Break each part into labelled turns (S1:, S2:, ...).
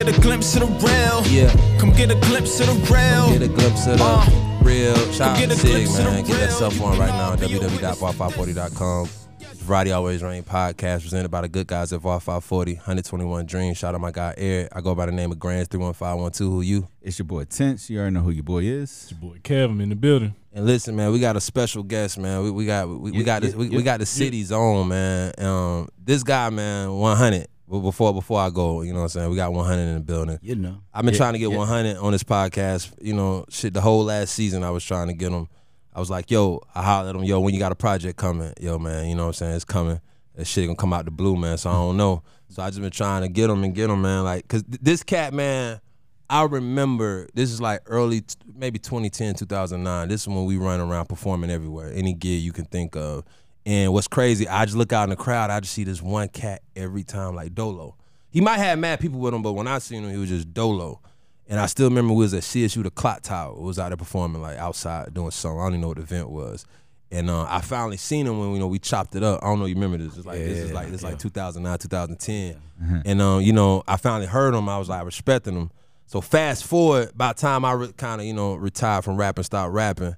S1: Get a glimpse of the real.
S2: Yeah.
S1: Come get a glimpse of the real.
S2: Get a glimpse of the
S1: Uh,
S2: real. Shout
S1: get
S2: out
S1: a
S2: to Sig,
S1: glimpse of the
S2: man. Get
S1: real.
S2: that stuff
S1: You
S2: on right
S1: can
S2: now at
S1: all be a witness.
S2: www.var540.com. Variety Always Rain podcast presented by the good guys at VAR 540, 121 Dreams. Shout out my guy Eric. I go by the name of Grants 31512. Who you?
S3: It's your boy Tense. You already know who your boy is.
S4: Boy, Kevin in the building.
S2: And listen, man, we got a special guest, man. We, we got we, we
S3: Yeah,
S2: got this,
S3: yeah,
S2: we, we
S3: yeah,
S2: got the city's own, man. Um, this guy, man, 100. But before before I go, you know what I'm saying? We got 100 in the building.
S3: You know.
S2: I've been trying to get 100 on this podcast. You know, shit, the whole last season I was trying to get them. I was like, yo, I hollered at him, yo, when you got a project coming, yo, man, you know what I'm saying? It's coming. That shit gonna come out the blue, man, so I don't know. So I just been trying to get him and get him, man. Like, cause th- this cat, man, I remember this is like early, t- maybe 2010, 2009. This is when we run around performing everywhere, any gig you can think of. And what's crazy, I just look out in the crowd, I just see this one cat every time, like Dolo. He might have mad people with him, but when I seen him, he was just Dolo. And I still remember we was at CSU, the Clock Tower. We was out there performing like outside doing something. I don't even know what the event was. And uh, I finally seen him when you know we chopped it up. I don't know you remember this. It's like this is like this is like 2009, 2010. And um, you know I finally heard him. I was like respecting him. So fast forward, by the time I re- kind of you know retired from rapping, start rapping,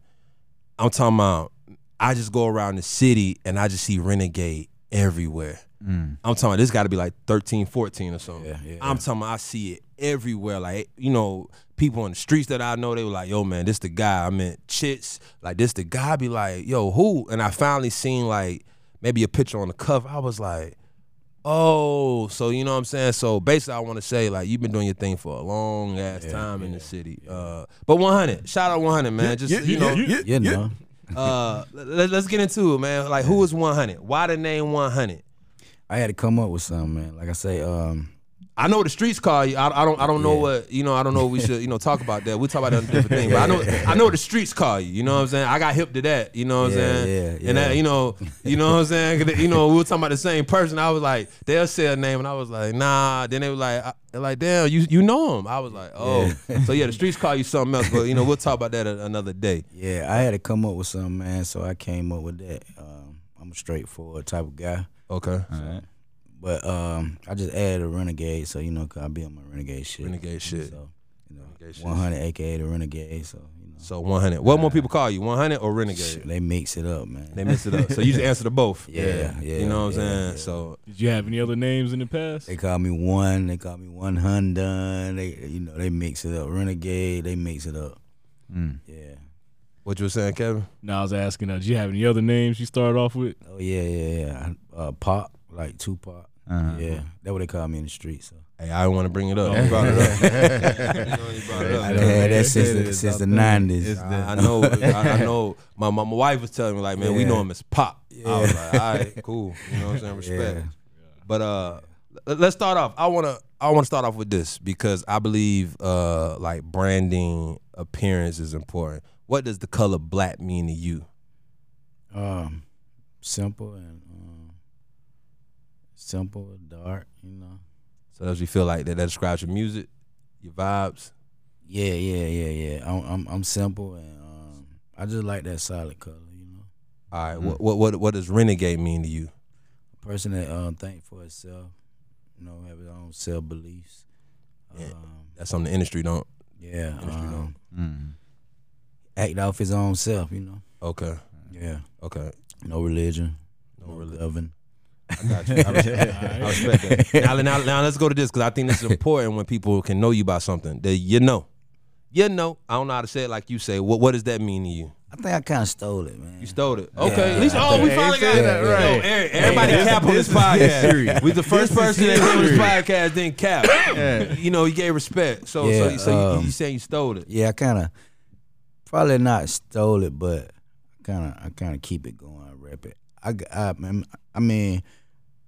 S2: I'm talking about I just go around the city and I just see Renegade everywhere. I'm talking about this got to be like 13, 14 or something. I'm talking about I see it everywhere. Like, you know, people on the streets that I know, they were like, yo, man, this the guy. I meant chits. Like, this the guy. I be like, yo, who? And I finally seen like maybe a picture on the cover. I was like, oh, so you know what I'm saying? So basically, I want to say like you've been doing your thing for a long ass time in the city. Uh, but 100, shout out 100, man. just, you know,
S3: You know.
S2: uh, let, us get into it, man. Like, who is 100? Why the name 100?
S5: I had to come up with something, man. Like I say, um,
S2: I know the streets call you. I, I don't. I don't know what you know. I don't know. If we should you know talk about that. We will talk about that on a different thing. But I know. I know the streets call you. You know what I'm saying. I got hip to that. You know what I'm
S5: Yeah,
S2: saying.
S5: yeah,
S2: And
S5: yeah.
S2: that you know. You know what I'm saying. 'Cause, You know we were talking about the same person. I was like, they'll say a name, and I was like, nah. Then they were like, I, they're like, damn, you you know him. I was like, oh. So yeah, the streets call you something else. But you know we'll talk about that a- another day.
S5: yeah, I had to come up with something, man. So I came up with that. Um, I'm a straightforward type of guy,
S2: Okay.
S5: but um, I just added a renegade, so you know, 'cause I be on my renegade shit.
S2: Renegade shit.
S5: So you know, 100 AKA the renegade. So you know,
S2: So 100. What more people call you? 100 or renegade?
S5: they mix it up, man.
S2: They mess it up. So you just answer to both.
S5: Yeah, yeah,
S2: You know what I'm
S5: yeah,
S2: saying?
S5: yeah.
S2: So
S4: Did you have any other names in the past?
S5: They call me one. They call me one hundred. They you know they mix it up. Renegade. They mix it up. Yeah.
S2: what you were saying, Kevin?
S4: No, I was asking, uh, did you have any other names you started off with?
S5: Oh yeah, yeah, yeah. Uh, pop like Tupac. Yeah, that's what they call me in the street. So
S2: Hey, I don't want to bring it up. You brought it up. You know, you brought it up.
S5: Oh, I done had that since the,
S3: is
S5: since the
S3: authentic.
S5: nineties.
S3: It's
S2: I I know. I, I know. My, my my wife was telling me like, man, we know him as Pop. I was like, all right, cool. You know what I'm saying? Respect. But uh, let- let's start off. I wanna I wanna start off with this because I believe uh like branding appearance is important. What does the color black mean to you?
S5: Um, simple and um, simple, dark. You know.
S2: So does you feel like that that describes your music, your vibes?
S5: Yeah, yeah, yeah, yeah. I'm I'm, I'm simple and um, I just like that solid color. You know,
S2: All
S5: Hmm.
S2: right, what, what what what does renegade mean to you?
S5: a person that um think for itself. You know, have his own self beliefs. Um,
S2: That's something the industry don't.
S5: yeah.
S2: Industry
S5: Um, act off his own self. You know.
S2: Okay,
S5: Yeah.
S2: okay,
S5: No religion.
S2: No
S5: No
S2: reli-
S5: religion.
S2: I got you. I respect, I respect that. Now, now, now let's go to this because I think this is important when people can know you by something that you know, you know. I don't know how to say it like you say. What what does that mean to you?
S5: I think I kind of stole it, man.
S2: You stole it. Okay,
S5: Yeah.
S2: at least oh we finally got it
S5: that,
S2: right.
S3: right.
S2: everybody cap on this podcast. We the first person that did this podcast didn't cap. You know, you gave respect. So so,
S5: Yeah,
S2: so you- you,
S5: um,
S2: saying you stole it?
S5: Yeah, I kind of probably not stole it, but kind of I kind of keep it going, rep it. I, g- I mem- I mean,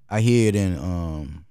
S5: I hear it in um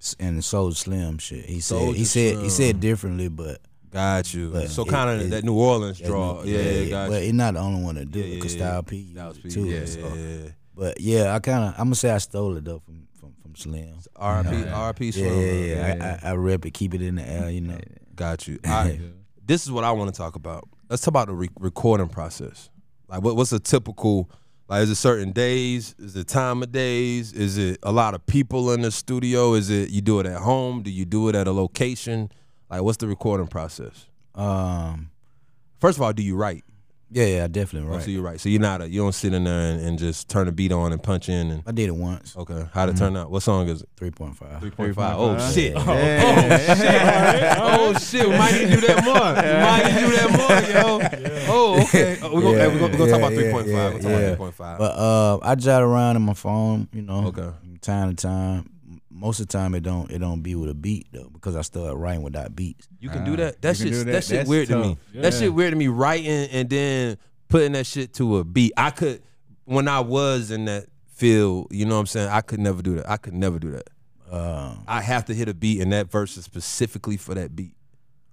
S5: s- in Soul Slim shit. He said
S2: Soulja
S5: he said
S2: Slim.
S5: he said differently, but
S2: Got you.
S5: But
S2: so
S5: it-
S2: kind of
S5: it-
S2: that New Orleans draw. Oh, Yeah, yeah, got
S5: but
S2: you.
S5: he's not the only one to do it.
S2: yeah,
S5: Cause
S2: yeah.
S5: Style P, used
S2: That was
S5: it
S2: P.
S5: too.
S2: Yeah,
S5: so-
S2: yeah, yeah.
S5: But yeah, I kind of I'm gonna say I stole it though from from, from Slim.
S2: RP, RP,
S5: Yeah, yeah, yeah. I, I, I rep it, keep it in the air, you know.
S2: Got you. All right. This is what I want to talk about. Let's talk about the re- recording process. Like, what, what's a typical Like, is it certain days? Is it time of days? Is it a lot of people in the studio? Is it you do it at home? Do you do it at a location? Like, what's the recording process?
S5: Um,
S2: First of all, do you write?
S5: yeah, yeah, I definitely
S2: Oh, So
S5: right.
S2: you write. So you're not a, you don't sit in there and, and just turn the beat on and punch in and
S5: I did it once.
S2: okay. How to
S5: Mm-hmm.
S2: turn out? What song is it?
S5: Three point five.
S2: Three point five. Oh shit.
S4: Yeah.
S2: Oh shit, we might need to do that more. We might need to do that more, yo. Oh, okay. Oh, we're gonna,
S5: Yeah,
S2: hey, we're gonna, we're gonna talk about
S5: yeah,
S2: three point five. We're
S5: yeah,
S2: talking
S5: yeah.
S2: about three point five.
S5: But uh, I jot around in my phone, you know,
S2: Okay.
S5: from time to time. Most of the time, it don't it don't be with a beat though, because I start writing without beats.
S2: You can do
S4: Ah,
S2: that. That
S4: you
S2: shit.
S4: can do
S2: That,
S4: that?
S2: shit
S4: That's
S2: weird to me.
S4: tough.
S2: That
S6: Yeah.
S2: shit weird to me. Writing and then putting that shit to a beat. I could when I was in that field. You know what I'm saying? I could never do that. I could never do that.
S5: Uh,
S2: I have to hit a beat, and that verse is specifically for that beat.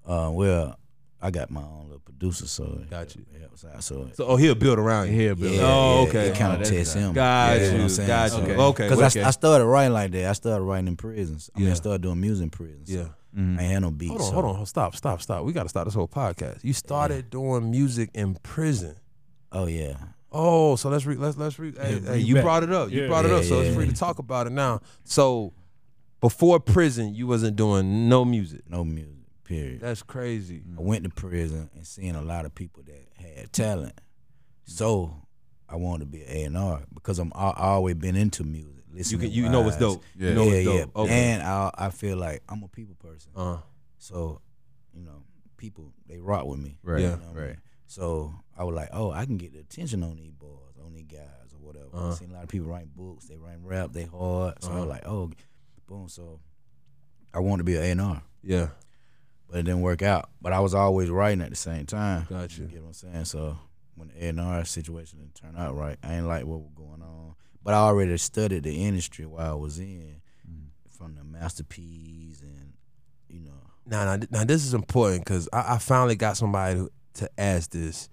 S5: uh, well, I got my own little producer, so it
S2: Got you.
S5: helps out. So, it-
S2: So oh, he'll build around you.
S4: He'll build
S5: yeah,
S2: Oh,
S5: yeah,
S2: okay.
S5: It kind
S4: Oh,
S5: of
S4: that's
S5: tests
S4: nice.
S5: him.
S2: Got
S5: Yeah, know what
S2: you.
S5: I'm saying?
S2: Got
S5: So-
S2: you.
S4: Okay.
S2: Okay.
S5: Cause I,
S2: okay.
S5: I started writing like that. I started writing in prisons. I mean,
S2: Yeah.
S5: I started doing music in prisons.
S2: yeah.
S5: I ain't had no beats.
S2: Hold on,
S5: so-
S2: hold on, stop, stop, stop. We got to stop this whole podcast. You started doing music in prison.
S5: Oh yeah.
S2: Oh, so let's re- let's let's re- hey,
S6: Yeah,
S2: hey,
S6: you
S2: you
S6: back.
S2: brought it up. You
S6: Yeah.
S2: brought it
S5: Yeah,
S2: up, so
S5: yeah,
S2: it's free to talk about it now. So before prison, you wasn't doing no music.
S5: No music. Period.
S2: That's crazy.
S5: I went to prison and seen a lot of people that had talent. So I wanted to be an A and R because I'm I, I always been into music.
S2: You
S5: Listening
S2: can you know what's
S5: wise.
S2: dope.
S4: Yeah.
S2: You know
S5: yeah,
S2: what's
S5: yeah.
S2: dope. Okay.
S5: And I I feel like I'm a people person.
S2: uh,
S5: So, you know, people they rock with me.
S4: Right.
S2: Yeah.
S5: You know what I
S4: Right.
S5: mean? So I was like, oh, I can get the attention on these boys, on these guys, or whatever.
S2: Uh-huh.
S5: I've seen a lot of people writing books, they write rap, they hard. So I
S2: Uh-huh.
S5: was like, oh, boom. So I wanted to be an A&R,
S2: yeah,
S5: but it didn't work out. But I was always writing at the same time.
S2: got you.
S5: get what I'm saying? So when the A&R situation didn't turn out right, I ain't like what was going on. But I already studied the industry while I was in,
S2: Mm-hmm.
S5: from the masterpiece and, you know,
S2: Now, now, th- now this is important because I, I finally got somebody to, to ask this,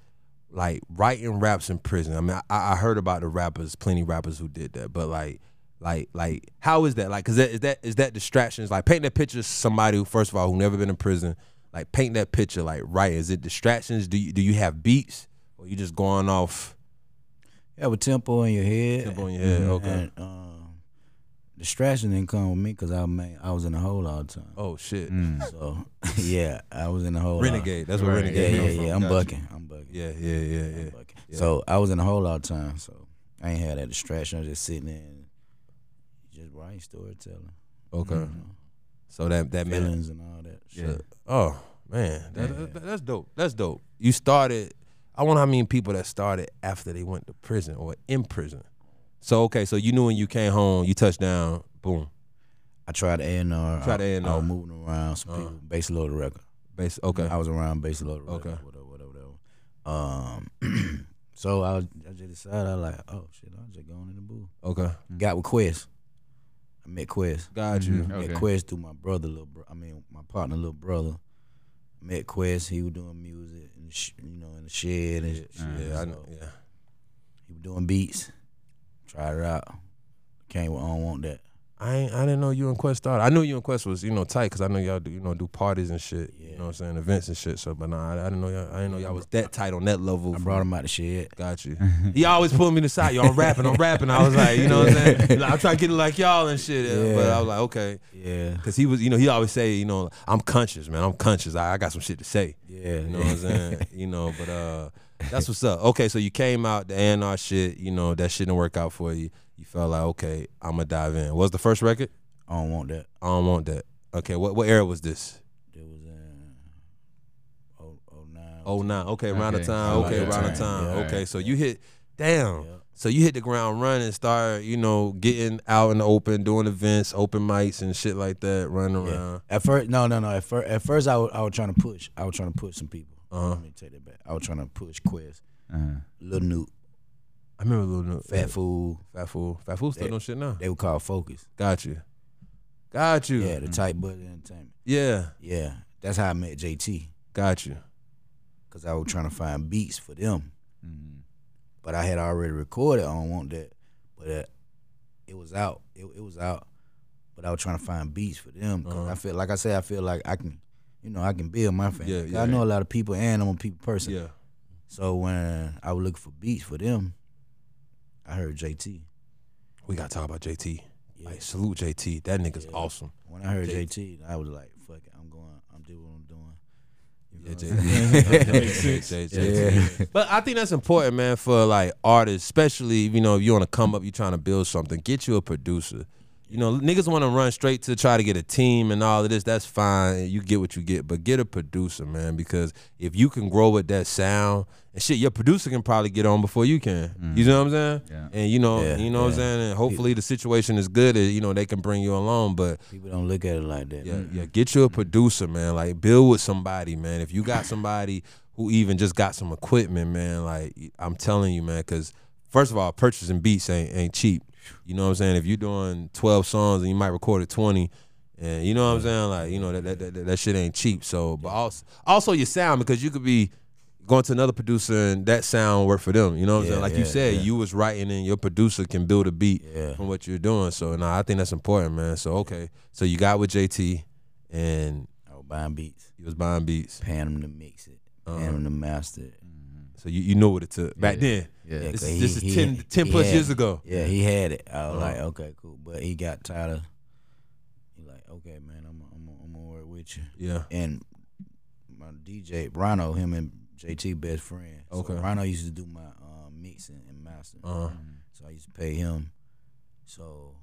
S2: like writing raps in prison. I mean, I, I heard about the rappers, plenty rappers who did that, but like, like, like, how is that? Like, cause that, is that is that distractions? Like, paint that picture. to Somebody who, first of all, who never been in prison, like, paint that picture. Like, right? Is it distractions? Do you do you have beats, or you just going off?
S5: have a tempo in your head.
S2: Tempo in your head, okay.
S5: And, um, distraction didn't come with me because I made, I was in a hole all the time.
S2: Oh shit,
S5: Mm. So yeah, I was in a hole. all-
S2: renegade. That's what
S4: Right.
S5: Yeah,
S2: renegade.
S5: yeah,
S2: comes
S5: yeah.
S2: from.
S5: I'm
S4: Gotcha.
S5: bucking. I'm bucking.
S2: Yeah, yeah, yeah, yeah.
S5: I'm bucking. So I was in a hole all the time. So I ain't had that distraction. I was just sitting there, and just writing storytelling,
S2: Okay.
S5: you know,
S2: So that that meant
S5: feelings and all that. Shit.
S2: Shit. Oh man, that, that- that- that's dope. That's dope. You started. I wonder how many people that started after they went to prison or in prison. So okay, so you knew when you came home, you touched down, boom,
S5: I tried A and R.
S2: Tried A&R.
S5: I was moving around.
S2: Uh-huh.
S5: Some people bass load the record.
S2: base. Okay,
S5: I was around bass load the record.
S2: Okay.
S5: Whatever, whatever, whatever. Um, so I, was- I just decided I was like, oh shit, I'm just going in the booth.
S2: okay,
S5: Got with Quest. I met Quest.
S2: got you.
S5: Met
S4: Okay.
S5: Quest through my brother, little bro. I mean, my partner, little brother. Met Quest. He was doing music, and sh- you know, in the shed and shit.
S2: Yeah, I
S5: Mm-hmm. So
S2: know. Yeah,
S5: He was doing beats. Tried it out. Came with I don't want that.
S2: I ain't, I didn't know you and Quest started. I knew you and Quest was you know tight because I know y'all do you know do parties and shit. You know what I'm saying events and shit. So, but nah, I, I didn't know y'all. I didn't know y'all was that tight on that level.
S5: I brought him out the shed.
S2: Got you. He always pulled me to the side. Yo, I'm rapping. I'm rapping. I was like, you know what I'm saying? Like, I try getting like y'all and shit. uh, But I was like, okay.
S5: Yeah,
S2: Cause he was, you know, he always say, you know, I'm conscious, man. I'm conscious. I, I got some shit to say.
S5: yeah.
S2: You know what I'm saying? you know, but uh, that's what's up. Okay, so you came out the A&R shit. You know that shit didn't work out for you. You felt like, okay, I'm gonna dive in. What was the first record?
S5: I don't want that.
S2: I don't want that. Okay, what what era was this?
S5: It was in oh oh nine.
S2: Oh nine. Okay, around the
S4: Okay.
S2: time.
S5: Around
S2: Okay,
S5: that
S2: around the
S5: time.
S2: time.
S5: Yeah.
S2: okay, so you hit. Damn. So you hit the ground running, start you know getting out in the open, doing events, open mics and shit like that, running
S5: Yeah.
S2: around.
S5: At first, no, no, no. At first, at first, I was, I was trying to push. I was trying to push some people.
S2: Uh-huh.
S5: Let me take that back. I was trying to push Quest,
S4: Uh-huh.
S5: Little Nuke,
S2: I remember a little
S5: Fat Fool.
S2: fat fool, fat fool still
S5: That-
S2: doing shit now.
S5: They were called Focus.
S2: Got you, got you.
S5: Yeah,
S2: Yeah, Mm-hmm.
S5: the tight budget entertainment. Yeah, that's how I met JT
S2: got you.
S5: because I was trying to find beats for them, but I had already recorded. I don't want that, but uh, it was out. It, it was out, but I was trying to find beats for them because
S2: Uh-huh.
S5: I feel like I said I feel like I can, you know, I can build my family.
S2: Yeah,
S5: 'Cause
S2: yeah.
S5: I know a lot of people, and I'm a people person. uh,
S2: Yeah,
S5: So when I was looking for beats for them, I heard JT.
S2: We gotta talk about JT.
S5: Yeah.
S2: Like, salute JT. That nigga's
S5: Yeah.
S2: awesome.
S5: When I heard
S2: JT.
S5: JT, I was like, "Fuck it, I'm going. I'm doing what I'm doing." You
S2: Yeah,
S5: feel
S2: J-
S5: what I'm
S2: yeah,
S5: saying?
S2: yeah, yeah, J- J- J- But I think that's important, man, for like artists, especially you know if you want to come up, you trying to build something. Get you a producer. You know, niggas want to run straight to try to get a team and all of this. That's fine. You get what you get, but get a producer, man, because if you can grow with that sound and shit, your producer can probably get on before you can. You know what I'm saying?
S7: Yeah.
S2: And you know,
S5: Mm. Yeah,
S2: you know what I'm
S5: yeah.
S2: saying. And hopefully the situation is good. And, you know, they can bring you along, but
S5: People don't look at it like that.
S2: yeah, yeah. Get you a producer, man. Like build with somebody, man. If you got somebody who even just got some equipment, man. Like I'm telling you, man. Because first of all, purchasing beats ain't ain't cheap. You know what I'm saying? If you're doing 12 songs and you might record a 20, and you know what I'm saying? Like you know that that, that, that shit ain't cheap. So, but also also your sound because you could be going to another producer and that sound work for them. You know what I'm
S5: Yeah,
S2: saying? Like you
S5: yeah,
S2: said,
S5: yeah.
S2: you was writing and your producer can build a beat
S5: Yeah.
S2: from what you're doing. So now I think that's important, man. So okay, so you got with JT and
S5: I was buying beats,
S2: you was buying beats. Um,
S5: paying them to mix it,
S2: Uh-huh.
S5: paying them to master it.
S2: So you, you knew what it took back then.
S5: Yeah,
S2: This,
S5: 'cause
S2: is- this
S5: he-
S2: is
S5: he-
S2: 10, 10
S5: he
S2: plus
S5: had
S2: years
S5: it.
S2: ago.
S5: Yeah, he had it. I
S2: Uh-huh.
S5: was like, okay, cool. But he got tired of. He like, okay, man, I'm I'm I'm gonna work with you.
S2: Yeah.
S5: And my DJ Rhino, him and JT best friend. So
S2: Okay.
S5: Rhino used to do my um, mixing and mastering.
S2: Uh,
S5: So I used to pay him. So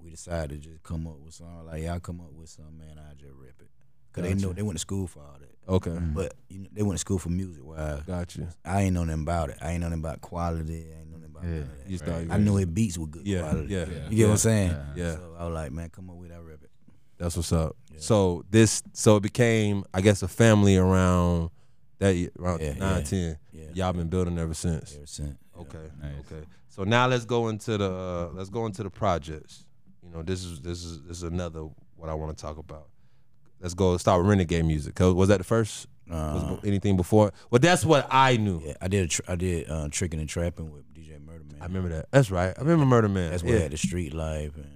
S5: we decided to just come up with something. Like y'all come up with something, man. I just rip it. Cause they know
S2: Gotcha. Mm-hmm.
S5: they went to school for all that.
S2: okay.
S5: But you know, they went to school for music. Why?
S2: Got you.
S5: I ain't know nothing about it. I ain't know nothing about quality. I ain't know nothing about none of that.
S2: You started.
S5: I knew it beats with good
S2: Yeah.
S5: quality.
S2: Yeah.
S4: Yeah.
S5: You get what I'm saying?
S2: Yeah.
S5: So I was like, man, come up with that rip it.
S2: That's what's up. So this, so it became, I guess, a family around that year, around
S5: Yeah,
S2: nine,
S5: yeah.
S2: ten.
S5: Yeah.
S2: Y'all been building ever since.
S5: Ever since.
S2: Okay.
S7: Nice.
S2: Okay. So now let's go into the uh, let's go into the projects. You know, this is this is this is another what I want to talk about. Let's go start with renegade music. 'Cause was that the first?
S5: Uh,
S2: was anything before? Well, that's what I knew.
S5: Yeah, I did. A tr- I did uh, tricking and trapping with DJ Murder Man.
S2: I remember that. That's right. I remember Murder Man.
S5: That's where I
S2: yeah.
S5: had the street life and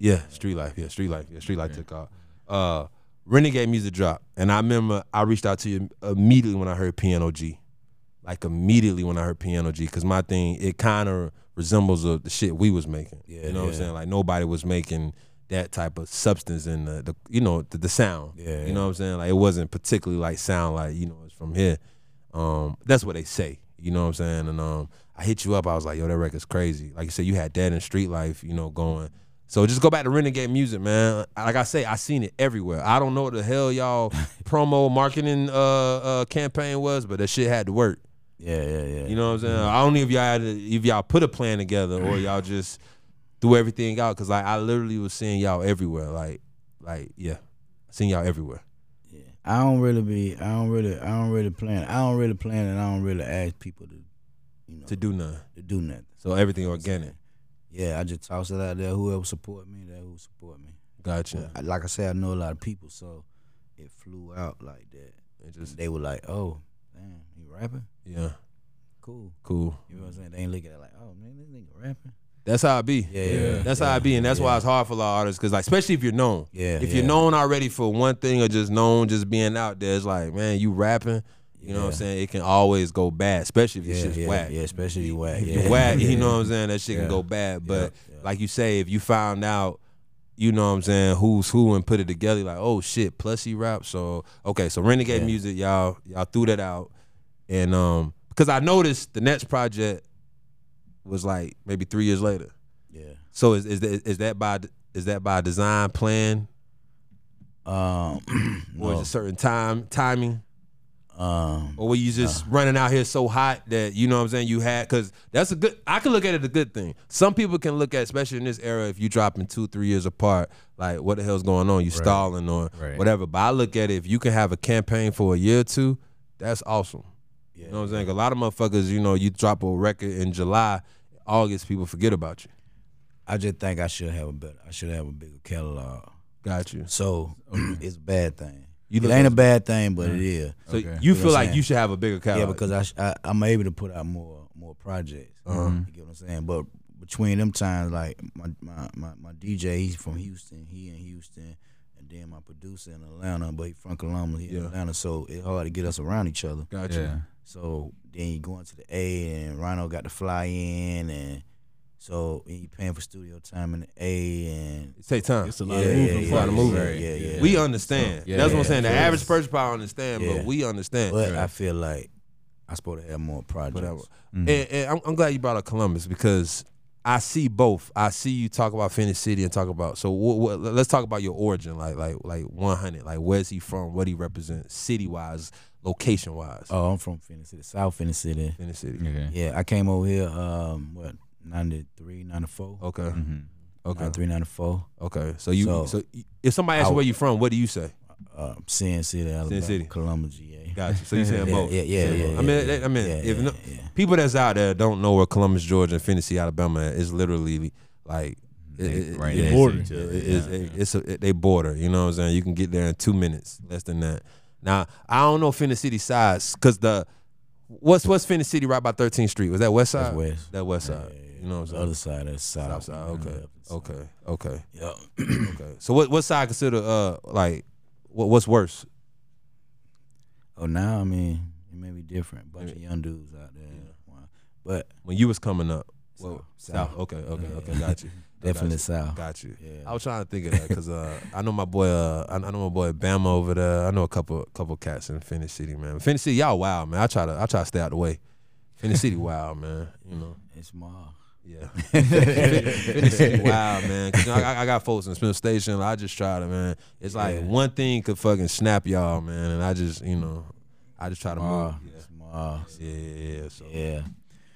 S2: yeah. Street life. Yeah. Street life. Yeah. Street life took off. Uh, renegade music drop, and I remember I reached out to you immediately when I heard Piano G. Like immediately when I heard Piano G, because my thing it kind of resembles of the shit we was making.
S5: Yeah,
S2: you know what I'm
S5: yeah.
S2: saying? Like nobody was making that type of substance in the, the you know the, the sound.
S5: Yeah,
S2: you know what I'm saying? Like it wasn't particularly like sound like you know it's from here. Um, that's what they say. You know what I'm saying? And um, I hit you up. I was like, yo, that record's crazy. Like you said, you had that in street life. You know, going. So just go back to renegade music, man. Like I say, I seen it everywhere. I don't know what the hell y'all promo marketing uh, uh campaign was, but that shit had to work.
S5: yeah, yeah, yeah.
S2: You know what I'm saying? I don't know if y'all had a, if y'all put a plan together or y'all just threw everything out because like I literally was seeing y'all everywhere. Like like yeah, seeing y'all everywhere.
S5: I don't really be. I don't really. I don't really plan. I don't really plan, and I don't really ask people to, you know,
S2: To
S5: to,
S2: do nothing,
S5: do nothing.
S2: so everything organic.
S5: Yeah, I just toss it out there. Whoever support me, that who support me.
S2: Gotcha.
S5: I- Like I said, I know a lot of people, so it flew out like that.
S2: It just
S5: They were like, "Oh, damn, he rapping?
S2: yeah,
S5: Cool."
S2: cool.
S5: You know what I'm saying? They ain't looking at it like, "Oh man, this nigga rapping."
S2: That's how I be.
S5: Yeah, yeah,
S2: That's
S5: yeah,
S2: how I be, and that's why
S5: yeah.
S2: it's hard for a lot of artists because like especially if you're known.
S5: Yeah,
S2: If
S5: yeah.
S2: you're known already for one thing or just known just being out there, it's like man, you rapping. You know what I'm
S5: Yeah.
S2: saying? It can always go bad, especially if your
S5: Yeah,
S2: shit's
S5: yeah,
S2: whack.
S5: yeah, especially you whack.
S2: you
S5: Yeah.
S2: whack,
S5: yeah.
S2: you know what I'm saying? That shit can
S5: Yeah.
S2: go bad. But
S5: Yeah.
S2: like you say, if you found out, you know what I'm saying, who's who and put it together, like, oh shit, plus he rap. So okay, so Renegade
S5: Yeah.
S2: Music, y'all, y'all threw that out. And um because I noticed the next project was like maybe three years later.
S5: Yeah.
S2: So is is that, is that by is that by design plan
S5: Um,
S2: or
S5: no,
S2: is it certain time timing?
S5: um,
S2: Or were you just running out here so hot that you know what I'm saying? You had because that's a good. I can look at it a good thing. Some people can look at, especially in this era, if you dropping two, three years apart, like what the hell's going on? You stalling or
S7: Right.
S2: whatever. But I look at it if you can have a campaign for a year or two, that's awesome.
S5: yeah.
S2: You know what I'm saying? 'Cause A lot of motherfuckers, you know, you drop a record in July, August, people forget about you.
S5: I just think I should have a better. I should have a bigger catalog.
S2: Got you.
S5: So it's a bad thing.
S2: You
S5: it
S2: look
S5: ain't a bad thing, but it is.
S2: So
S7: Okay.
S2: you
S5: what
S2: feel
S5: I'm
S2: like
S5: saying?
S2: you should have a bigger
S5: yeah,
S2: catalog.
S5: because I, sh- I I'm able to put out more more projects.
S2: Uh-huh.
S5: You get what I'm saying? But between them times, like my my, my, my DJ, he's from Houston. He in Houston,
S8: and then my producer in Atlanta, but he from Columbus, he in
S2: Yeah.
S8: Atlanta, so it's hard to get us around each other.
S2: Gotcha.
S5: Yeah.
S8: So then you going to the A, and Rhino got to fly in, and so you paying for studio time in the A, and
S2: It take time.
S4: It's a lot of
S8: Yeah,
S4: moving.
S2: a
S8: yeah,
S2: lot of
S8: yeah,
S2: moving.
S8: yeah, yeah, yeah.
S2: We understand.
S5: Yeah,
S2: That's
S5: yeah,
S2: what I'm saying. The
S8: yeah.
S2: average person probably understand,
S8: Yeah.
S2: but we understand.
S8: but I feel like I supposed to have more projects.
S2: Whatever.
S5: Mhm.
S2: And,
S8: Mm-hmm.
S2: and I'm, I'm glad you brought up Columbus because I see both. I see you talk about Phoenix City and talk about. So what, what, let's talk about your origin, like like like 100. Like where's he from? What he represents, city wise, location wise.
S8: Oh, I'm from Phoenix City, South Phoenix City.
S2: Phoenix City.
S5: Okay.
S8: Yeah, I came over here, um, what, 93, 94?
S2: Okay.
S5: Mhm.
S2: Oh, Okay.
S8: 93, 94.
S2: Okay. So you. So,
S8: Mm-hmm. So-
S2: you- if somebody asks
S8: I-
S2: you where you from, what do you say?
S8: Uh, Sin City, Alabama,
S2: City.
S8: Columbus, GA.
S2: Gotcha. So you saying
S8: yeah,
S2: both?
S8: yeah, yeah, yeah,
S2: I mean,
S8: yeah,
S2: that- I mean,
S8: yeah,
S2: if
S8: yeah,
S2: no,
S8: yeah.
S2: people that's out there don't know where Columbus, Georgia, and Phoenix, City, Alabama is literally like. it- it-
S5: Right
S2: it-
S4: yeah.
S5: next
S4: Border.
S5: to each other.
S2: It- it's, it- it's a, it- they border. You know what I'm saying? You can get there in two minutes, less than that. Now I don't know Phoenix City size because the what's what's Phoenix City right by 13th Street? Was that West Side?
S8: That's west.
S2: That West Side. You know what I'm
S8: The
S2: saying?
S8: other side, that's
S2: South
S8: south.
S2: Side. Okay. Oh. Okay. Okay.
S8: Yeah.
S2: Okay. So what what side consider uh like what what's worse?
S8: Oh, now I mean it may be different. Bunch of young dudes out there, Wow. but
S2: When you was coming up?
S8: Well,
S2: South.
S8: south.
S2: Okay. Okay.
S8: Yeah.
S2: Okay. Got you.
S8: definitely south.
S2: Got you.
S8: Yeah.
S2: I was trying to think of that because uh, I know my boy. Uh, I I know my boy Bama over there. I know a couple couple cats in Phoenix City, man. Phoenix City, y'all wild, man. I try to I try to stay out the way. Phoenix City, wild, man. You know,
S8: It's small.
S2: yeah. Phoenix City, wild, man. 'Cause, you know, I, I got folks in Smith Station. I just try to, man. It's like
S8: Yeah.
S2: one thing could fucking snap y'all, man, and I just, you know, I just try to move.
S8: Small. Small.
S2: Yeah, yeah, yeah. So.
S8: Yeah.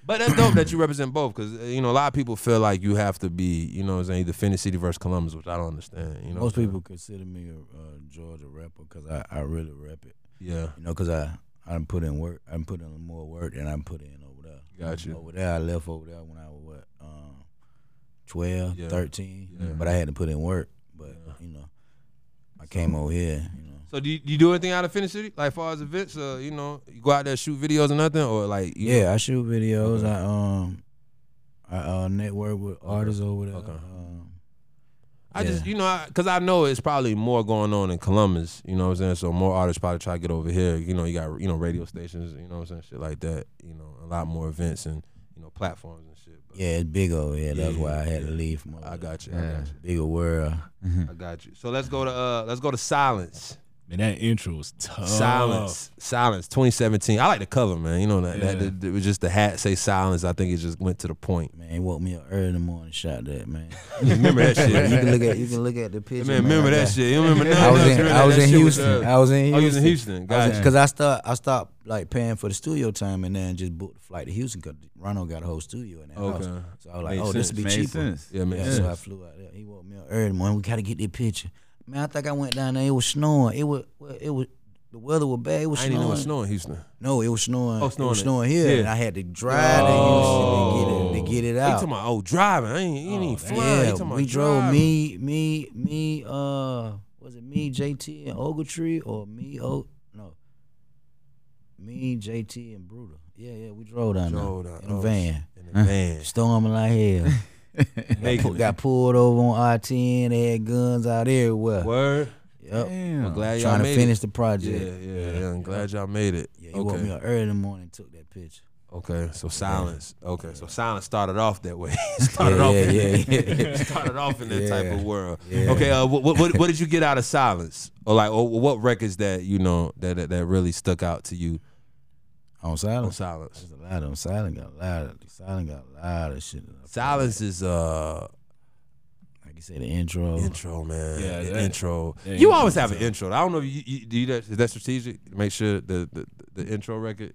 S2: But that's dope that you represent both because you know a lot of people feel like you have to be, you know, what I'm saying either Phoenix City versus Columbus, which I don't understand. You know,
S8: Most
S2: what I'm
S8: people consider me a uh, Georgia rapper because I, I really rap it.
S2: saying? yeah.
S8: You know, because I I done put in work. I done put in more work than I done put in over there.
S2: Gotcha.
S8: Over there, I left over there when I was what, um, 12,
S2: Yeah.
S8: 13.
S2: Yeah.
S8: But I had to put in work. But you know, I came over here. You know.
S2: So do you, do you do anything out of Phoenix City, like far as events? Uh, you know, you go out there shoot videos or nothing, or like you,
S8: Yeah, I shoot videos.
S2: Okay.
S8: I um, I uh, network with artists over there.
S2: Okay.
S8: Um,
S2: I just
S8: yeah.
S2: you know, I, cause I know it's probably more going on in Columbus. You know what I'm saying? So more artists probably try to get over here. You know, you got you know radio stations. You know what I'm saying? Shit like that. You know, a lot more events and you know platforms and shit. But
S8: yeah, it's big over here. That's
S2: Yeah,
S8: why I had to
S2: yeah.
S8: leave. From over
S2: I
S8: there.
S2: got you. I
S5: Yeah.
S2: got you.
S8: bigger world.
S2: I got you. So let's go to uh let's go to silence.
S4: Man, that intro was tough.
S8: Oh.
S2: Silence, silence. 2017. I like the cover, man. You know that, that,
S4: Yeah.
S2: that it was just the hat say silence. I think it just went to the point.
S8: Man, he woke me up early in the morning. Shot that man.
S2: Remember that shit.
S8: you can look at you can look at the picture.
S2: Man, remember
S8: I
S2: that
S8: got-
S2: shit. You remember
S8: I
S2: that?
S8: was in,
S2: Remember
S8: I was
S2: that
S8: in
S2: shit with,
S8: Houston.
S2: uh,
S8: I was in
S2: Oh,
S8: Houston.
S2: you was in Houston. Gotcha.
S8: Because I start, I stopped like paying for the studio time, and then just booked the flight to Houston because Ronald got a whole studio in that house.
S2: Okay.
S8: So I was like,
S2: Made
S8: oh, this
S2: sense.
S8: would be
S5: Made
S8: cheaper.
S5: sense.
S2: Yeah, man.
S8: Yeah, so I flew out there. He woke me up early in the morning. We gotta get that picture. Man, I think I went down there. It was snowing. It was well, it was the weather was bad. It was
S2: I didn't
S8: snowing.
S2: know it was snowing in Houston.
S8: No, it was snowing.
S2: Oh,
S8: It was
S2: snowing
S8: snowing
S2: it.
S8: here,
S2: Yeah.
S8: and I had to drive oh. to Houston to get it to get it
S2: You
S8: out.
S2: talking about oh driving? I ain't, you ain't even flying. You
S8: yeah,
S2: talking about
S8: we drove
S2: driving.
S8: me me me. Uh, was it me JT and Ogletree or me? Oh no, me JT and Brutal. Yeah, yeah, we drove down
S2: Drove
S8: there
S2: down-
S8: in a
S2: oh,
S8: van,
S2: in the van.
S8: storming like hell.
S2: Making
S8: Pu-
S2: it.
S8: got pulled over on I ten. They had guns out everywhere.
S2: Word.
S8: Yep.
S5: Damn.
S2: I'm glad y'all
S8: Trying to
S2: made
S8: finish
S2: it.
S8: the
S2: Yeah,
S8: project.
S2: yeah, yeah, I'm glad y'all made it.
S8: Yeah, he woke
S2: okay.
S8: me up early in the morning and took that picture.
S2: Okay. So silence. Okay. So silence started off that way. It started
S8: Yeah,
S2: off.
S8: yeah, yeah,
S2: it started off in that type of world.
S8: yeah.
S2: Okay. Uh, what, what what did you get out of silence? Or like, or what records that you know that that, that really stuck out to you
S8: On
S2: on
S8: silence.
S2: silence?
S8: There's a lot of them. Silent got a lot of silent got a lot of shit.
S2: Silence is uh
S8: Like you said, the intro.
S2: intro, man.
S4: Yeah,
S2: The
S4: that-
S2: intro.
S4: that
S2: you
S4: intro
S2: always
S4: is
S2: have an intro. I don't know. If you, you, do you that, is that strategic? Make sure the the, the intro record.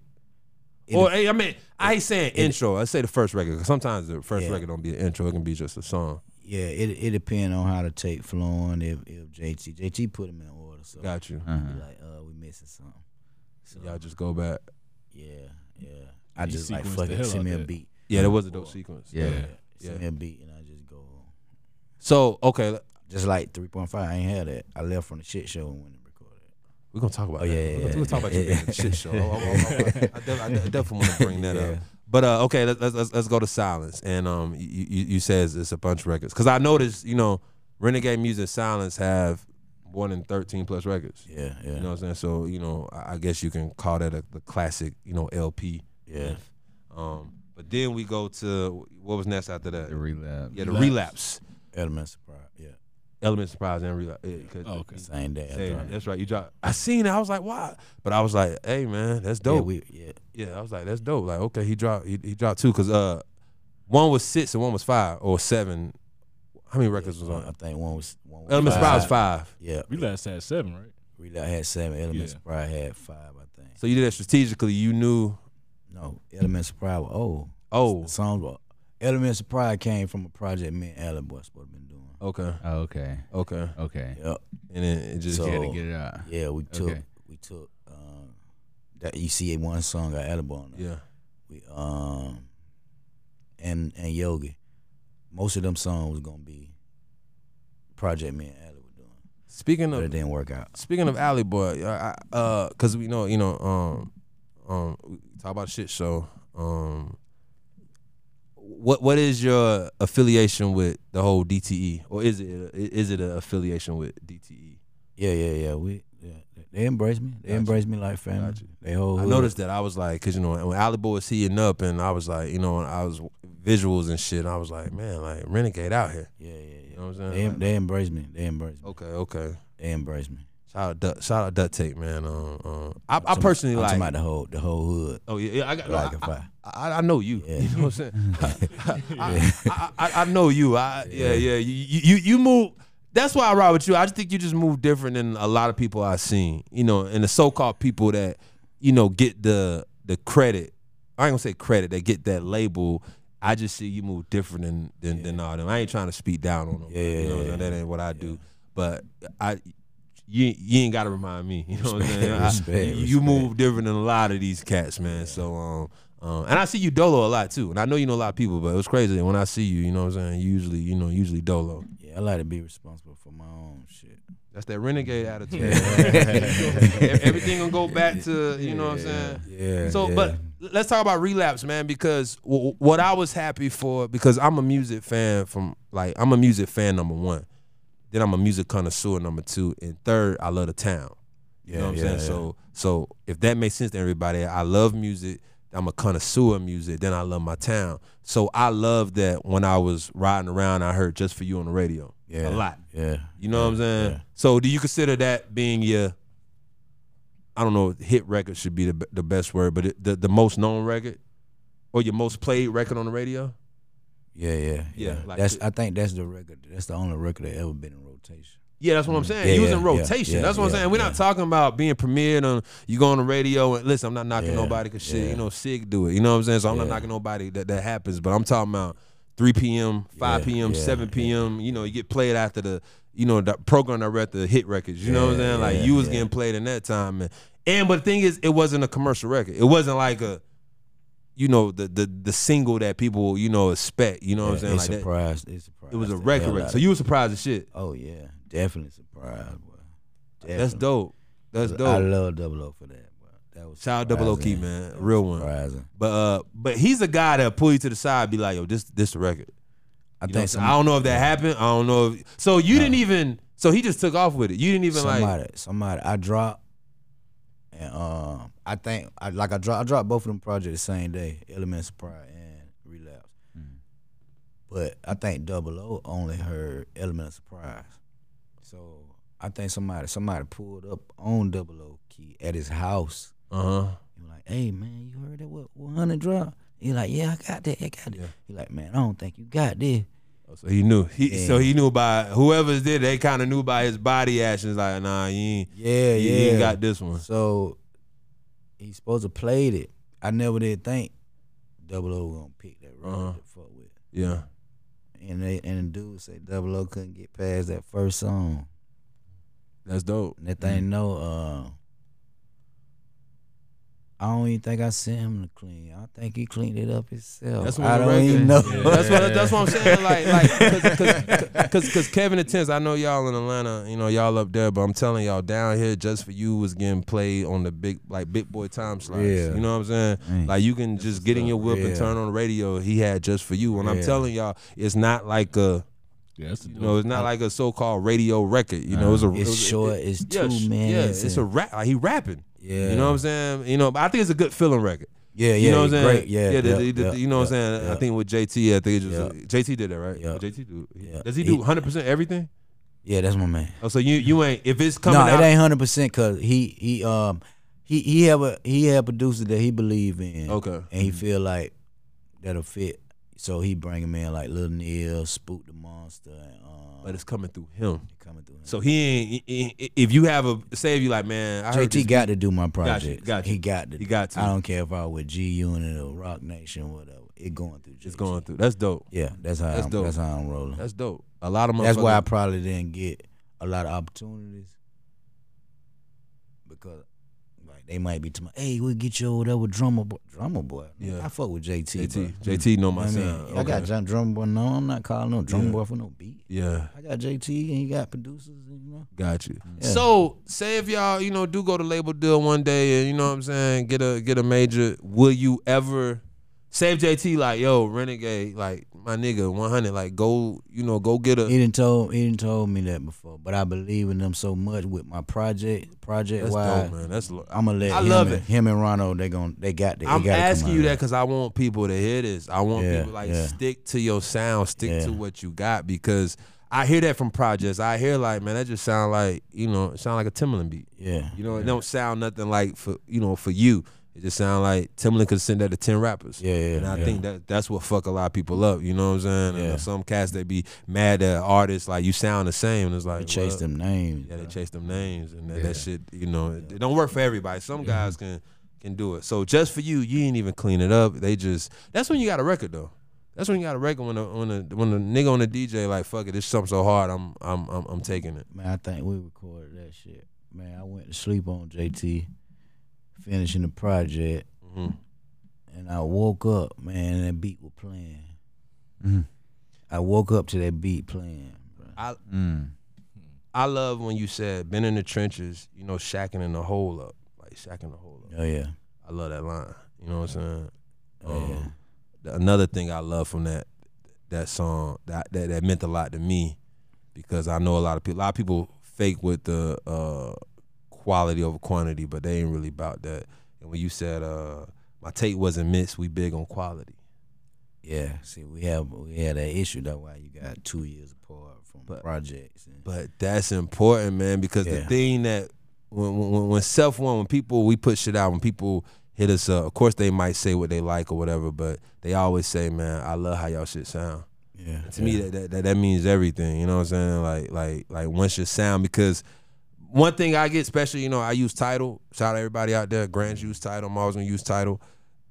S8: It-
S2: or hey, I mean, I ain't saying intro. I say the first record 'cause sometimes the first
S8: Yeah.
S2: record don't be an intro. It can be just a song.
S8: Yeah, it it depend on how the tape flowing. If if JT JT put them in order, so
S2: Got you.
S8: be
S5: Uh-huh.
S8: like uh we missing something. So
S2: Y'all just go back.
S8: yeah, yeah. I
S4: You
S8: just like
S4: sequenced
S8: fuck
S4: the
S8: it.
S4: hell
S8: Send
S4: out
S8: me a
S4: that.
S8: beat.
S2: Yeah, that was a dope sequence.
S5: Yeah.
S8: Send
S2: Yeah.
S8: me a beat, and I just go.
S2: So okay,
S8: Just like three point five. I ain't had that. I left from the shit show and went and recorded. it.
S2: we're gonna talk about
S8: Oh,
S2: that.
S8: yeah, yeah,
S2: we're, gonna, we're gonna talk about you
S8: yeah.
S2: being a shit show. Oh, I, I- I- I def- I def- I definitely want to bring that up.
S8: Yeah.
S2: But uh, okay, let's, let's let's let's go to silence. And um, you you, you says it's a bunch of records because I noticed you know Renegade Music Silence have more than thirteen plus records.
S8: Yeah, yeah,
S2: You know what I'm saying? So you know, I, I guess you can call that a, the classic, you know, LP.
S8: yeah.
S2: Um, but then we go to what was next after that?
S5: The relapse.
S2: yeah, the relapse,
S8: Element surprise. Yeah,
S2: Element Surprise and relapse. Yeah, 'cause-
S4: Oh, okay.
S8: same day.
S2: Hey,
S8: after.
S2: that's right. You dropped. I seen it. I was like, why? But I was like, hey man, that's
S8: Yeah,
S2: dope.
S8: we, yeah,
S2: Yeah, I was like, that's dope. Like, okay, he dropped he, he dropped two because uh, one was six and one was five or seven. How many records was
S8: I
S2: on?
S8: think one was one. Was
S2: Element Surprise
S8: five.
S2: was five.
S8: Yeah,
S4: We last had seven, right?
S8: Relapse had seven. Element
S4: Yeah.
S8: surprise had five. I think.
S2: So you did that strategically. You knew.
S8: No, Element surprise. was old.
S2: Oh,
S8: The songs were. Element surprise came from a project me and Alan was supposed to been doing.
S2: okay,
S5: Oh, okay.
S2: okay,
S5: Okay.
S8: Yep.
S2: and then it just
S8: So-
S5: Yeah, to get it out.
S8: Yeah, we took
S5: Okay.
S8: we took um, that ECA one song got Alabama. on it.
S2: yeah,
S8: We um and and Yogi. Most of them songs was gonna be Project Me and Alabama were doing,
S2: Speaking
S8: but it
S2: of
S8: didn't work out.
S2: speaking of Alley Boy, I, I, uh, cause we know you know um um we talk about shit show um. What what is your affiliation with the whole DTE, or is it is it an affiliation with E? DTE?
S8: Yeah, yeah, yeah. We yeah. they embraced me. They
S2: Gotcha.
S8: embraced me like family.
S2: Gotcha.
S8: They whole.
S2: I
S8: hood.
S2: noticed that I was like, cause you know when Ali Boy was heating up, and I was like, you know, when I was visuals and shit. I was like, man, like renegade out here.
S8: Yeah, yeah,
S2: You
S8: yeah.
S2: know what I'm
S8: They
S2: saying?
S8: they embraced me. They embraced me.
S2: okay, okay.
S8: They embraced me.
S2: Shout out, Duck, shout out, Duct Tape, man. Um, um, I, I
S8: I'm
S2: personally
S8: talking
S2: like.
S8: about the whole the whole hood.
S2: oh yeah, yeah. I got.
S8: Like
S2: I,
S8: if I,
S2: I, I know you.
S8: Yeah.
S2: You know what I'm saying? I, I, I, I know you. I yeah yeah. You you you move. That's why I ride with you. I just think you just move different than a lot of people I've seen. You know, and the so-called people that you know get the the credit. I ain't gonna say credit. They get that label. I just see you move different than than, than all them. I ain't trying to speak down on them.
S8: Yeah,
S2: you know, what I'm
S8: yeah,
S2: saying? that ain't what I do. But I. You, you ain't gotta remind me. You know what I'm saying? I-
S8: Respect,
S2: you- you
S8: respect.
S2: move different than a lot of these cats, man. So um, um, and I see you dolo a lot too, and I know you know a lot of people, but it was crazy when I see you. You know what I'm saying? Usually, you know, usually dolo.
S8: yeah, I like to be responsible for my own shit.
S2: That's that renegade attitude. Everything gonna go back to you know what I'm saying.
S8: Yeah.
S2: So,
S8: yeah.
S2: but let's talk about relapse, man, because w- what I was happy for, because I'm a music fan from like I'm a music fan number one, then I'm a music connoisseur number two, and third, I love the town. You know what I'm saying? So so if that makes sense to everybody, I love music. I'm a connoisseur of music. Then I love my town. So I love that when I was riding around, I heard "Just for You" on the radio
S8: yeah,
S2: a lot.
S8: Yeah.
S2: You know what I'm saying?
S8: yeah.
S2: So do you consider that being your? I don't know. if Hit record should be the be- the best word, but it, the the most known record, or your most played record on the radio.
S8: Yeah, yeah,
S2: Yeah,
S8: yeah.
S2: like
S8: that's
S2: the-
S8: I think that's the record. That's the only record that ever been in rotation.
S2: Yeah, that's what I'm saying.
S8: Yeah,
S2: he was
S8: yeah,
S2: in
S8: yeah,
S2: rotation.
S8: yeah,
S2: that's what I'm
S8: yeah,
S2: saying. We're not
S8: yeah.
S2: talking about being premiered on. You go on the radio and listen. I'm not knocking
S8: Yeah,
S2: nobody because shit,
S8: yeah.
S2: you know, Sig do it. You know what I'm saying? So I'm not
S8: Yeah.
S2: knocking nobody that that happens. But I'm talking about 3 p.m., 5
S8: Yeah,
S2: p.m.,
S8: yeah,
S2: 7 p.m. You know, you get played after the you know the program director hit records. You know what I'm
S8: Yeah,
S2: saying? Like
S8: yeah,
S2: you was
S8: yeah.
S2: getting played in that time. And, and but the thing is, it wasn't a commercial record. It wasn't like a you know the the the single that people you know expect. You know what I'm
S8: Yeah,
S2: saying?
S8: it
S2: Like that-
S8: surprised. It surprised.
S2: it was a
S8: the
S2: record.
S8: hell
S2: record.
S8: out
S2: So
S8: of-
S2: you were surprised as shit.
S8: Oh yeah, definitely surprised. Boy.
S2: That's
S8: Definitely.
S2: dope. That's
S8: I
S2: dope.
S8: love Double O for that. Boy. That was
S2: Shout out Double O Key,
S8: surprising.
S2: man, real one.
S8: Surprising.
S2: But uh, but he's a guy that pull you to the side, be like, yo, this this the record.
S8: I
S2: You know what I'm
S8: think
S2: saying?
S8: some,
S2: I don't know if that happened. I don't know. if So you didn't even. So he just took off with it. You didn't even like.
S8: somebody, somebody, I dropped, and um, I think I like I dropped, I dropped both of them projects the same day, Element Surprise and Relapse.
S2: Mm.
S8: But I think Double O only heard Element of Surprise, so I think somebody, somebody pulled up on Double O Key at his house.
S2: Uh huh.
S8: He was like, "Hey man, you heard that what 100 drop?" He like, "Yeah, Oh, I got that, I got it." He like, "Man, I don't think you got this."
S2: So he knew. He
S8: Yeah.
S2: so he knew by whoever did. it, They kind of knew by his body actions. Like nah, you ain't.
S8: Yeah,
S2: you ain't got this one.
S8: So he's supposed to played it. I never did think Double O gonna pick that record
S2: Uh-huh.
S8: to fuck with.
S2: Yeah.
S8: And they and the dude said Double O couldn't get past that first song.
S2: That's dope.
S8: And that thing no uh I don't even think I sent him to clean. I think he cleaned it up himself.
S2: That's what
S8: I
S2: the
S8: don't
S2: record-
S8: even know.
S2: That's what that's what I'm saying. Like like because because Kevin and Tense, I know y'all in Atlanta, you know y'all up there, but I'm telling y'all down here, just for you was getting played on the big like big boy time slots.
S8: Yeah.
S2: You know what I'm saying?
S5: Mm.
S2: Like you can just get in your whip and
S8: Yeah.
S2: turn on the radio. He had just for you, and I'm
S8: Yeah.
S2: telling y'all, it's not like a.
S4: Yeah, that's the
S2: You know, it's not like a so-called radio record. You know, it was a it
S8: It's
S2: was-
S8: short.
S2: it-
S8: it's
S2: yeah,
S8: two
S2: sh-
S8: minutes.
S2: Yeah, it's a rap. Like he rapping.
S8: yeah.
S2: You know what I'm saying? You know, but I think it's a good feeling record.
S8: Yeah, yeah.
S2: you know what I'm saying?
S8: Great. Yeah,
S2: yeah. the-
S8: yep,
S2: the- the-
S8: yep,
S2: you know what I'm
S8: yep,
S2: saying? I
S8: yep.
S2: think with JT, I think it just
S8: Yep.
S2: JT did that, right?
S8: Yep.
S2: JT do.
S8: Yep.
S2: Does he
S8: He-
S2: do 100 percent everything?
S8: Yeah, that's my man.
S2: Oh, so you you ain't if it's
S8: No,
S2: coming out.
S8: it ain't hundred percent because he he um he he have a he have producer that he believe in.
S2: Okay.
S8: and he feel like that'll fit. So he bring him in like Lil Neil, Spook the Monster, and um,
S2: But it's coming through him.
S8: coming through. Him.
S2: So he ain't. i- i- If you have a say, if you like, man, I heard
S8: JT
S2: this
S8: got to do my project.
S2: got you.
S8: He got to.
S2: He got to.
S8: I don't care if I was G Unit or Rock Nation, whatever. It going through.
S2: It's
S8: JT.
S2: going through. That's dope.
S8: Yeah, that's how
S2: That's
S8: I'm,
S2: dope.
S8: that's how I'm rolling.
S2: That's dope. A lot of
S8: That's why I
S2: motherfuckers-
S8: probably didn't get a lot of opportunities because like they might be to my, hey, we'll get you over there with drummer boy. Drummer boy,
S2: Yeah.
S8: I fuck with JT. bro.
S2: JT JT know
S8: You know
S2: my
S8: what I mean,
S2: sound.
S8: I got
S2: Okay.
S8: John drummer boy. No, I'm not calling no drummer
S2: Yeah.
S8: boy for no beat.
S2: Yeah,
S8: I got JT and he got producers. And, you know,
S2: got you.
S8: Yeah.
S2: So, say if y'all, you know, do go to label deal one day and you know what I'm saying, get a get a major, will you ever save JT like, yo, renegade, like my nigga, 100, like go, you know, go get
S8: he
S2: a
S8: didn't told he didn't told me that before, but I believe in them so much with my project project
S2: That's
S8: wise.
S2: dope, man. That's lo-
S8: I'm gonna let
S2: I
S8: him
S2: love
S8: and,
S2: it.
S8: him and Rono. They gon' they got that.
S2: I'm asking you that because I want people to hear this. I want
S8: Yeah,
S2: people like
S8: yeah.
S2: stick to your sound, stick
S8: Yeah.
S2: to what you got because I hear that from projects. I hear like, man, that just sound like you know, it sound like a Timbaland beat.
S8: Yeah,
S2: You know, it don't sound nothing like for you know for you. It just sound like Timbaland could send that to ten rappers.
S8: Yeah, yeah,
S2: And I
S8: yeah.
S2: think that that's what fuck a lot of people up. You know what I'm saying? And
S8: Yeah.
S2: some cats they be mad at artists like you sound the same. And it's like
S8: they chase
S2: well,
S8: them names.
S2: Yeah, they chase them names and that, that shit. You know, it, it don't work for everybody. Some
S8: Mm-hmm.
S2: guys can can do it. So just for you, you ain't even clean it up. They just that's when you got a record though. That's when you got a record when a when a when a nigga on the DJ like fuck it, this something so hard. I'm I'm I'm, I'm taking it.
S8: Man, I think we recorded that shit. Man, I went to sleep on JT, finishing the project,
S2: hmm
S8: and I woke up, man, and that beat was playing.
S2: Mm-hmm.
S5: Mhm.
S8: I woke up to that beat playing. bro.
S2: I
S5: Mm.
S2: I love when you said been in the trenches, you know, shacking in the hole up, like shacking the hole up.
S8: Oh yeah,
S2: I love that line. You know what I'm saying?
S8: oh yeah.
S2: Um, th- Another thing I love from that that song that, that that meant a lot to me because I know a lot of people. A lot of people fake with the uh, quality over quantity, but they ain't really about that. And when you said uh, my tape wasn't mixed, we big on quality.
S8: yeah. See, we have we had that issue. That's why you got two years apart from
S2: But-
S8: projects. And,
S2: But that's important, man, because the
S8: Yeah.
S2: thing that when when, when self one, when people we put shit out, when people hit us up, of course they might say what they like or whatever, but they always say, "Man, I love how y'all shit sound."
S8: yeah,
S2: To me, that, that that that means everything. You know what I'm saying? Like like like once your sound, because one thing I get special, you know, I use title. Shout out everybody out there. Grants use title. I'm always gonna use title.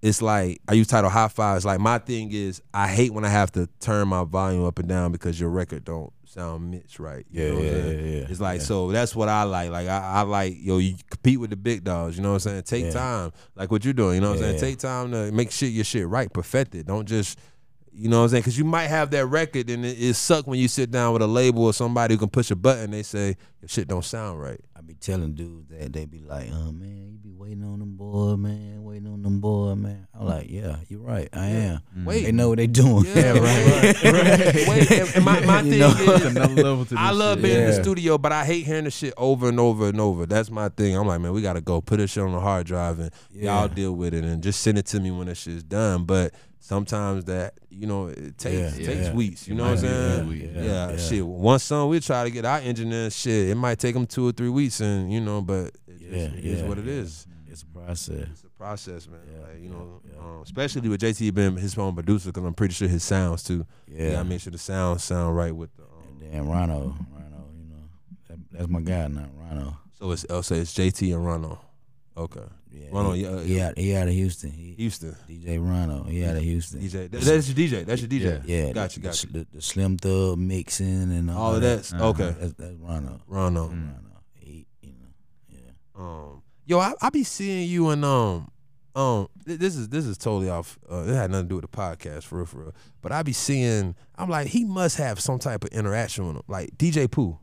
S2: It's like I use title high fives. Like my thing is, I hate when I have to turn my volume up and down because your record don't sound mixed right. You
S8: Yeah,
S2: know what I'm
S8: yeah,
S2: saying?
S8: yeah, yeah.
S2: It's like so that's what I like. Like I, I like yo, you compete with the big dogs. You know what I'm saying? Take
S8: Yeah.
S2: time, like what you're doing. You know what I'm
S8: Yeah,
S2: saying?
S8: yeah.
S2: Take time to make shit your shit right, perfect it. Don't just you know what I'm saying? Because you might have that record, and it, it suck when you sit down with a label or somebody who can push a button. They say your shit don't sound right.
S8: I be telling dudes that they be like, "Oh man, you be waiting on them boy, man, waiting on them boy, man." I'm like, "Yeah, you're right, I am."
S2: Mm. Wait.
S8: they know what they doing.
S2: Yeah, right, Wait, and, and my, my
S8: You
S2: thing
S8: know?
S2: is,
S5: Another level to this
S2: I love
S5: shit.
S2: being in the
S8: Yeah.
S2: studio, but I hate hearing the shit over and over and over. That's my thing. I'm like, man, we gotta go put this shit on the hard drive and
S8: Yeah.
S2: y'all deal with it and just send it to me when this shit's done. But sometimes that you know it takes
S8: Yeah,
S2: takes
S8: yeah.
S2: weeks. You
S8: It
S2: know what I'm
S8: might be
S2: saying?
S8: a week,
S2: Yeah,
S8: yeah, yeah.
S2: shit. One song we try to get our engineer shit. It might take them two or three weeks, and you know, but it, just,
S8: Yeah,
S2: it is
S8: yeah,
S2: what it is.
S8: yeah. Mm. It's a process.
S2: It's a process, man.
S8: Yeah,
S2: like, you
S8: yeah,
S2: know,
S8: yeah.
S2: Um, especially with JT being his own producer, because I'm pretty sure his sounds too. Yeah,
S8: Yeah.
S2: I make sure the sounds sound right with the. Um,
S8: And then Rhino, Rhino, you know, that, that's my guy now, Rhino.
S2: So it's oh, so it's JT and Rono. Okay,
S8: Yeah,
S2: Rhino,
S8: he,
S2: yeah,
S8: he out, he out of Houston. He,
S2: Houston
S8: DJ Rhino, he out of Houston.
S2: DJ. That- that's your DJ. That's your DJ.
S8: yeah,
S2: Gotcha,
S8: the,
S2: gotcha.
S8: The, the Slim Thug mixing and all, Uh-huh,
S2: All of that's okay.
S8: That's, that's Rhino.
S2: Rono.
S8: Rhino, he, you know, yeah.
S2: Um, yo, I, I be seeing you and um, um. th- This is this is totally off. Uh, it had nothing to do with the podcast for real, for real. But I be seeing. I'm like, he must have some type of interaction with him, like DJ Pooh.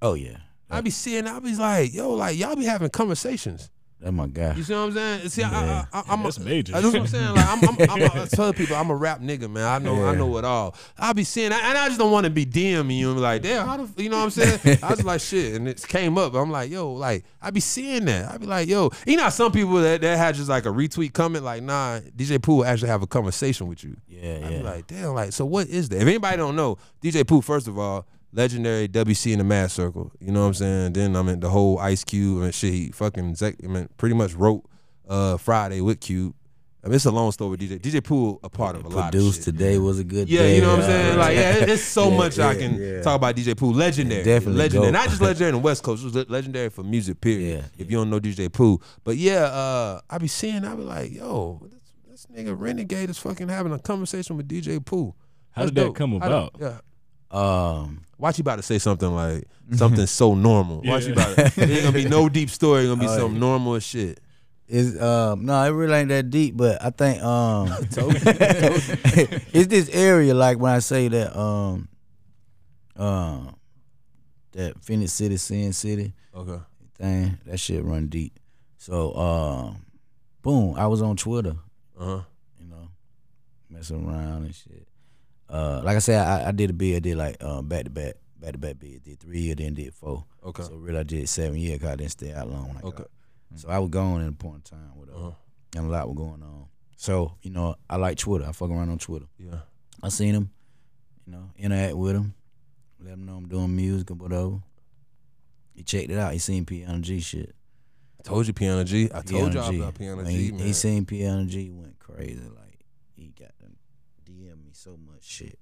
S8: Oh yeah,
S2: I be seeing. I be like, yo, like y'all be having conversations.
S8: That's my guy.
S2: You see what I'm saying? See,
S8: Yeah.
S2: I, I, I, I'm
S4: That's
S2: a,
S4: major.
S2: That's what I'm saying. Like, I'm, I'm, I'm a, I tell people I'm a rap nigga, man. I know, I
S8: Yeah.
S2: know it all. I be seeing, that, and I just don't want to be DMing you and be like, damn, how the, f-" you know what I'm saying? I was like, shit, and it came up. I'm like, yo, like I be seeing that. I be like, yo, you know, how some people that that had just like a retweet comment, like, nah, DJ Pooh actually have a conversation with you.
S8: Yeah,
S2: I be
S8: yeah.
S2: like, damn, like, so what is that? If anybody don't know, DJ Pooh, first of all, legendary WC in the Mad Circle. You know what I'm saying? Then I mean the whole Ice Cube and shit. He fucking exec- I mean, pretty much wrote uh, Friday with Cube. I mean, it's a long story with DJ. DJ Pooh a part of a lot of
S8: Produced
S2: shit.
S8: today was a good
S2: Yeah,
S8: day.
S2: you know what I'm saying?
S8: Yeah.
S2: Like, yeah, it- it's so
S8: Yeah,
S2: much I
S8: yeah,
S2: can
S8: yeah.
S2: talk about DJ Pooh. Legendary.
S8: Definitely
S2: legendary.
S8: dope.
S2: Not just legendary in the West Coast, it was le- legendary for music, period.
S8: Yeah,
S2: if you don't know DJ Pooh. But yeah, uh, I be seeing, I be like, yo, this, this nigga Renegade is fucking having a conversation with DJ Pooh.
S4: How
S2: That's
S4: did that
S2: dope.
S4: come
S2: How
S4: about?
S2: yeah.
S8: Um,
S2: Watch you about to say something like something so normal. Watch you
S4: Yeah.
S2: about to, it ain't gonna be no deep story. It's gonna be some normal as shit.
S8: It's um no, it really ain't that deep, but I think um it's this area like when I say that um um that Phoenix City, Sin City
S2: Okay.
S8: thing, that shit run deep. So um boom, I was on Twitter,
S2: Uh huh.
S8: you know, messing around and shit. Uh like I said, I, I did a bid, I did like um back to back, back to back bid, did three year, then did four.
S2: Okay.
S8: So really I did seven years cause I didn't stay out long. Like
S2: Okay. Mm.
S8: I- so I was gone at a point in time, whatever
S2: Uh-huh.
S8: and a lot was going on. So you know, I like Twitter. I fuck around on Twitter.
S2: Yeah.
S8: I seen him, you know, interact with him, let him know I'm doing music or whatever. He checked it out. He seen Piano G shit.
S2: I told you Piano G. I told y'all
S8: G.
S2: about Piano
S8: When
S2: G,
S8: he,
S2: man.
S8: he seen Piano G went crazy. Like he got them DM me so much shit.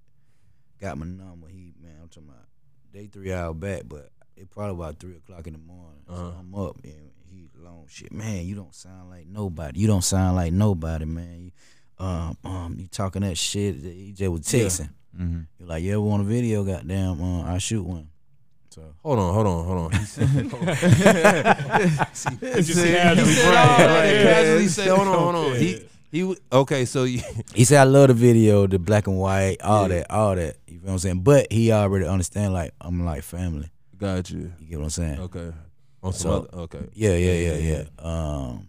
S8: Got my number. He man, I'm talking about day three hour back, but it probably about three o'clock in the morning. So
S2: Uh-huh.
S8: I'm up and he long shit. Man, you don't sound like nobody. You don't sound like nobody, man. You, um, um, you talking that shit that EJ was
S2: Yeah.
S8: texting.
S5: Mm-hmm.
S8: You're like, you ever want a video? Goddamn, uh, I shoot one. So
S2: Hold on, hold on, hold on. He said,
S4: Did you see how he
S2: said all that and casually said, "Hold on, hold on."
S4: Yeah.
S2: He he. w- Okay, so you,
S8: He said, "I love the video, the black and white, all that, all that." You feel what I'm saying? But he already understand, like I'm like family.
S2: got you.
S8: You get what I'm saying?
S2: Okay. On some
S8: So-
S2: other, okay.
S8: Yeah, yeah, yeah, yeah. Um,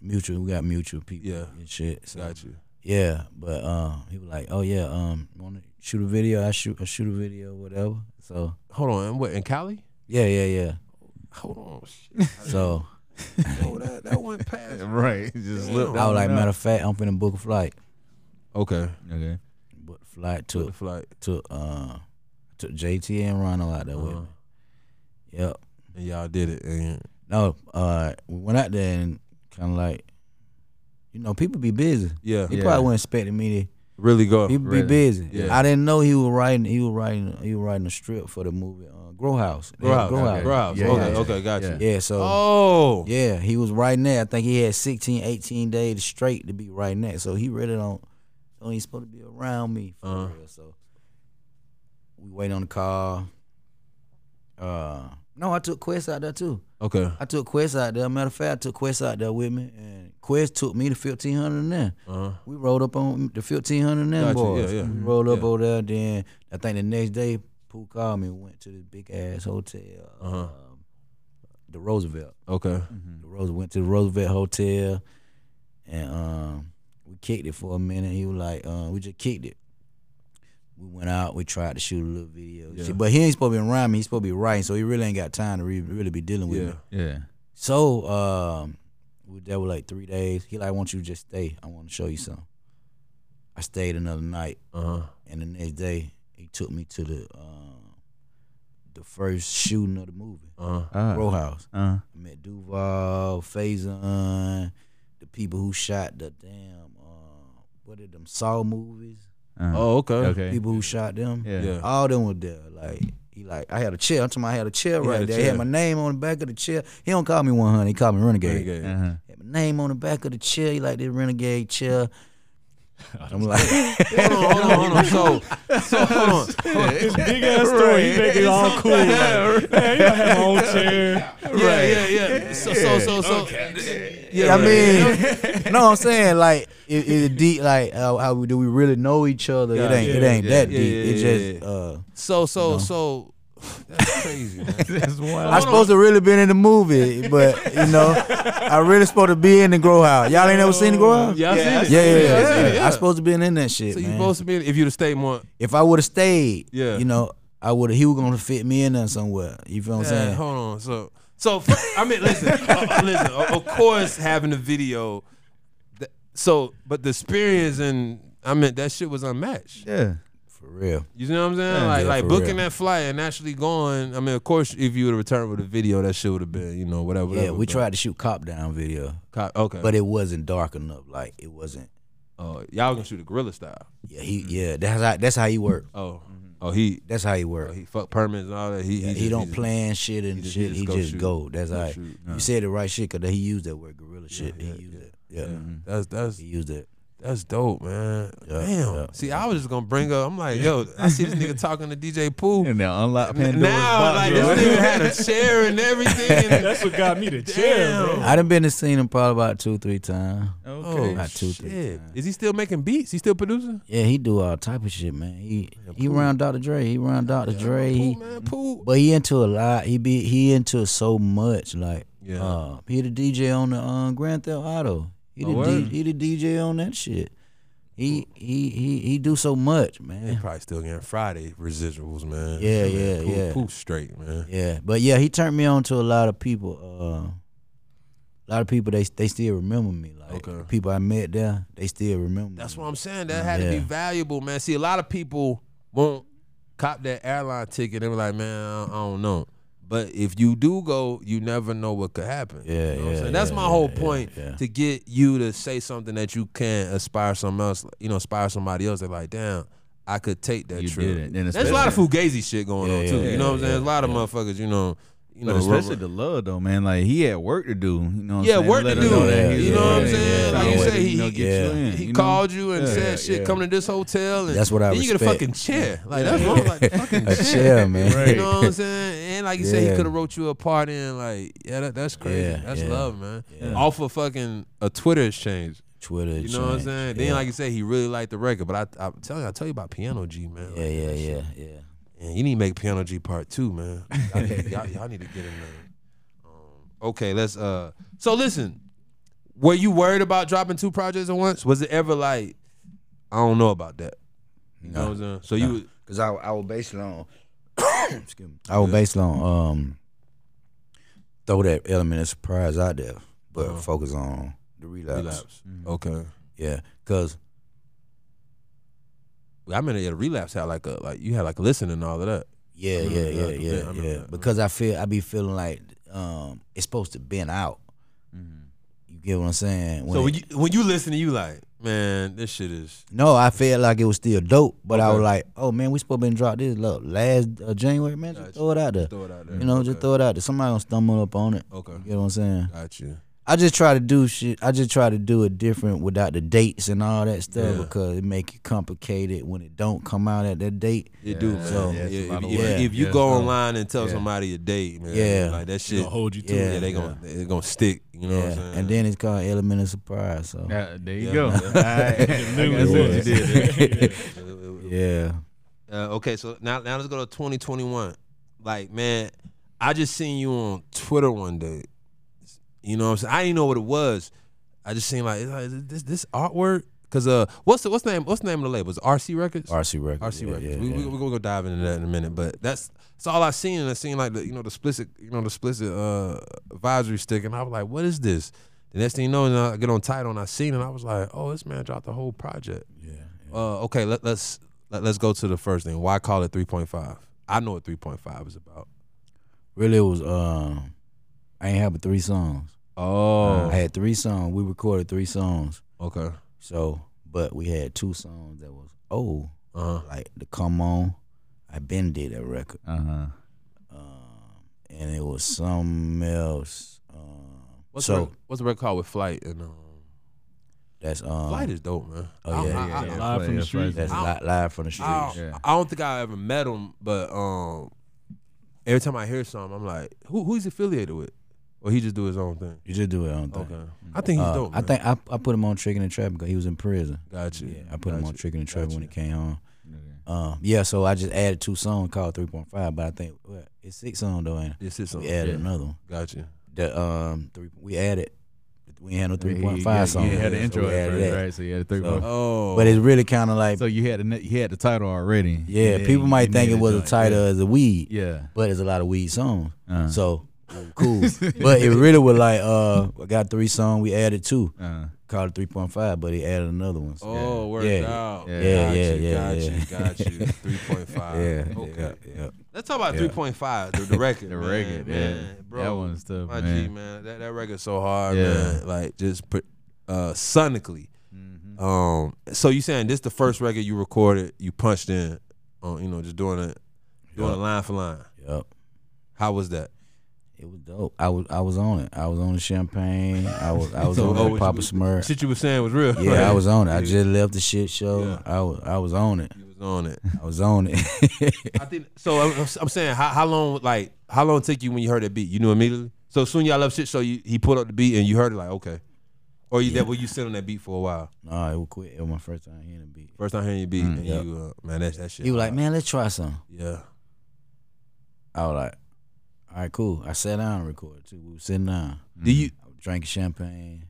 S8: mutual, we got mutual people.
S2: Yeah.
S8: and shit. So,
S2: Got you.
S8: Yeah, but um, he was like, "Oh yeah, um, want to shoot a video? I shoot, I shoot a video, whatever." So
S2: Hold on. And what? And Cali?
S8: yeah, yeah, yeah.
S2: Hold on. Shit.
S8: So
S2: Oh, that that went past.
S5: Right. Just
S2: Damn.
S5: look.
S8: I was like, "Matter of fact, I'm finna book a flight."
S2: Okay.
S5: Okay.
S8: But flight
S2: Took
S8: to
S2: the flight.
S8: to uh to JT and Ronald out there with
S2: Uh-huh.
S8: me. Yep.
S2: And y'all did it. And
S8: No, uh, we went out there and kind of like, you know, people be busy.
S2: yeah,
S8: He
S5: Yeah.
S8: probably wasn't expecting me
S2: really go.
S8: to. People
S5: really?
S8: be busy.
S2: Yeah.
S8: I didn't know he was writing. He was writing. He was writing a strip for the movie uh, Grow House. They
S2: Grow
S8: had
S2: house.
S8: Grow
S2: Okay.
S8: House.
S2: Grow house.
S5: Yeah,
S2: okay.
S5: yeah.
S2: Okay. Got you.
S5: Yeah.
S8: Yeah. So
S2: Oh.
S8: yeah, he was writing that. I think he had 16, 18 days straight to be writing that. So he really don't. Don't he's supposed to be around me for
S2: Uh-huh.
S8: real. So we wait on the car. Uh, no, I took Quest out there too.
S2: Okay.
S8: I took Quest out there. Matter of fact, I took Quest out there with me, and Quest took me to fifteen hundred. And then
S2: Uh-huh.
S8: we rolled up on the fifteen hundred. And
S2: Got
S8: then
S2: you.
S8: boys,
S2: Yeah, yeah.
S8: we rolled up
S2: Yeah.
S8: over there. Then I think the next day, Pooh called me. and Went to this big ass hotel,
S2: Uh-huh. Mm.
S8: um, the Roosevelt.
S2: Okay.
S8: The Roosevelt went to the Roosevelt Hotel, and um, we kicked it for a minute. He was like, uh, "We just kicked it." We went out. We tried to shoot a little video,
S2: Yeah.
S8: shit, but he ain't supposed to be around me. He's supposed to be writing, so he really ain't got time to re- really be dealing with me.
S2: Yeah.
S5: Yeah.
S8: So um, we were there were like three days. He like, I want you to just stay. I want to show you something. I stayed another night,
S2: Uh huh.
S8: and the next day he took me to the um, the first shooting of the movie,
S2: Uh huh.
S5: Uh,
S8: Row House.
S5: uh,
S8: I met Duval, Faison, the people who shot the damn uh, what are them Saw movies?
S5: uh,
S2: Oh. Okay.
S5: Okay.
S8: People who shot them.
S5: Yeah.
S2: Yeah.
S8: All them were there. Like he like I had a chair. I'm talking about I had a chair
S2: He
S8: right
S2: had a
S8: there. He had
S2: chair.
S8: my name on the back of the chair. He don't call me one hundred. He called me renegade.
S2: Renegade.
S5: Uh-huh.
S8: Had my name on the back of the chair. He like this renegade chair. I'm like,
S2: hold on. Hold on. Hold on. So. So hold on.
S4: This big ass story. He make it all cool. Like, man, you don't have my own chair.
S2: Yeah. Yeah. Yeah. So. So. So. so Yeah.
S8: I mean, no, I'm saying like it, it deep. Like how, how we, do we really know each other?
S2: Yeah,
S8: it uh, ain't. it
S2: yeah,
S8: ain't
S2: yeah,
S8: that
S2: yeah,
S8: deep.
S2: yeah,
S8: it
S2: yeah,
S8: just.
S2: yeah.
S8: uh
S2: So. So. So. That's crazy, man.
S5: That's wild.
S8: I supposed to really been in the movie, but you know, I really supposed to be in the grow house. Y'all ain't never seen the grow house?
S4: Y'all
S2: Yeah,
S4: seen it?
S8: Yeah, yeah, yeah.
S2: Yeah, yeah.
S8: I supposed to been in that shit.
S2: So you
S8: man.
S2: supposed to be if you'd have stayed more
S8: if I would have stayed,
S2: Yeah.
S8: you know, I would have. He was gonna fit me in there somewhere. You feel what I'm
S2: Yeah,
S8: saying?
S2: Hold on. So, so f- I mean, listen, uh, listen. o- Of course, having a video. th- So, but the experience and I mean that shit was unmatched.
S5: yeah.
S8: For real.
S2: You know what I'm saying? like,
S8: Yeah,
S2: like
S8: for
S2: booking
S8: real.
S2: that flight and actually going. I mean, of course, if you would have returned with a video, that shit would have been, you know, whatever.
S8: yeah,
S2: whatever,
S8: we
S2: but-
S8: tried to shoot cop down video,
S2: Co- Okay, but
S8: but it wasn't dark enough. Like it wasn't.
S2: uh, y'all gonna shoot a gorilla style.
S8: Yeah,
S2: Mm-hmm.
S8: he. Yeah, that's how. That's how he work.
S2: Oh, oh, he,
S8: That's how he
S2: oh,
S8: work.
S2: he fuck permits and all that. He,
S8: he,
S2: just-
S8: don't
S2: just-
S8: plan shit and
S2: he just- he
S8: shit.
S2: just
S8: he
S2: go
S8: just
S2: shoot.
S8: go. That's
S2: He
S8: all
S2: just
S8: right.
S2: shoot.
S8: You said the right shit because he used that word gorilla shit. he used it. Yeah,
S2: That's that's
S8: he used it.
S2: That's dope, man.
S8: Yeah,
S2: Damn.
S8: yeah.
S2: See, I was just gonna bring up. I'm like, yo, I see this nigga talking to DJ Pooh.
S5: And now unlock Pandora's
S2: now,
S5: box,
S2: like
S5: bro.
S2: this nigga had a chair and everything. And
S4: That's what got me to
S2: Damn.
S4: chill, bro.
S8: I done been to seen him probably about two, three times.
S2: oh
S5: Okay.
S8: Not two, three
S2: shit!
S8: times.
S2: Is he still making beats? He still producing?
S8: Yeah, he do all type of shit, man. He he around Dr. Dre. He around Dr. Dre.
S2: Pooh,
S8: He,
S2: man, Pooh.
S8: but he into a lot. He be he into so much. Like
S2: Yeah.
S8: uh, he the DJ on the um, Grand Theft Auto. He the,
S2: Oh,
S8: D,
S2: word.
S8: he the DJ on that shit. He he he he do so much,
S2: They
S8: man.
S2: probably still getting Friday residuals, man.
S8: Yeah,
S2: Shit, man.
S8: yeah,
S2: Pooh,
S8: yeah.
S2: Pooh straight, man.
S8: Yeah, but yeah, he turned me on to a lot of people. Uh, a lot of people they they still remember me. Like
S2: Okay.
S8: the people I met there, they still remember.
S2: That's
S8: me.
S2: what I'm saying. That had to be
S8: Mm, Yeah.
S2: valuable, man. See, a lot of people won't cop that airline ticket. They were like, man, I I don't know. But if you do go, you never know what could happen. You
S8: Yeah,
S2: know what I'm
S8: yeah,
S2: saying? That's
S8: yeah,
S2: my
S8: yeah,
S2: whole
S8: yeah,
S2: point
S8: yeah.
S2: to get you to say something that you can inspire someone else. You know, inspire somebody else. They're like, damn, I could take that
S5: You
S2: trip.
S5: did it. And
S2: There's a lot of
S5: especially-
S2: fugazi shit going
S8: Yeah,
S2: on
S8: yeah,
S2: too.
S8: yeah,
S2: you know what I'm
S8: yeah,
S2: saying? There's a lot of motherfuckers. You know, you know,
S5: But especially
S2: rubber-
S5: the love though, man. Like he had work to do. You know what
S2: Yeah,
S5: I'm saying?
S2: work
S5: Let
S2: to
S5: her
S2: do.
S5: know that
S8: Yeah,
S5: he's
S8: you know what I'm
S5: ready,
S8: saying?
S5: yeah,
S8: Like you
S5: way
S8: say,
S5: to,
S2: he-
S5: know, get you
S8: yeah.
S5: in,
S2: he
S5: you know?
S2: called you and
S5: Yeah,
S2: said, "Shit,
S8: yeah.
S2: come to this hotel." And
S8: That's what I
S2: Then you get a
S8: respect.
S2: fucking chair. Like that's wrong. Like the fucking
S8: A chair, man.
S2: You know what I'm saying? And like you said, he
S8: Yeah.
S2: could have wrote you a party and like, yeah, that, that's crazy.
S8: Yeah,
S2: that's
S8: yeah.
S2: love, man.
S8: Yeah.
S2: Off of fucking a Twitter exchange.
S8: Twitter.
S2: You know what I'm
S8: changed.
S2: saying?
S8: Yeah.
S2: Then like you said, he really liked the record. But I, I tell you, I tell you about Piano G, man.
S8: yeah,
S2: Like,
S8: yeah, yeah, yeah.
S2: and you need to make Piano G part two, man. Y'all need, y'all, y'all need to get him. there. Um, okay, let's. uh So listen, were you worried about dropping two projects at once? Was it ever like, I don't know about that? You know what I'm saying? So you,
S8: Cause I I will base it on. excuse me. I will base it on um. Throw that element of surprise out there, but focus on the relapse.
S2: Uh-huh. relapse.
S8: Mm-hmm.
S2: Okay.
S8: Yeah, cause
S2: I mean, yeah, relapse had like a like you had like a listen and all of that.
S8: yeah,
S2: remember
S8: yeah,
S2: that.
S8: yeah,
S2: I
S8: yeah, yeah.
S2: remember that.
S8: Because I feel I be feeling like um it's supposed to bend out. You get what I'm saying? When
S2: Mm-hmm. so when
S8: it-
S2: you when you listen to you like, man, this shit is
S8: no, I felt like it was still dope, but I
S2: Okay.
S8: was like, oh man, we supposed to been dropped this look, last uh, January, man. Just
S2: Gotcha.
S8: throw it out there.
S2: throw it out there.
S8: You know, just throw it out there. Somebody gonna stumble up on it.
S2: Okay.
S8: You get what I'm saying?
S2: Got you.
S8: I just try to do shit. I just try to do it different without the dates and all that stuff
S2: Yeah.
S8: because it make it complicated when it don't come out at that date.
S2: It do, man.
S8: so-
S2: Yeah,
S5: Yeah, it's a
S2: if-
S5: lot of
S2: if,
S8: work.
S2: if you
S5: Yeah.
S2: go
S5: Yeah.
S2: online and tell somebody a date, man,
S8: Yeah.
S2: like that shit
S4: Gonna hold you to
S8: Yeah.
S4: it.
S2: Yeah, they gonna they gonna stick. You know what I'm
S8: Yeah,
S2: saying?
S8: and then it's called element of surprise. So
S5: Yeah, there you
S2: Yeah.
S5: go.
S2: Yeah.
S5: All right. I see what you did.
S8: yeah,
S2: uh, okay, so now now let's go to 2021. Like man, I just seen you on Twitter one day. You know what I'm saying? I didn't know what it was. I just seen like, like, this this artwork because uh what's the what's the name what's the name of the label? Is it RC Records?
S8: RC records.
S2: RC
S8: yeah,
S2: Records.
S8: yeah,
S2: we,
S8: yeah.
S2: We, we're gonna go dive into that in a minute, but that's that's all I seen. And I seen like the you know the explicit you know the explicit uh, advisory stick, and I was like, what is this? The next thing you know, and I get on title and I seen, it, and I was like, oh, this man dropped the whole project. Yeah. Uh, okay, let, let's let, let's go to the first thing. Why call it 3.5? I know what 3.5 is about.
S8: Really, it was. Um, I ain't have but three songs. I
S2: Oh,
S8: had three songs. We recorded three songs.
S2: okay.
S8: So, but we had two songs that was old,
S2: Uh huh.
S8: like the Come On. I been did that record.
S5: Uh-huh.
S8: um, and it was something else. Um,
S2: What's
S8: so
S2: the, rec- what's the record called with Flight and um,
S8: that's um,
S2: Flight is dope, man.
S8: Oh, yeah,
S2: I- I-
S8: yeah,
S2: I-
S8: yeah.
S4: Live from the streets.
S8: that's
S2: I-
S8: li- live from the streets.
S2: I,
S5: Yeah.
S2: I don't think I ever met him, but um, every time I hear something, I'm like, who who he's affiliated with, or he just do his own thing.
S8: You just do it on thing.
S2: Okay, I think he's
S8: Uh,
S2: dope.
S8: I
S2: man.
S8: think I, I put him on Trick and the Trap because he was in prison.
S2: Got you.
S8: Yeah, I put him on
S2: Gotcha.
S8: Trick and the Trap when he came home. Um, yeah, so I just added two songs called 3.5, but I think well, it's six songs though, and
S2: This is
S8: we
S2: something.
S8: added
S2: Yeah.
S8: another one.
S2: Got you.
S8: The um, three, we added, we had no
S5: Yeah,
S8: 3.5
S5: yeah,
S8: song.
S5: You had the intro
S8: so we
S5: at
S8: added
S5: first,
S8: that.
S5: right? So you had the three.
S8: So-
S5: So,
S2: Oh,
S8: But it's really kind of like,
S5: so you had the, ne- you had the title already.
S8: yeah, people
S5: you-
S8: might
S5: you
S8: think it
S5: needed
S8: was a
S5: joint,
S8: title as a weed,
S5: Yeah.
S8: but it's a lot of weed songs.
S5: yeah. Uh,
S8: So cool. but it really was like, uh, I got three songs, we added two,
S5: uh,
S8: called 3.5, but he added another one. So,
S2: oh, word
S8: Yeah.
S2: out.
S5: Yeah,
S2: got
S8: yeah,
S2: you,
S8: yeah,
S2: got
S8: yeah.
S2: you, got you. Three point five.
S8: yeah,
S2: Oh, Okay.
S8: yeah, yeah.
S2: Let's talk about
S8: Yeah.
S2: three point five. The, the record.
S5: the
S2: man,
S5: record,
S2: man,
S5: yeah.
S2: bro.
S5: that one's tough,
S2: My
S5: man.
S2: G, man, that that record's so hard,
S5: Yeah.
S2: man. Like just put, uh, sonically.
S5: Mm-hmm. uh,
S2: Um, so you saying this the first record you recorded? You punched in, on you know, just doing it, doing it line for line.
S8: Yup.
S2: How was that?
S8: It was dope. I was I was on it. I was on the champagne. I was I was
S2: So,
S8: on
S2: oh,
S8: the
S2: what
S8: Papa
S2: you-
S8: Smurf.
S2: Shit you was saying was real.
S8: Yeah, I was on it. I
S2: Yeah.
S8: just left the shit show.
S2: Yeah.
S8: I was I was on it.
S2: You was on it.
S8: I was on it.
S2: I think so. I'm, I'm saying how, how long like how long took you when you heard that beat? You knew immediately. So soon y'all left shit. So you, he pulled up the beat and you heard it like okay, or you that were you sitting on that beat for a while.
S8: nah, it was quick. It was my first time hearing the beat.
S2: First time hearing your beat
S5: Mm.
S2: and
S8: Yep.
S2: you uh, man that that shit.
S8: He was like, "Man, let's try some."
S2: yeah,
S8: I was like, "All right, cool." I sat down and recorded too. We were sitting down.
S2: do you
S8: I was drinking champagne.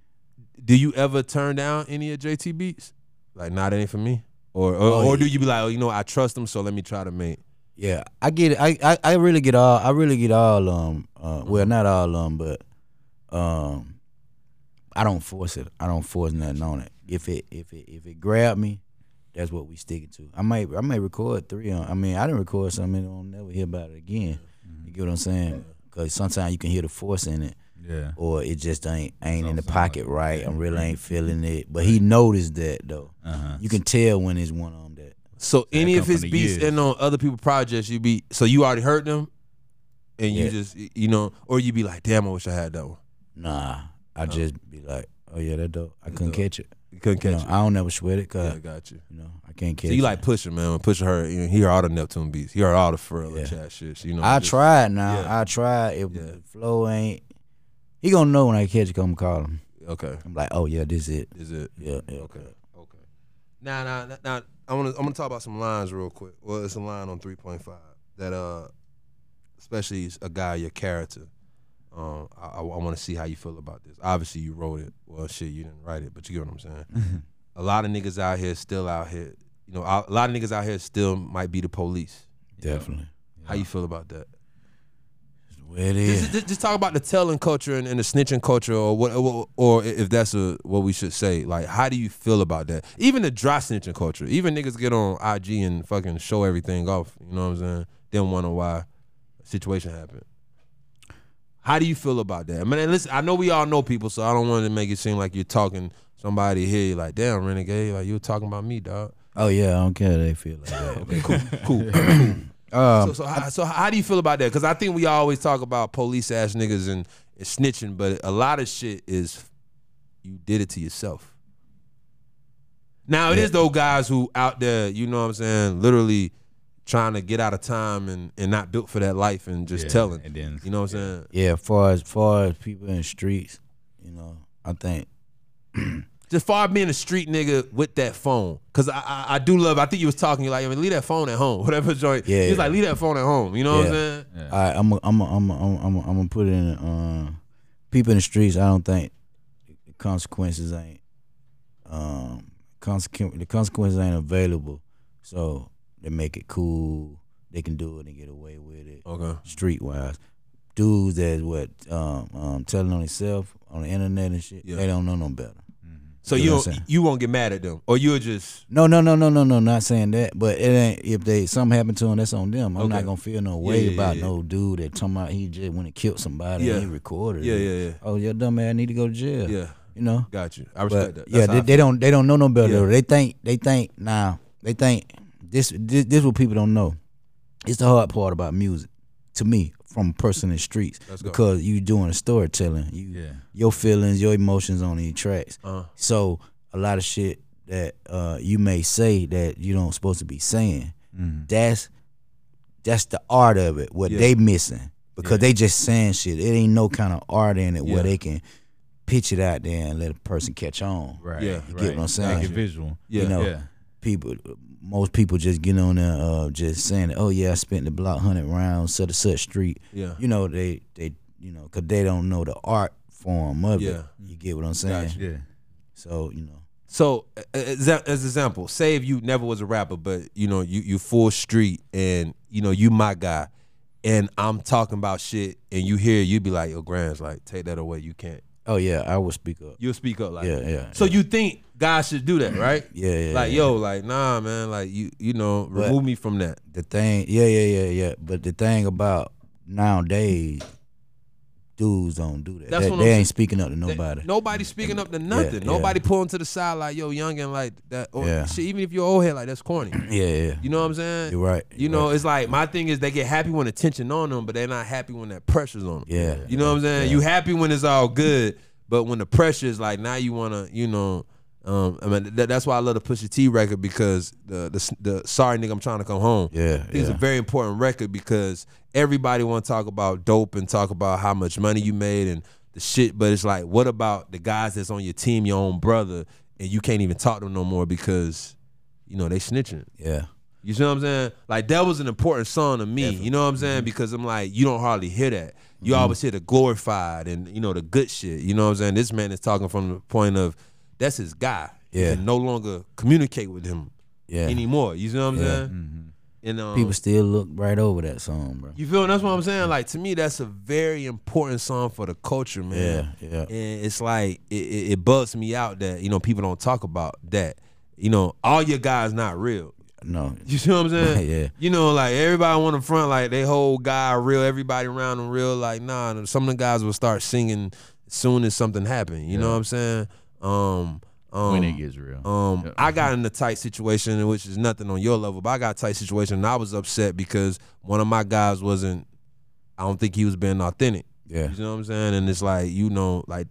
S2: do you ever turn down any of JT beats? Like not any for me, or or,
S8: Oh,
S2: or
S8: yeah.
S2: do you be like, oh, you know, I trust him, so let me try to make.
S8: Yeah, I get it. I, I, I really get all. I really get all. Um, uh, well, not all. Um, but um, I don't force it. I don't force nothing on it. If it if it if it grab me, that's what we sticking to. I might I might record three. On, I mean, I didn't record something. and I'll never hear about it again. You get what I'm saying? Because sometimes you can hear the force in it,
S5: Yeah.
S8: or it just ain't ain't in the
S5: Don't sound like
S8: pocket right. I really ain't feeling it. But he noticed that though.
S5: Uh huh.
S8: You can tell when it's one on that.
S2: So any
S5: come
S2: of his
S5: from the
S2: beats
S5: years.
S2: and on other people projects, you be so you already heard them, and you
S8: Yeah.
S2: just you know, or you be like, damn, I wish I had that one.
S8: Nah, I just be like, oh yeah, that dope. I couldn't
S2: dope.
S8: catch it.
S2: You couldn't
S8: You
S2: catch it.
S8: know, I don't never sweat it because
S2: yeah, got you.
S8: you know I can't catch.
S2: So you
S8: it.
S2: like Pusha, man. When Pusha heard, you know, he heard all the Neptune beats. He heard all the Pharrell
S8: Yeah.
S2: and Chad shit. You know,
S8: I
S2: just-
S8: tried now.
S2: Yeah.
S8: I tried. If
S2: Yeah.
S8: the flow ain't, he gonna know when I catch it. Come call him.
S2: Okay,
S8: I'm like, oh yeah, this it.
S2: is it?
S8: Yeah, yeah.
S2: Okay. Okay. Now, now, now- now, I want to. I'm gonna talk about some lines real quick. Well, it's a line on 3.5 that, uh, especially a guy your character. Um, I, I, want to see how you feel about this. Obviously, you wrote it. Well, shit, you didn't write it, but you get what I'm saying. a lot of niggas out here still out here. You know, a a lot of niggas out here still might be the police.
S8: Definitely.
S2: How you feel about that?
S8: Where it
S2: Just,
S8: is.
S2: just, just talk about the telling culture and, and the snitching culture, or what, or, or if that's a, what we should say. Like, how do you feel about that? Even the dry snitching culture. Even niggas get on IG and fucking show everything off. You know what I'm saying? Then wonder why a situation happened. How do you feel about that? I mean, and listen, I know we all know people, so I don't want to make it seem like you're talking somebody here. You're like, damn, renegade, like you were talking about me, dog.
S8: Oh yeah, I don't care. They feel like that.
S2: Okay, cool, cool.
S8: Um,
S2: so, so, how, so how do you feel about that? Because I think we always talk about police ass niggas and, and snitching, but a lot of shit is you did it to yourself. Now it is those guys who out there, you know what I'm saying, literally trying to get out of time and, and not built for that life and just
S5: Yeah,
S2: telling.
S5: and then-
S2: you know what I'm saying?
S8: yeah, far as far as people in the streets, you know, I think
S2: Just far being a street nigga with that phone, cause I I, I do love. I think you was talking. You're like, I mean, leave that phone at home, whatever joint.
S8: Yeah,
S2: Yeah, he's
S8: yeah.
S2: like, leave that phone at home. You know what I'm
S8: Yeah.
S2: saying?
S5: Yeah.
S8: I, I'm a, I'm a, I'm a, I'm a, I'm gonna put it in. Uh, people in the streets. I don't think the consequences ain't um consequ- the consequences ain't available. So they make it cool. They can do it and get away with it
S2: Okay.
S8: streetwise. Dudes that's what um, um telling on themselves on the internet and shit.
S2: Yeah.
S8: They don't know no better.
S2: So
S8: You
S2: you
S8: know
S2: don't,
S8: what I'm saying?
S2: you won't get mad at them, or you'll just
S8: No, no, no, no, no, no. Not saying that, but it ain't. If they something happened to him, that's on them. I'm
S2: Okay.
S8: not gonna feel no way
S2: yeah,
S8: about
S2: yeah.
S8: no dude that talking about he just went and killed somebody
S2: Yeah.
S8: and he recorded.
S2: yeah
S8: it.
S2: yeah yeah.
S8: Oh, your dumb ass need to go to jail.
S2: Yeah,
S8: You know.
S2: got you. I
S8: But
S2: respect that.
S8: yeah,
S2: That's
S8: they,
S2: how I
S8: they don't they don't know no better.
S2: Yeah.
S8: though. They think they think nah. They think this this this what people don't know. It's the hard part about music to me from a person in the streets
S2: Let's go.
S8: because you doing storytelling. You
S5: Yeah.
S8: your feelings, your emotions on these tracks.
S2: feel. Uh-huh.
S8: So a lot of shit that uh, you may say that you don't supposed to be saying. That's that's the art of it. What
S2: Mm-hmm. Yeah.
S8: they missing because they just saying shit. It ain't no kind of art in it
S2: Yeah.
S8: where they can pitch it out there and let a person catch on.
S5: Right.
S2: Yeah. You
S8: get what I'm
S5: Make
S8: saying?
S5: it visual.
S2: Yeah,
S8: You know,
S5: Yeah.
S8: people, most people just get on there, uh, just saying, "Oh yeah, I spent the block hundred rounds, such and such street."
S2: Yeah.
S8: You know they they you know because they don't know the art form of
S2: Yeah.
S8: it. You get what I'm saying?
S5: Yeah.
S8: So you know,
S2: So, a- a- exa- as example, say if you never was a rapper, but you know you you full street and you know you my guy, and I'm talking about shit, and you hear it, you be like, "Yo, Grams, like take that away, you can't."
S8: oh yeah, I will speak up.
S2: You'll speak up like,
S8: Yeah, yeah,
S2: So you think guys should do that, right?
S8: Yeah, yeah,
S2: Like
S8: yeah.
S2: yo, like nah, man, like you you know remove me from that.
S8: the thing, yeah, yeah, yeah, yeah. But the thing about nowadays, dudes don't do that.
S2: That's
S8: they
S2: what
S8: they
S2: I'm
S8: ain't speaking up to nobody.
S2: Nobody speaking up to nothing.
S8: yeah.
S2: Nobody pulling to the side like yo, young and like that. Or
S8: Yeah.
S2: shit, even if you're old head, like that's corny.
S8: Yeah, yeah.
S2: You know what I'm saying?
S8: You're right,
S2: You
S8: you're
S2: know, it's like my thing is they get happy when attention on them, but they're not happy when that pressure's on them.
S8: Yeah.
S2: You know what I'm saying? You happy when it's all good, but when the pressure is like now you wanna, you know, um, I mean that, that's why I love the Pusha T record because the the, the sorry nigga I'm trying to come home.
S8: Yeah,
S2: I think It's a
S8: yeah.
S2: very important record because everybody want to talk about dope and talk about how much money you made and the shit, but it's like what about the guys that's on your team, your own brother, and you can't even talk to them no more because you know they snitching.
S8: yeah,
S2: You see what I'm saying? Like that was an important song to me. You know what I'm saying?
S8: Mm-hmm.
S2: Because I'm like, you don't hardly hear that. You always hear the glorified and you know the good shit. You know what I'm saying? This man is talking from the point of that's his guy.
S8: Yeah.
S2: You can no longer communicate with him
S8: yeah.
S2: anymore. You see what I'm
S8: Yeah.
S2: saying?
S5: Mm-hmm.
S2: And um,
S8: People still look right over that song, bro.
S2: you feel? That's what I'm saying. Like to me, that's a very important song for the culture,
S8: Yeah,
S2: man.
S8: yeah.
S2: And it's like it, it, it bugs me out that you know people don't talk about that. You know, all your guys not real.
S8: No,
S2: You see what I'm saying?
S8: Yeah.
S2: You know, like everybody want to front like they whole guy real, everybody around them real. Like nah, and some of the guys will start singing as soon as something happened. You know what I'm saying? Um, um,
S5: When it gets real.
S2: um,
S5: Yeah.
S2: I got in a tight situation, which is nothing on your level, but I got a tight situation, and I was upset because one of my guys wasn't. I don't think he was being authentic.
S8: yeah,
S2: You know what I'm saying? And it's like you know, like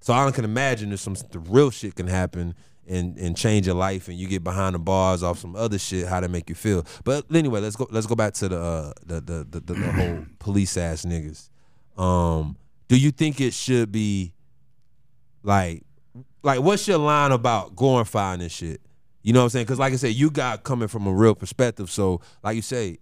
S2: so I can imagine if some the real shit can happen and and change your life, and you get behind the bars off some other shit, how that make you feel. But anyway, let's go let's go back to the uh, the, the, the the the whole police ass niggas. Um, do you think it should be like like what's your line about glorifying this shit? You know what I'm saying? Because like I said, you got coming from a real perspective. So like you say,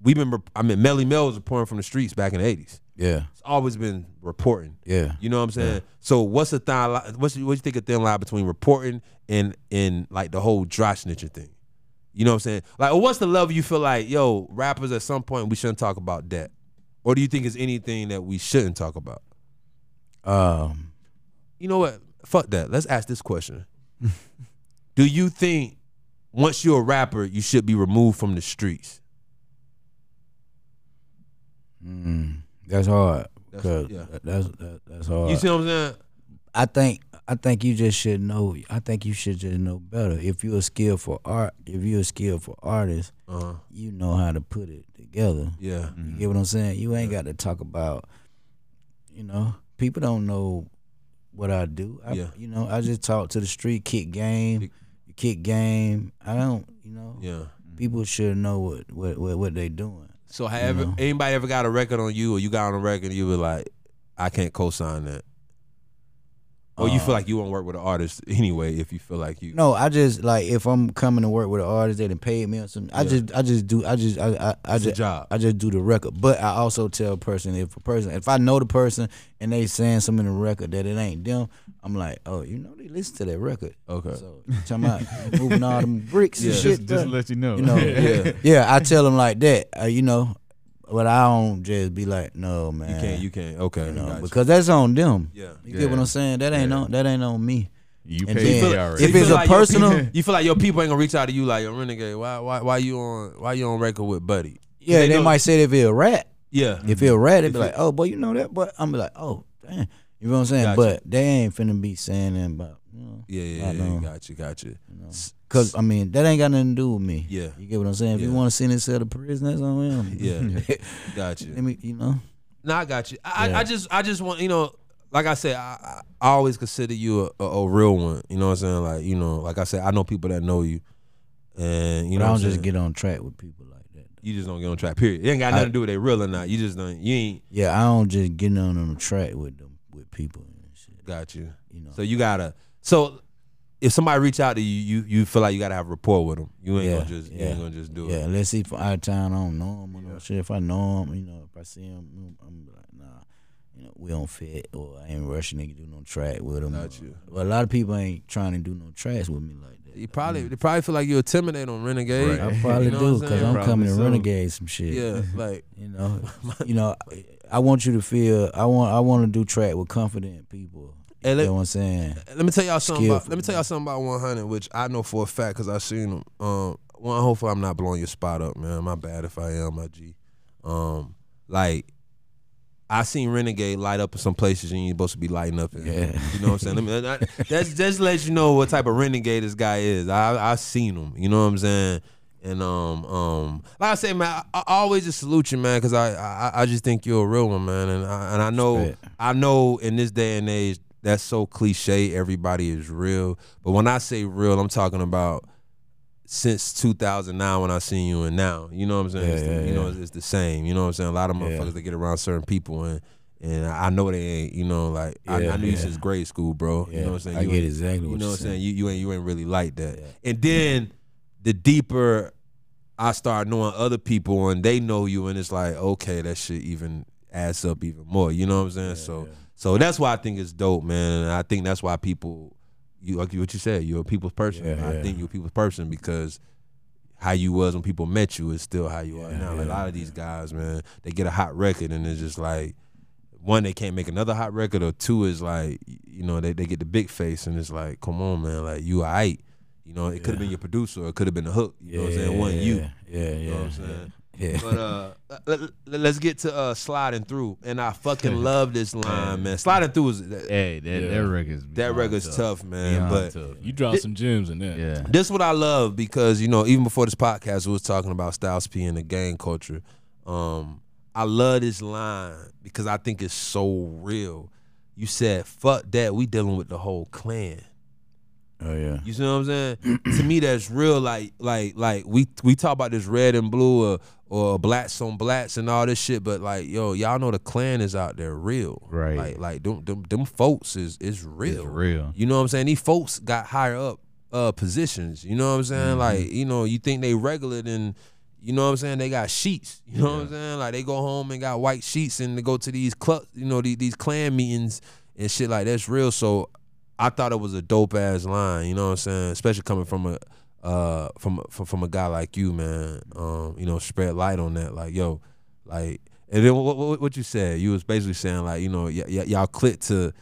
S2: we been rep- I mean, Melly Mel was reporting from the streets back in the '80s
S8: yeah,
S2: it's always been reporting.
S8: yeah.
S2: You know what I'm saying? So what's the thin line? What's what you think a thin line between reporting and and like the whole dry snitching thing? You know what I'm saying? Like, what's the level you feel like, yo, rappers at some point we shouldn't talk about that, or do you think it's anything that we shouldn't talk about?
S8: Um,
S2: You know what? Fuck that. Let's ask this question. do you think once you're a rapper, you should be removed from the streets?
S8: mm, that's hard.
S2: That's-
S8: 'cause
S2: yeah.
S8: that- that's that, that's hard.
S2: You see what I'm saying?
S8: I think I think you just should know. I think you should just know better. If you're a skillful art, if you're a skillful artist,
S2: Uh huh.
S8: you know how to put it together.
S2: Yeah.
S8: You get what I'm saying? You ain't got to talk about, you know, people don't know what I do. I,
S2: Yeah.
S8: You know, I just talk to the street, kick
S2: Kick-
S8: game, kick game. I don't, you know,
S2: Yeah. Mm-hmm.
S8: people should know what what what, what they doing.
S2: So however
S8: know?
S2: anybody ever got a record on you or you got on a record and you were like, I can't co sign that. Or you feel like you won't work with an artist anyway if you feel like you
S8: Uh-huh. No, I just like if I'm coming to work with an artist that done paid me or something. I just I just do I just I I, I
S2: It's a
S8: just
S2: job.
S8: I just do the record. But I also tell a person if a person if I know the person and they saying something in the record that it ain't them, I'm like, oh, you know they listen to that record.
S2: Okay.
S8: So you talking about moving all them bricks and
S2: Yeah.
S8: shit.
S5: just, just
S8: done.
S5: let you know.
S8: you know,
S2: Yeah.
S8: yeah, yeah. I tell them like that, uh, you know, but I don't just be like, no, man,
S2: you can't you can't okay.
S8: you know,
S2: gotcha.
S8: because that's on them.
S2: Yeah.
S8: You get what I'm saying? That ain't
S5: Yeah.
S8: on that ain't on me.
S5: you
S8: And
S5: paid
S8: then-
S5: me
S2: So
S5: already.
S2: you
S8: If
S2: feel
S8: it's a
S2: your people-
S8: personal-
S2: you feel like your people ain't gonna reach out to you like a renegade. Why why why you on why you on record with Buddy?
S8: Yeah, they,
S2: know-
S8: might say that if it a rat,
S2: Yeah.
S8: if it a rat, they be
S2: If it-
S8: like, oh, boy, you know that, boy. I'm be like, oh, damn. You know what I'm saying?
S2: Gotcha.
S8: But they ain't finna be saying that about, you know,
S2: Yeah, yeah,
S8: I
S2: yeah,
S8: know.
S2: gotcha, gotcha. S-
S8: Cause I mean that ain't got nothing to do with me.
S2: Yeah.
S8: you get what I'm saying. If you
S2: Yeah.
S8: want to send this to prison, that's on him.
S2: Yeah, gotcha.
S8: let me, you know.
S2: No, I got you. I,
S8: Yeah.
S2: I, I just I just want you know, like I said, I, I I always consider you a, a, a real one. You know what I'm saying? Like you know, like I said, I know people that know you, and you
S8: But
S2: know,
S8: I
S2: what
S8: don't
S2: I'm
S8: just
S2: saying?
S8: get on track with people like that.
S2: you just don't get on track. Period. It ain't got nothing to do with they real or not. You just don't. You ain't
S8: Yeah, I don't just get on on the track with them with people and shit.
S2: got you.
S8: You know.
S2: So you gotta. So if somebody reach out to you, you you feel like you gotta have rapport with them. You ain't
S8: Yeah,
S2: gonna just you
S8: yeah,
S2: ain't gonna just do
S8: Yeah,
S2: it.
S8: let's see if I'm out of town, I don't know him or no shit. If I know him, you know, if I see him, I'm- I'm like, nah, you know, we don't fit, or I ain't rushing nigga do no track with him.
S2: Got you.
S8: But a lot of people ain't trying to do no tracks with me like that.
S2: You probably they probly feel like you intimidate on renegade.
S5: Right.
S8: I probably
S2: You
S8: do
S2: know
S8: do
S2: what I'm
S8: because
S2: saying?
S8: I'm
S5: Probably
S8: coming to
S5: so.
S8: renegade some shit.
S2: Yeah, like
S8: You know, you know, I want you to feel. I want. I want to do track with confident people.
S2: Hey,
S8: You
S2: let-
S8: know what I'm saying?
S2: let me tell y'all something. About,
S8: Skillful,
S2: let me tell y'all something about 100, which I know for a fact because I seen them. Um, one, hopefully I'm not blowing your spot up, man. My bad if I am, my G. Um, like I seen Renegade light up in some places you ain't supposed to be lighting up in.
S8: Yeah.
S2: You know what I'm saying? I mean, I- that's just let you know what type of renegade this guy is. I I seen him. You know what I'm saying? And um um like I say, man, I, I always just salute you, man, because I, I I just think you're a real one, man. And I, and I know
S8: Respect.
S2: I know in this day and age that's so cliche. Everybody is real, but when I say real, I'm talking about since 2009 when I seen you and now. You know what I'm saying?
S8: Yeah,
S2: it's the,
S8: yeah,
S2: you know,
S8: yeah.
S2: it's, it's the same. You know what I'm saying? A lot of motherfuckers that get around certain people and and I know they ain't. You know, like I, I
S8: Yeah,
S2: knew you
S8: yeah.
S2: since grade school, bro. you know what I'm saying?
S8: I
S2: you
S8: get
S2: ain't-
S8: exactly
S2: You
S8: what
S2: know what
S8: you're
S2: I'm saying?
S8: saying.
S2: You you ain't you ain't really like that. And then the deeper I start knowing other people and they know you and it's like okay that shit even adds up even more. You know what I'm saying? so so that's why I think it's dope, man. And I think that's why people you like what you said you're a people's person.
S8: Yeah,
S2: I
S8: yeah.
S2: think you're a people's person because how you was when people met you is still how you are now. Like, a lot of these guys, man, they get a hot record and it's just like one they can't make another hot record or two is like you know they, they get the big face and it's like come on man like you aight you know it could have been your producer or it could have been the hook you know what I'm saying one you
S8: Yeah, yeah,
S2: you know what
S8: yeah.
S2: I'm saying
S8: yeah.
S2: but uh let, let, us get to uh sliding through and I fucking love this line man sliding through is that,
S5: Hey, that, that record's
S2: that
S5: beyond
S2: record's tough, man
S5: Beyond
S2: but
S5: tough.
S4: You dropped some gems in there.
S5: Yeah.
S2: this what I love because you know even before this podcast we was talking about Styles P and the gang culture. Um, I love this line because I think it's so real. You said, "Fuck that, we dealing with the whole clan."
S8: Oh yeah.
S2: You see what I'm saying? to me, that's real. Like, like, like we we talk about this red and blue or or blacks on blacks and all this shit, but like, yo, y'all know the clan is out there real,
S5: Right.
S2: Like, like them them, them folks is is real,
S5: It's real.
S2: you know what I'm saying? These folks got higher up uh positions. You know what I'm saying? Like, you know, you think they regular then you know what I'm saying? They got sheets. You know what I'm saying? Like they go home and got white sheets and they go to these club you know, these, these clan meetings and shit like that's real. So I thought it was a dope ass line, you know what I'm saying? Especially coming from a uh from from, from a guy like you, man. Um, you know, spread light on that. Like, yo, like and then what, what, what you said, you was basically saying like, you know, y- y- y'all click to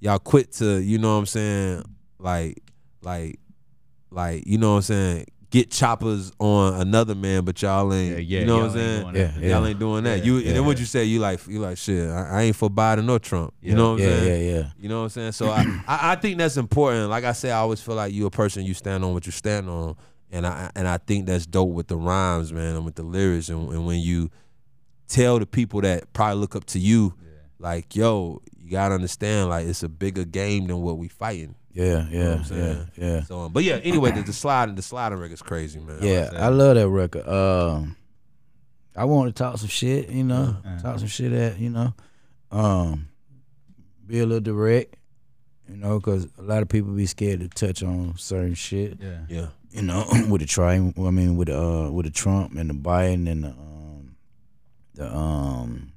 S2: y'all quit to you know what I'm saying like like like you know what I'm saying get choppers on another man but y'all ain't
S5: Yeah, yeah,
S2: you know
S5: y'all
S2: what I'm saying
S5: ain't doing
S8: Yeah,
S5: that.
S8: yeah.
S2: y'all ain't doing that
S5: Yeah,
S2: you and
S8: yeah.
S2: then what you say you like you like shit I, I ain't for Biden or Trump you
S5: Yeah.
S2: know what I'm
S8: Yeah,
S2: saying
S8: yeah, yeah.
S2: you know what I'm saying? So I, I, I think that's important. Like I said, I always feel like you a person you stand on what you stand on, and I and I think that's dope with the rhymes, man, and with the lyrics, and, and when you tell the people that probably look up to you, like yo, you gotta understand, like it's a bigger game than what we fighting.
S8: Yeah, yeah,
S2: You know what I'm
S8: yeah,
S2: saying?
S8: yeah.
S2: So, um, but yeah, anyway, the, the sliding the sliding record's crazy, man.
S8: Yeah, I love that record. Um, I want to talk some shit, you know, talk some shit that you know, um, be a little direct, you know, because a lot of people be scared to touch on certain shit,
S5: Yeah.
S2: yeah,
S8: you know, with the try, I mean, with the uh, with the Trump and the Biden and the um, the um,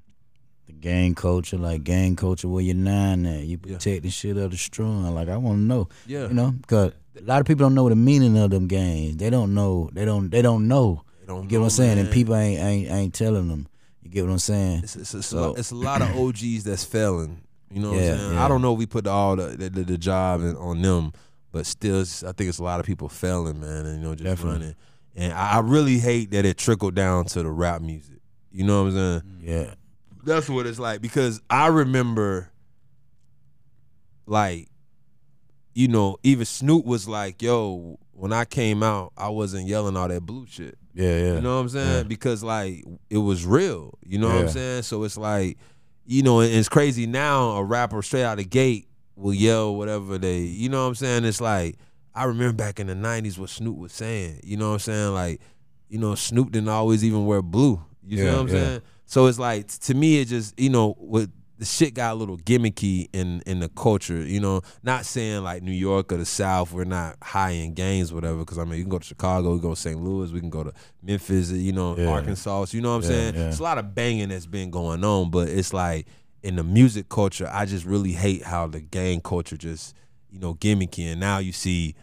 S8: the gang culture, like gang culture, where you're nine at, you
S2: Yeah.
S8: protecting shit of the strong. Like I want to know,
S2: yeah.
S8: you know, because a lot of people don't know the meaning of them games. They don't know. They don't. They don't know.
S2: They don't
S8: You get what
S2: know,
S8: I'm saying?
S2: Oh, man.
S8: And people ain't ain't ain't telling them. You get what I'm saying?
S2: It's, it's, it's, a,
S8: So-
S2: lot, it's a lot of OGs that's failing. You know what
S8: Yeah,
S2: I'm saying?
S8: yeah.
S2: I don't know if we put all the the, the, the job in, on them, but still, it's- I think it's a lot of people failing, man, and you know just
S8: Definitely.
S2: running. And I, I really hate that it trickled down to the rap music. You know what I'm saying?
S8: Yeah.
S2: That's what it's like because I remember, like, you know, even Snoop was like, "Yo, when I came out, I wasn't yelling all that blue shit."
S8: Yeah. Yeah.
S2: You know what I'm saying? Because like it was real. You know what I'm
S8: Yeah.
S2: saying? So it's like, you know, and it's crazy now a rapper straight out the gate will yell whatever they you know what I'm saying? It's like I remember back in the nineties what Snoop was saying. You know what I'm saying? Like, you know, Snoop didn't always even wear blue. You see
S8: Yeah,
S2: what I'm
S8: yeah.
S2: saying? So it's like t- to me it just, you know, with the shit got a little gimmicky in in the culture. You know, not saying like New York or the South, we're not high in games, whatever. Because I mean, you can go to Chicago, we can go to St. Louis, we can go to Memphis, you know,
S8: Yeah.
S2: Arkansas. So you know what I'm
S8: Yeah,
S2: saying?
S8: yeah.
S2: It's a lot of banging that's been going on, but it's like in the music culture, I just really hate how the gang culture just you know gimmicky, and now you see.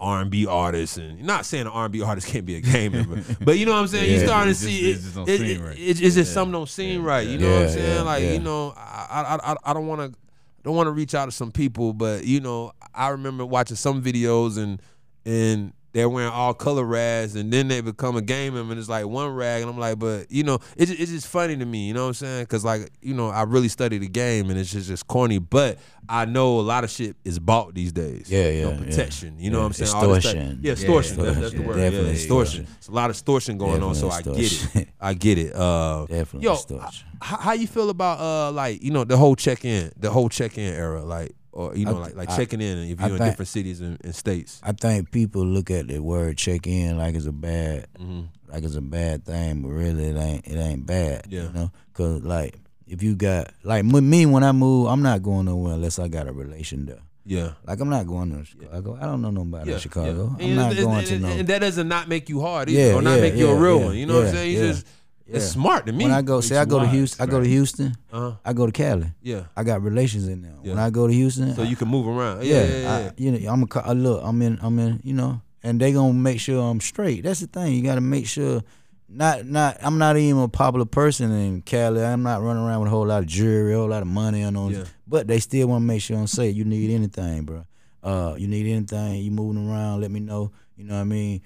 S2: R and B artists, and not saying an R and B artist can't be a gamer, but, but you know what I'm saying. you
S8: Yeah.
S2: starting
S5: It
S2: to
S5: just-
S2: see
S5: it
S2: it.
S5: just don't
S2: it-
S5: seem
S2: it-
S5: right.
S2: It's it's just something don't seem right. You know what I'm
S8: Yeah,
S2: saying?
S8: yeah,
S2: like
S8: yeah.
S2: you know, I I I, I don't want to don't want to reach out to some people, but you know, I remember watching some videos and and they're wearing all color rags, and then they become a gamer, and it's like one rag, and I'm like, but you know, it's it's just funny to me. You know what I'm saying? Because like you know, I really study the game, and it's just just corny. But I know a lot of shit is bought these days.
S8: Yeah,
S2: You know,
S8: yeah, yeah.
S2: protection. You know
S8: Yeah,
S2: what I'm saying? All this stuff-
S8: extortion.
S2: Yeah, extortion. That- That's the
S8: Extortion.
S2: word.
S8: Definitely
S2: yeah, extortion.
S8: extortion.
S2: It's a lot of extortion going on, so I
S8: Definitely
S2: get it.
S8: extortion.
S2: I get it. Uh,
S8: Definitely
S2: Yo,
S8: extortion.
S2: h- how you feel about uh, like you know, the whole check in, the whole check in era, like or you know,
S8: I-
S2: like like
S8: I-
S2: checking in if
S8: I
S2: you're in
S8: think-
S2: different cities and, and states.
S8: I think people look at the word check in like it's a bad
S2: Mhm.
S8: like it's a bad thing, but really it ain't it ain't bad.
S2: Yeah.
S8: You know? Cause like if you got like with me when I move, I'm not going nowhere unless I got a relation there.
S2: Yeah.
S8: Like I'm not going to Chicago. I don't know nobody
S2: Yeah,
S8: in Chicago.
S2: yeah.
S8: I'm
S2: And
S8: not
S2: it's-
S8: going
S2: it's-
S8: to
S2: and,
S8: no.
S2: and that doesn't not make you hard either,
S8: Yeah,
S2: or not
S8: yeah,
S2: make you a
S8: yeah,
S2: real
S8: yeah,
S2: one. You know what
S8: yeah,
S2: I'm saying? You
S8: yeah,
S2: just
S8: yeah.
S2: it's smart to me.
S8: when I go, say I go to Houston, I go to Houston,
S2: uh
S8: I go to Cali.
S2: yeah.
S8: I got relations in there. When
S2: Yeah.
S8: I go to Houston,
S2: So you can move around.
S8: yeah,
S2: Yeah, yeah, yeah.
S8: I, you know, I'm a, co- I look, I'm in, I'm in, you know, and they gonna make sure I'm straight. That's the thing. You gotta make sure. Not, not. I'm not even a popular person in Cali. I'm not running around with a whole lot of jewelry, a whole lot of money, and all.
S2: Yeah.
S8: this But they still want to make sure I'm safe. You need anything, bro? Uh, you need anything? You moving around? Let me know. You know what I mean?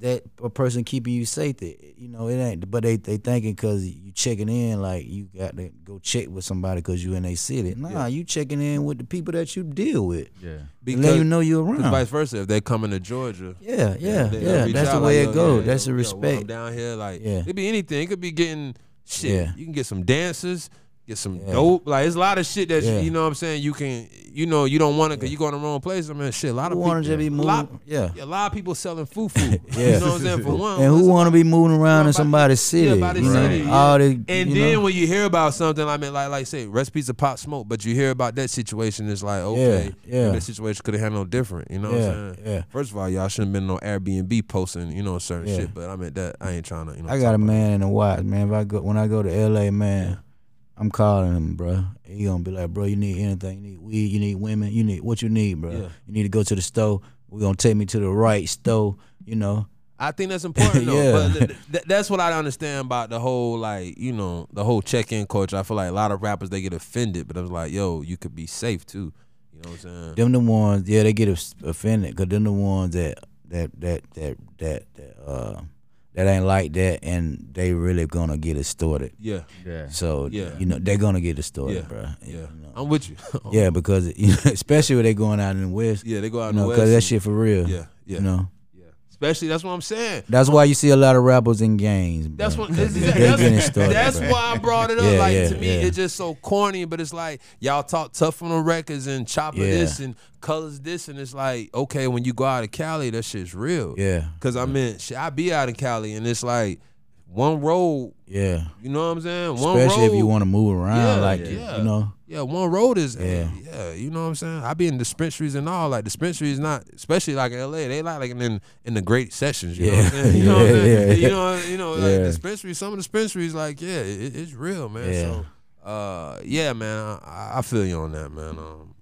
S8: That a person keeping you safe. That you know it ain't. But they they thinking because you checking in like you got to go check with somebody because you in a city. Nah, you checking in with the people that you deal with.
S5: Yeah.
S8: And let you know you're
S2: 'cause
S8: around.
S2: vice versa, if they're coming to Georgia,
S8: yeah, yeah, yeah.
S2: they- they'll reach
S8: That's the
S2: out
S8: way
S2: like,
S8: it
S2: yo,
S8: goes.
S2: yeah,
S8: That's
S2: yo,
S8: the
S2: yo, when I'm
S8: respect.
S2: down here, like
S8: Yeah.
S2: it could be anything. It could be getting shit.
S8: Yeah.
S2: You can get some dancers, get some
S8: Yeah.
S2: dope. Like it's a lot of shit that you,
S8: Yeah.
S2: you know what I'm saying. You can you know you don't want it because you go in the wrong place. I mean, shit. A lot
S8: Who
S2: of people.
S8: want to just be
S2: a lot-
S8: moving? Yeah.
S2: yeah, a lot of people selling foo foo.
S8: Yeah.
S2: You know what I'm saying? For one,
S8: And who want to be moving around in
S2: about-
S8: somebody's
S2: yeah,
S8: city?
S2: about the
S8: you know?
S2: city, yeah.
S8: All the,
S2: And
S8: you
S2: then
S8: know?
S2: when you hear about something, I mean, like, like say, recipes of pop smoke, but you hear about that situation, it's like, okay,
S8: yeah.
S2: that situation could have handled different. You know what I'm
S8: yeah,
S2: saying?
S8: yeah.
S2: First of all, y'all shouldn't been on Airbnb posting, you know, certain
S8: Yeah.
S2: shit. But I mean, that I ain't trying to, you know.
S8: I got a
S2: talk about
S8: man in the watch, man. If I go when I go to L.A., man, I'm calling him, bro. He gonna be like, bro, you need anything? You need weed? You need women? You need what you need, bro?
S2: Yeah.
S8: You need to go to the store. We gonna take me to the right store. You know?
S2: it. I think that's important though.
S8: Yeah.
S2: But th- th- that's what I don't understand about the whole like, you know, the whole check-in culture. I feel like a lot of rappers they get offended, but I was like, yo, you could be safe too. You know what I'm saying?
S8: Them the ones, yeah, they get offs- offended because them the ones that that that that that that uh that ain't like that, and they really gonna get distorted.
S2: Yeah,
S5: Yeah.
S8: So
S2: Yeah.
S8: you know they're gonna get distorted,
S2: Yeah.
S8: bro.
S2: yeah.
S8: you know.
S2: I'm with you.
S8: yeah, because it, especially when they going out in the west,
S2: yeah, they go out
S8: you
S2: in the
S8: know,
S2: west.
S8: because that
S2: and-
S8: shit for real.
S2: Yeah, yeah,
S8: You know,
S2: yeah. Especially that's what I'm saying.
S8: that's why you see a lot of rappers in gangs. Bro.
S2: That's what.
S8: 'Cause
S2: That's,
S8: they-
S2: exact-
S8: they
S2: that's,
S8: getting started,
S2: that's
S8: bro.
S2: why I brought it up.
S8: Yeah,
S2: like
S8: yeah,
S2: to me,
S8: yeah.
S2: it's just so corny. But it's like y'all talk tough on the records and chopper
S8: Yeah.
S2: this and colors this, and it's like okay, when you go out of Cali, that shit's real.
S8: Yeah,
S2: Cause I meant shit, I be out in Cali, and it's like one road.
S8: yeah.
S2: You know what I'm saying? One
S8: Especially
S2: road,
S8: if you want to move around,
S2: Yeah,
S8: like
S2: yeah.
S8: you know,
S2: Yeah, one road is. Yeah.
S8: Yeah.
S2: You know what I'm saying? I be in dispensaries and all. Like dispensaries, not especially like in L.A. They like like in in the great sessions. You know what I'm
S8: Yeah.
S2: saying? You know what I'm
S8: Yeah,
S2: saying?
S8: yeah.
S2: You know, you know, like
S8: Yeah.
S2: dispensaries. Some of the dispensaries, like yeah, it, it's real, man.
S8: Yeah.
S2: So, uh, yeah, man, I, I feel you on that, man. Um,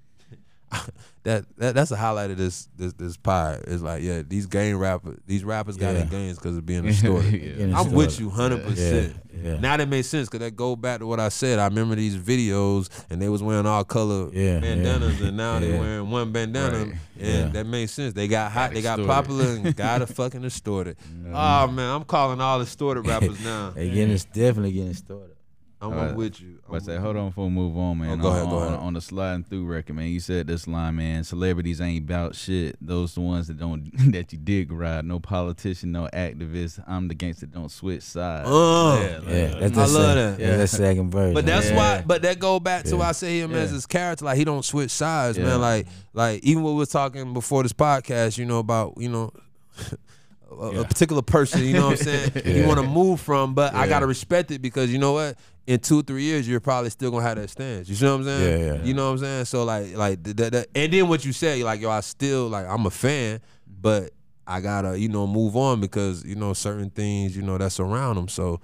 S2: that, that that's a highlight of this this this pie. It's like yeah, these gang rappers, these rappers got
S8: Yeah.
S2: their games because of being distorted.
S8: getting
S2: I'm with
S8: distorted.
S2: you 100%.
S8: Yeah, yeah.
S2: Now that makes sense because that go back to what I said. I remember these videos and they was wearing all color
S8: Yeah, yeah.
S2: bandanas and now they
S8: Yeah.
S2: wearing one bandana
S5: Right.
S2: and
S8: Yeah.
S2: that made sense. They got hot, they got
S5: extorted.
S2: popular and got a fucking distorted. Oh man, I'm calling all distorted rappers now.
S8: They getting it's definitely getting started.
S2: I'm
S5: Alright.
S2: with you. I'm
S5: But I say,
S2: with
S5: hold on before we move on, man.
S2: Oh, go
S5: on,
S2: ahead, go
S5: on-
S2: ahead.
S5: on the sliding through record, man. You said this line, man. Celebrities ain't about shit. Those the ones that don't that you dig ride. No politician, no activist. I'm the gangster. Don't switch sides.
S2: you. Uh,
S5: Yeah, like-
S8: Yeah, that's
S2: I
S8: the
S2: love
S8: sec-
S2: that.
S8: Yeah, that's the second verse.
S2: But that's
S5: Yeah.
S2: why. But that go back to
S8: Yeah.
S2: why I say him as
S5: Yeah.
S2: his character. Like he don't switch sides,
S5: Yeah.
S2: man. Like like even what we are talking before this podcast, you know about you know. A, a
S5: Yeah.
S2: particular person, you know what I'm saying, you
S8: Yeah.
S2: want to move from, but I
S8: Yeah.
S2: gotta respect it because you know what? in two three years you're probably still gonna have that stance. You see what I'm saying?
S8: Yeah, yeah.
S2: You know what I'm saying? So like like th- th- th- and then what you say like yo I still like I'm a fan, but I gotta you know move on because you know certain things you know that's around them. So.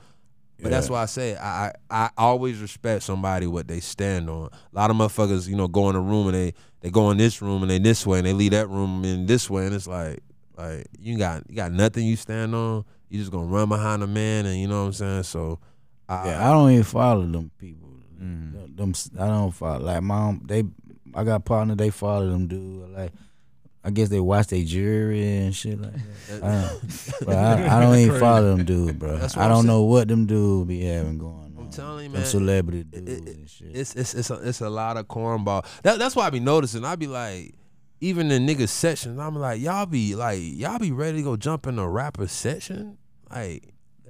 S2: But that's why I say I, I I always respect somebody what they stand on. A lot of motherfuckers, you know, go in a room and they they go in this room and they this way and they leave that room in this way and it's like like you got you got nothing you stand on. You just gonna run behind a man and you know what I'm saying. So I,
S8: Yeah, I don't even follow them people.
S2: Mm.
S8: Them, them s- I don't follow. Like my own, they, I got partner. They follow them dude. Like I guess they watch their jury and shit like that. I don't, but I, I don't even follow them dude, bro.
S2: That's what
S8: I
S2: I'm
S8: don't
S2: saying.
S8: know what them dude be having going on. I'm
S2: telling you,
S8: Them
S2: man,
S8: celebrity dudes
S2: it-
S8: and shit.
S2: It's it's it's a, it's a lot of cornball. That, that's why I be noticing. I be like, even in niggas sessions, I'm like, y'all be like, y'all be ready to go jump in a rapper session, like.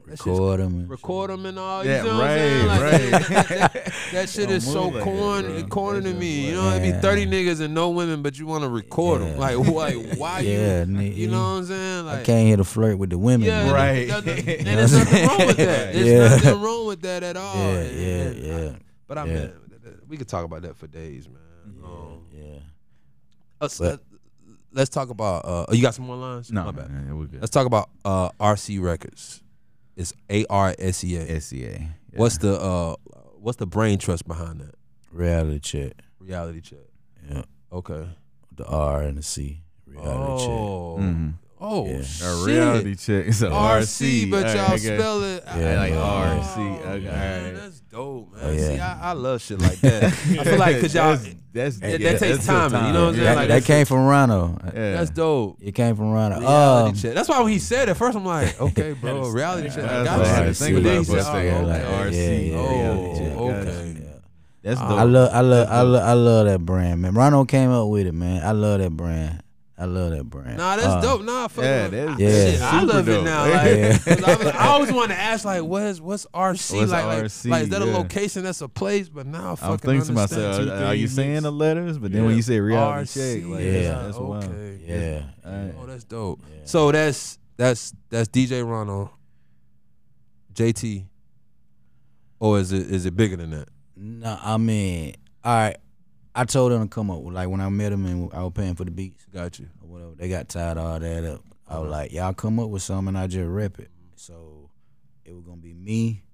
S2: that shit's-
S8: Record them. And
S2: Record them and all. You
S5: Yeah,
S2: know what I'm saying? Like,
S5: right, right.
S2: That, that- that shit
S5: Don't
S2: is so
S5: move like that,
S2: corny,
S5: bro.
S2: corny to
S5: That's
S2: me.
S5: just
S2: You know, it'd be
S8: Yeah.
S2: thirty niggas and no women, but you want to record them. Like, why? Why
S8: shit. Yeah,
S2: you?
S8: nigga,
S2: You know what I'm saying? Like,
S8: I can't hear to flirt with the women.
S2: yeah,
S8: bro.
S5: Right.
S2: And, and- and
S5: You
S8: know
S2: there's
S8: what I'm
S2: nothing wrong with
S8: saying?
S2: that. There's
S8: Yeah.
S2: nothing wrong with that at all.
S8: Yeah,
S2: And-
S8: yeah,
S2: and I-
S8: yeah.
S2: but I
S8: yeah.
S2: mean, we could talk about that for days, man. Um,
S8: Yeah.
S2: let's,
S8: But-
S2: let's talk about. Uh, you got some more lines?
S5: No,
S2: My
S5: man,
S2: bad.
S5: yeah, we're good.
S2: Let's talk about uh, RC Records. It's A R S E A.
S5: SEA. yeah.
S2: What's the uh, what's the brain trust behind that
S8: Reality check.
S2: reality check?
S8: Yeah.
S2: Okay.
S8: The R and the C. Reality check.
S2: Oh,
S5: Mhm.
S2: oh,
S8: Yeah. A
S5: a
S2: shit.
S5: reality check? It's a
S2: RC, but
S5: Alright,
S2: y'all
S5: I got-
S2: spell it I-
S8: Yeah,
S5: like
S8: yeah.
S5: RC, okay,
S2: man,
S5: alright.
S2: That's dope, man.
S8: Oh, yeah.
S2: See, I, I love shit like that. I feel like cause y'all,
S5: That's- that's-
S2: that- that
S5: yeah,
S2: takes
S5: that's good
S2: timing, you know what I'm
S5: Yeah.
S2: saying?
S8: That,
S2: Like,
S8: that
S2: that's-
S8: came from Rhino.
S5: Yeah.
S2: that's dope.
S8: It came from Rhino.
S2: Reality
S8: Um,
S2: check. That's why when he said it first, I'm like, okay, bro, reality check. I
S5: that's
S2: got
S5: what I
S2: you.
S5: had to think
S2: But then he
S5: about, but
S2: said,
S5: I
S2: oh,
S5: was
S2: okay.
S5: like, RC,
S8: yeah,
S2: oh,
S8: yeah, yeah.
S2: okay.
S5: That's dope.
S8: I love, I love, I love, I love that brand, man. Rhino came up with it, man. I love that brand. I love that brand.
S2: Nah, that's
S8: Uh,
S2: dope. Nah, fuck
S5: yeah,
S2: it.
S5: that's-
S8: Yeah.
S2: Shit, I
S5: super
S2: love it
S5: dope.
S2: now.
S5: Yeah.
S8: Yeah.
S2: Like, 'cause I, was- I always wanted to ask, like, what's what's RC?
S5: What's
S2: like, like-
S5: RC,
S2: like, is that a
S5: yeah.
S2: location? That's a place. But now I fucking
S5: I'm thinking to
S2: understand.
S5: myself,
S4: Two,
S5: are
S4: three
S5: you saying
S4: mix.
S5: the letters? But then when you say reality
S2: RC,
S5: check, like,
S8: Yeah.
S5: that's, that's wild.
S2: okay.
S8: Yeah,
S5: All right.
S2: Oh, that's dope. So that's that's that's DJ Ronald, JT, or is it is it bigger than that?
S8: no, I mean, all right. I told them to come up. Like when I met them and I was paying for the beats
S2: Got you.
S8: or whatever, they got tired of all that up. I
S2: Uh-huh.
S8: was like, y'all come up with something, I just rep it. So it was gonna be me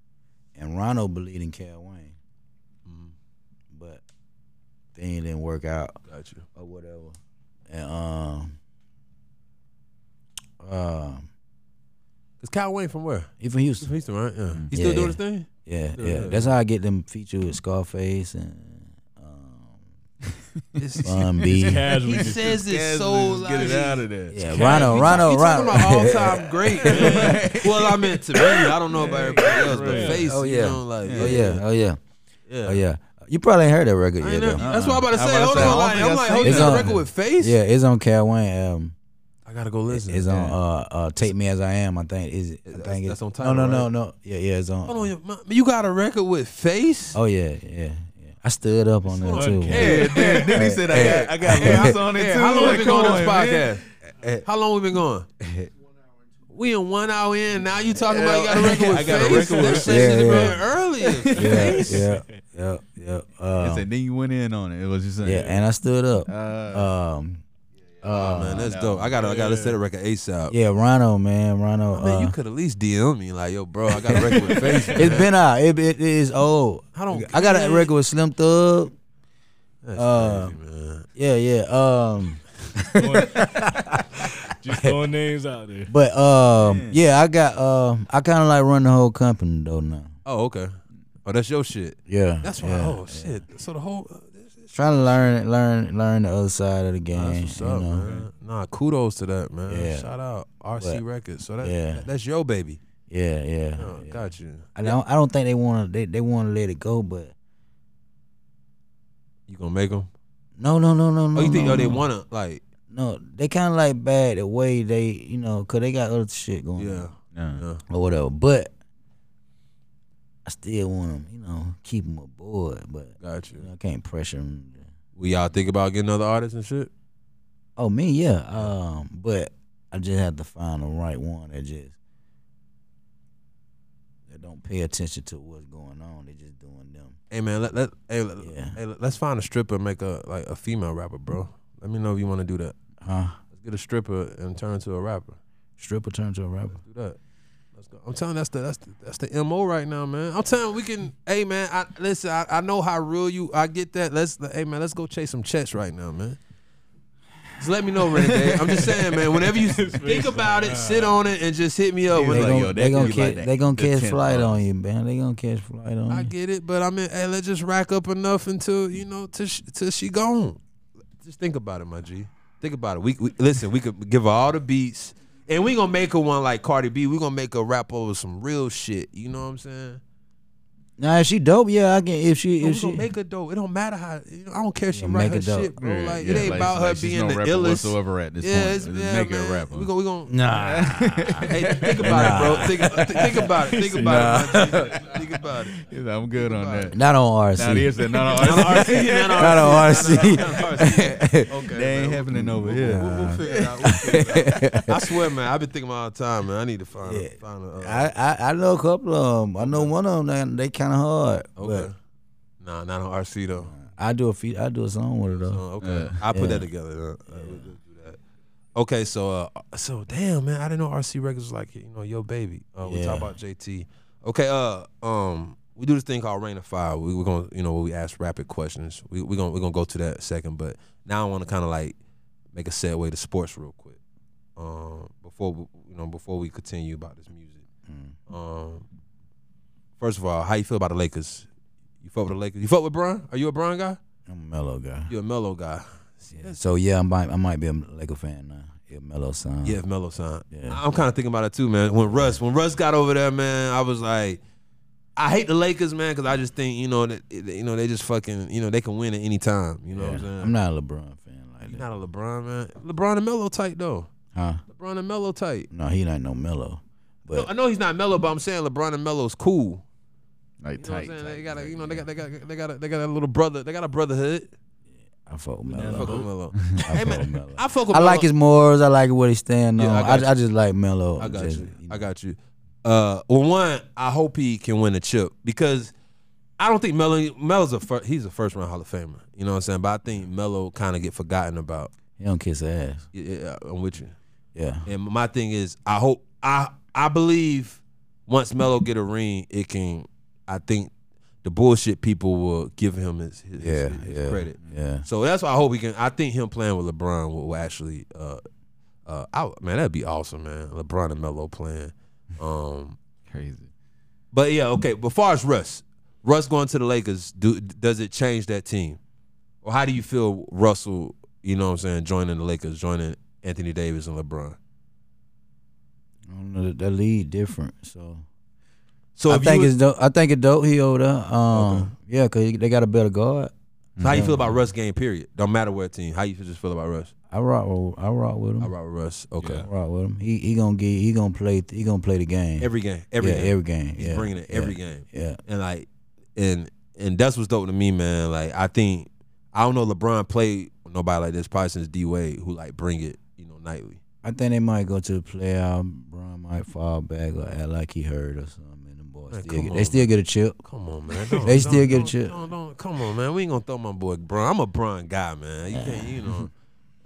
S8: and Rhino believed in Cal Wayne,
S2: Mm-hmm.
S8: but thing didn't work out.
S2: Got you.
S8: or whatever. And um, um,
S2: It's Kyle Wayne from where?
S8: he from
S2: He's
S8: Houston.
S2: from Houston, right? Yeah. He
S8: Yeah,
S2: still doing
S8: yeah.
S2: his thing.
S8: Yeah,
S2: Yeah,
S8: yeah.
S2: yeah.
S8: That's how I get them featured with Scarface and um,
S2: It's-
S8: Bun B.
S2: he
S4: Casually. just-
S2: says
S5: Yes,
S2: it so
S5: let's
S2: like
S5: Get it out of there.
S8: Yeah, Rhino, Rhino,
S2: you
S8: Rhino.
S2: talking about all time great. man. well, I meant to me. I don't know about everybody else, but
S4: Right.
S2: face.
S8: Oh,
S2: You
S8: yeah.
S2: know, like,
S8: oh yeah, oh yeah,
S2: yeah.
S8: oh yeah. You probably ain't heard that record
S2: I
S8: yet
S2: ain't
S8: though.
S2: never- that's what I'm about to
S5: I'm
S2: say.
S5: about to
S2: Hold
S5: say, I
S2: on,
S5: don't
S2: like,
S5: think
S2: I'm
S5: I've
S2: like,
S5: seen
S2: hold
S8: it.
S2: on,
S8: It's
S2: a
S8: on-
S2: record with face.
S8: Yeah, it's on Cal Wayne album.
S2: I gotta go listen.
S8: It's on uh, uh, Take Me as I Am. I think is it. I
S2: That's-
S8: think
S2: that's
S8: it's
S2: on Tidal,
S8: No, no, no,
S2: right?
S8: no. Yeah, yeah, it's on.
S2: Hold on, your mom- you got a record with face?
S8: Oh yeah, yeah, yeah. I stood up on that too.
S5: Yeah, then, then he said, I got, I got lyrics on it
S2: Hey,
S5: too.
S2: how long we
S5: Like,
S2: been
S5: come
S2: going on this
S5: man.
S2: podcast? How long we been going? We in one hour in. Now you talking about you got a record with
S5: I got a
S2: face?
S5: record
S2: This
S5: with
S2: shit
S8: Yeah,
S2: should
S8: yeah.
S2: have been earlier.
S8: Yeah, yeah, yeah, yeah.
S5: He
S8: Um,
S5: said, then you went in on it. It was just saying.
S8: Yeah, and I stood up.
S5: uh,
S8: Um,
S2: Oh, Man, that's dope. I gotta, I gotta set a record ASAP.
S8: yeah, Rhino, man, Rhino.
S2: Man, you
S8: uh,
S2: could at least DM me like, yo, bro, I got a record with face.
S8: it's been out. It, it is old.
S2: I don't
S8: I got
S2: care.
S8: a record with Slim Thug.
S2: That's
S8: Uh,
S2: crazy, man.
S8: Yeah, yeah. Um,
S4: Just throwing names out there.
S8: but um, yeah, I got. Um, I kind of like run the whole company though now.
S2: Oh, okay. Oh, that's your shit.
S8: Yeah,
S2: That's why.
S8: yeah.
S2: oh shit. So the whole. uh, That's
S8: Trying to learn, learn, learn the other side of the game.
S2: what's
S8: you
S2: up,
S8: know?
S2: man. Nah, kudos to that, man.
S8: Yeah.
S2: Shout out RC
S8: But-
S2: Records. So that,
S8: Yeah.
S2: that- that's your baby.
S8: Yeah, yeah.
S2: Oh,
S8: yeah.
S2: Got you.
S8: I don't. I don't think they want to. They, they want to let it go, but
S2: You gonna make them?
S8: no, no, no, no, no.
S2: oh, you think
S8: no,
S2: oh, they
S8: no.
S2: wanna like?
S8: No, they kind of like bad the way they, you know, cause they got other shit going
S2: Yeah.
S8: on
S5: no.
S2: Yeah.
S8: or whatever. But I still want them, you know, keep them aboard. But
S2: Got
S8: you
S2: you.
S8: know, I can't pressure them.
S2: We y'all think about getting other artists and shit?
S8: Oh me, yeah. Um, but I just have to find the right one that just that don't pay attention to what's going on. They're just doing them.
S2: Hey man, let, let hey, let-
S8: Yeah.
S2: hey, let's find a stripper and make a like a female rapper, bro. Let me know if you want to do that.
S8: Huh?
S2: Let's get a stripper and turn into a rapper.
S8: Stripper turned to a rapper.
S2: Do that. Let's go. I'm telling you, that's the that's the, that's the mo right now, man. I'm telling you, we can. Hey man, I, listen, I, I know how real you. I get that. Let's hey man, let's go chase some checks right now, man. Just let me know, Renegade. I'm just saying, man. Whenever you think about it, sit on it and just hit me up.
S5: They
S8: They
S2: When-
S5: like,
S8: gon'
S5: yo, that
S8: they gonna
S5: dude like
S8: catch
S5: that-
S8: they gonna
S5: the
S8: catch
S5: tenth
S8: flight
S5: one.
S8: on you, man. They gonna catch flight on
S2: I
S8: you.
S2: get it, but I mean, hey, let's just rack up enough until you know, till she, till she gone. Just think about it, my G. Think about it. We, we listen. We could give her all the beats, and we gonna make her one like Cardi B. We gonna make her rap over some real shit. You know what I'm saying?
S8: Nah, if she dope, yeah, I can. If she
S2: we
S8: if she
S2: gonna make her dope. It don't matter how. You know, I don't care if she
S8: Yeah,
S2: write
S8: make
S2: her
S8: it dope.
S2: shit, bro.
S5: Yeah,
S2: like
S5: yeah,
S2: it ain't
S5: like-
S2: about her
S5: like she's
S2: being
S5: no
S2: the
S5: rapper
S2: illest.
S5: whatsoever at this
S2: Yeah,
S5: point.
S2: it's,
S5: Just
S2: yeah,
S5: make
S2: man.
S5: her a rapper.
S2: We gonna, we gonna
S8: nah,
S2: hey, think about it, bro. Think, th- think about it. Think about it. my G. Think about it.
S5: He's like, I'm good on that.
S8: not on
S5: Now they
S8: RC,
S5: said, no, no, it's-
S8: not on RC.
S2: Okay,
S5: that ain't happening over here.
S2: We'll, we'll figure it out. We'll figure it out. I swear, man, I've been thinking about it all the time, man. I need to find
S8: Yeah.
S2: a, find a, uh,
S8: I, I I know a couple of them. I know one of them. They, they kind of hard.
S2: okay. Nah, not on RC though.
S8: But I do a few. I do a song with it
S2: So,
S8: though.
S2: okay, I put
S8: Yeah.
S2: that together. Uh, uh, we'll do that. Okay, so uh, so damn man, I didn't know RC Records was like you know yo baby. Uh, we
S8: Yeah.
S2: talk about JT. Okay, uh, um, we do this thing called Rain of Fire. We, we're gonna you know where we ask rapid questions. We we gonna we gonna go to that second, but now I want to kind of like make a segue to sports real quick. Um, before we, you know before we continue about this music.
S8: Mm.
S2: Um, first of all, how you feel about the Lakers? You fuck with the Lakers? You fuck with Bron? Are you a Bron guy?
S8: I'm a mellow guy.
S2: You a Melo guy?
S8: Yeah. So yeah, I might I might be a Laker fan now. Yeah, mellow son.
S2: Yeah, if Melo signed.
S8: Yeah.
S2: I'm kind of thinking about it too, man. When Russ, when Russ got over there, man, I was like, I hate the Lakers, man, because I just think you know that you know they just fucking you know they can win at any time. You know
S8: Yeah.
S2: what I'm saying?
S8: I'm not a LeBron fan like
S2: You're
S8: that.
S2: not a LeBron man. LeBron and Melo tight though.
S8: huh?
S2: LeBron and Melo tight.
S8: No, he not no mellow.
S2: No,
S8: But
S2: I know he's not Melo, but I'm saying LeBron and Melo's cool. You
S5: Like
S2: know
S5: tight.
S2: what I'm saying?
S5: tight,
S2: they got a,
S5: tight,
S2: you know they
S5: yeah.
S2: got they got they got a, they got a little brother. They got a brotherhood.
S8: I fuck with
S2: I
S8: mellow.
S2: fuck with Melo.
S8: I
S2: Hey
S8: fuck with
S2: man,
S8: Melo.
S2: I fuck with.
S8: I like
S2: Melo.
S8: his morals. I like what he stand on.
S2: Yeah, I
S8: I,
S2: got
S8: I, just like mellow.
S2: I got
S8: Just,
S2: you. I got you. Uh, well, one, I hope he can win a chip because I don't think Melo Melo's a fir- he's a first round Hall of Famer. You know what I'm saying? But I think Melo kind of get forgotten about.
S8: He don't kiss her ass.
S2: Yeah, Yeah, I'm with you.
S8: Yeah.
S2: And my thing is, I hope I I believe once Melo get a ring, it can. I think the bullshit people will give him his his,
S8: Yeah.
S2: his
S8: yeah.
S2: credit.
S8: Yeah.
S2: So that's why I hope we can. I think him playing with LeBron will, will actually, uh, uh, I, would- man, that'd be awesome, man. LeBron and Melo playing. Um,
S5: Crazy.
S2: but yeah, okay. But far as Russ, Russ going to the Lakers, do does it change that team? Or how do you feel Russell? You know what I'm saying, joining the Lakers, joining Anthony Davis and LeBron.
S8: I don't know. That lead different. So.
S2: So
S8: I
S2: if
S8: think
S2: you,
S8: it's dope. I think it's dope. He over there. Um,
S2: Okay.
S8: yeah, cause he- they got a better guard.
S2: so how you feel
S8: Mm-hmm.
S2: about Russ game period? Don't matter what team. How you just feel about Russ?
S8: I rock. With, I rock with him.
S2: I rock with Russ. Okay.
S8: I rock with him. He he gonna get. He gonna play. He gonna play the game.
S2: Every game. Every
S8: yeah,
S2: game.
S8: every game.
S2: He's
S8: yeah,
S2: bringing it
S8: yeah,
S2: every game.
S8: Yeah,
S2: and like and and that's what's dope to me, man. Like I think I don't know LeBron played with nobody like this probably since D Wade who like bring it you know nightly.
S8: I think they might go to the playoff. Brown might fall back or act like he hurt or something. And the boys
S2: Man,
S8: still
S2: come
S8: get,
S2: on,
S8: they still get a chip.
S2: Come on, man. Don't-
S8: They still
S2: don't-
S8: get a
S2: don't-
S8: chip.
S2: Don't, don't, come on, man. We ain't gonna throw my boy Bron. I'm a Bron guy, man. You can't, you know,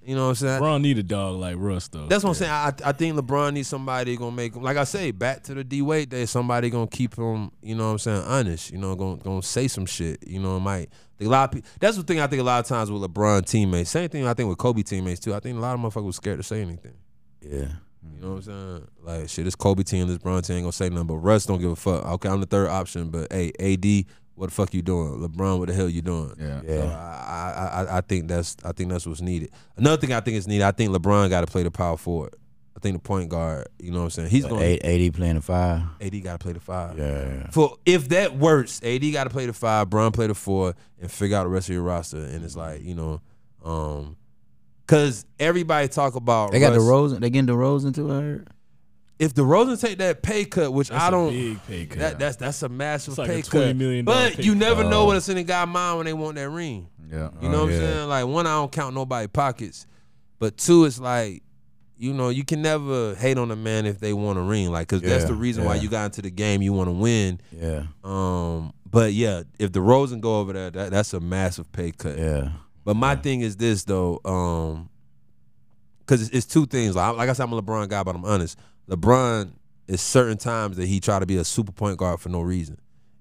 S2: you know what I'm saying.
S4: Bron need a dog like Russ though.
S2: That's what I'm saying. I, I think LeBron needs somebody gonna make him. Like I say, back to the D Wade day, somebody gonna keep him. You know what I'm saying? Honest. You know, gonna gonna say some shit. You know, it might. A lot of people, that's the thing I think a lot of times with LeBron teammates. Same thing I think with Kobe teammates too. I think a lot of motherfuckers was scared to say anything.
S8: Yeah,
S2: You know what I'm saying? Like shit, this Kobe team, this Bron team ain't gonna say nothing. But Russ don't give a fuck. Okay, I'm the third option, but hey, AD, what the fuck you doing? LeBron, what the hell you doing?
S5: Yeah.
S8: yeah.
S2: So I, I, I- I think that's I think that's what's needed. Another thing I think is needed. I think LeBron got to play the power forward. I think the point guard. You know what I'm saying? He's
S8: But
S2: going.
S8: eight, 80 playing the five.
S2: AD got to play the five.
S8: Yeah,
S2: For if that works, AD got to play the five. Bron play the four, and figure out the rest of your roster. And it's like you know, um, cause everybody talk about
S8: they got the
S2: Russ.
S8: Rosen. They getting the Rosen too. I heard.
S2: If the Rosen take that pay cut, which
S4: That's
S2: I
S4: a
S2: don't.
S4: big pay cut.
S2: That, that's that's a massive
S4: It's like a
S2: pay
S4: $20
S2: cut.
S4: million dollar
S2: but
S4: pay
S2: you
S4: cut.
S2: never know what's in a guy's mind when they want that ring.
S5: Yeah.
S2: You know what
S8: Oh, yeah.
S2: I'm saying? Like one, I don't count nobody pockets, but two, it's like, you you know, you can never hate on a man if they want a ring, like, cause that's
S8: Yeah,
S2: the reason why
S8: yeah.
S2: you got into the game. You want to win.
S8: Yeah,
S2: Um, but yeah, if the Rosen go over there, that, that's a massive pay cut.
S8: yeah,
S2: But my thing is this though, um, because it's, it's two things. Like, I- like I said, I'm a LeBron guy, but I'm honest. LeBron is certain times that he try to be a super point guard for no reason,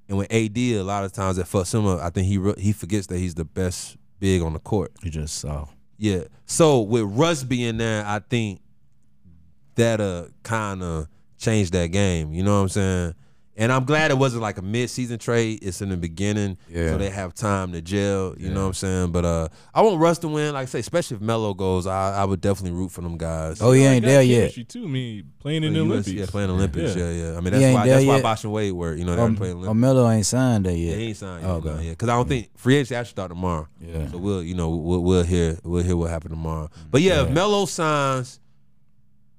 S2: and with AD, a lot of times that fucks him up. I think he re- he forgets that he's the best big on the court.
S8: you just saw.
S2: Yeah. So with Russ being there, I think that uh kind of changed that game. You know what I'm saying? And I'm glad it wasn't like a mid-season trade. It's in the beginning,
S8: Yeah.
S2: so they have time to gel. You know what I'm saying? But uh, I want Russ to win. Like I say, especially if Melo goes, I, I would definitely root for them guys.
S8: Oh, he
S4: Like,
S8: ain't
S4: got
S8: there yet.
S4: chemistry Too me playing in
S2: The
S4: the
S2: US
S4: Olympics.
S2: yeah, playing Olympics, yeah,
S4: Yeah.
S2: yeah. I mean,
S8: He
S2: that's
S8: ain't
S2: why
S8: there
S2: that's why
S8: yet.
S2: Bosh and Wade were, you know, they
S8: Um,
S2: were playing Olympics.
S8: Carmelo ain't signed there
S2: They
S8: yet.
S2: ain't signed yet,
S8: Okay.
S2: no, yeah, because I don't think free agency actually start tomorrow.
S8: Yeah.
S2: So we'll, you know, we'll, we'll hear we'll hear what happened tomorrow. But yeah, if
S8: Yeah.
S2: Melo signs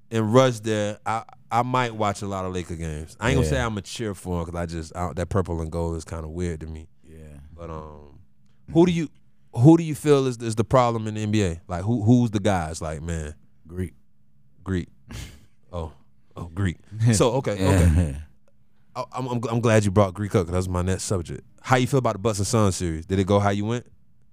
S2: and Rush there, I I might watch a lot of Laker games. I ain't gonna
S8: Yeah.
S2: say I'm a cheer for him because I just I, that purple and gold is kind of weird to me.
S8: Yeah.
S2: But um, who do you who do you feel is is the problem in the NBA? Like who who's the guys? Like man,
S8: Greek.
S2: Greek. Oh oh Greek. So okay okay. I- I'm, I'm, I'm glad you brought Greek up 'cause that's my next subject. How you feel about the Bucks and Suns series? Did it go how you went?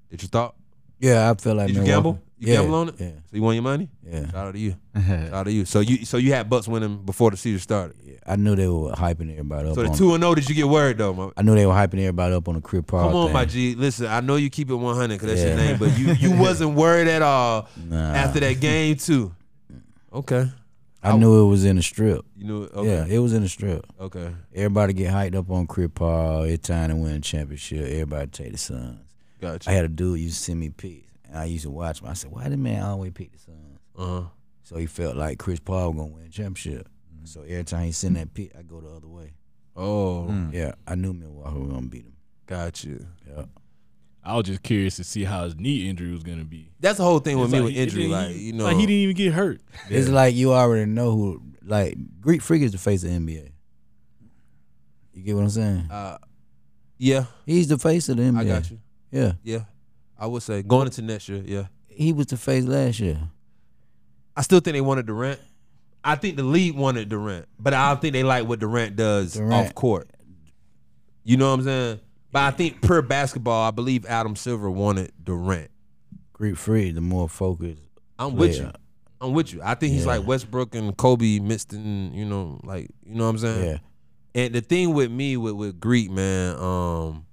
S2: Did you thought?
S8: Yeah, I feel like
S2: Did you
S8: Milwaukee-
S2: gamble? You
S8: yeah,
S2: gamble on it?
S8: Yeah,
S2: So you won your money?
S8: yeah,
S2: Shout out to you. Shout
S5: yeah,
S2: out to you. So you so you had Bucks winning before the season started.
S8: yeah. I knew they were hyping everybody up.
S2: So the
S8: on,
S2: two and zero, did you get worried though? My,
S8: I knew they were hyping everybody up on the crib Paul
S2: come on,
S8: thing.
S2: my G. Listen, I know you keep it one hundred because that's your
S8: Yeah.
S2: name, but you you wasn't worried at all
S8: Nah,
S2: after that game too. Okay,
S8: I knew it was in the strip.
S2: you knew. it? Okay.
S8: Yeah, it was in the strip.
S2: Okay.
S8: Everybody get hyped up on crib Paul. It's time to win a championship. Everybody take the Suns. I
S2: Gotcha.
S8: had a dude used to send me picks, and I used to watch him. I said, "Why did man always pick the Suns?"
S2: Uh huh.
S8: So he felt like Chris Paul was gonna win a championship.
S2: Mm-hmm.
S8: So every time he sent that pick, I go the other way.
S2: Oh,
S8: Yeah, I knew Milwaukee was gonna beat him.
S2: got you.
S8: Yeah,
S4: I was just curious to see how his knee injury was gonna be.
S2: That's the whole thing with
S4: It's
S2: me
S4: like
S2: with
S4: he- it
S2: injury.
S4: didn't-
S2: Like
S4: he-
S2: you know,
S4: like he didn't even get hurt.
S8: it's like you already know who. Like Greek Freak is the face of the NBA. You get what I'm saying?
S2: uh, yeah,
S8: He's the face of the NBA.
S2: I got you.
S8: Yeah,
S2: Yeah, I would say going into next year. Yeah,
S8: he was the face last year.
S2: I still think they wanted Durant. I think the league wanted Durant, but I don't think they like what Durant does
S8: Durant.
S2: off court. You know what I'm saying? But I think per basketball, I believe Adam Silver wanted Durant.
S8: Greek Freak, the more focused.
S2: I'm with you.
S8: Yeah.
S2: I'm with you. I think he's
S8: Yeah.
S2: like Westbrook and Kobe mixed in, you know, like, you know what I'm saying?
S8: Yeah,
S2: And the thing with me with with Greek, man, um,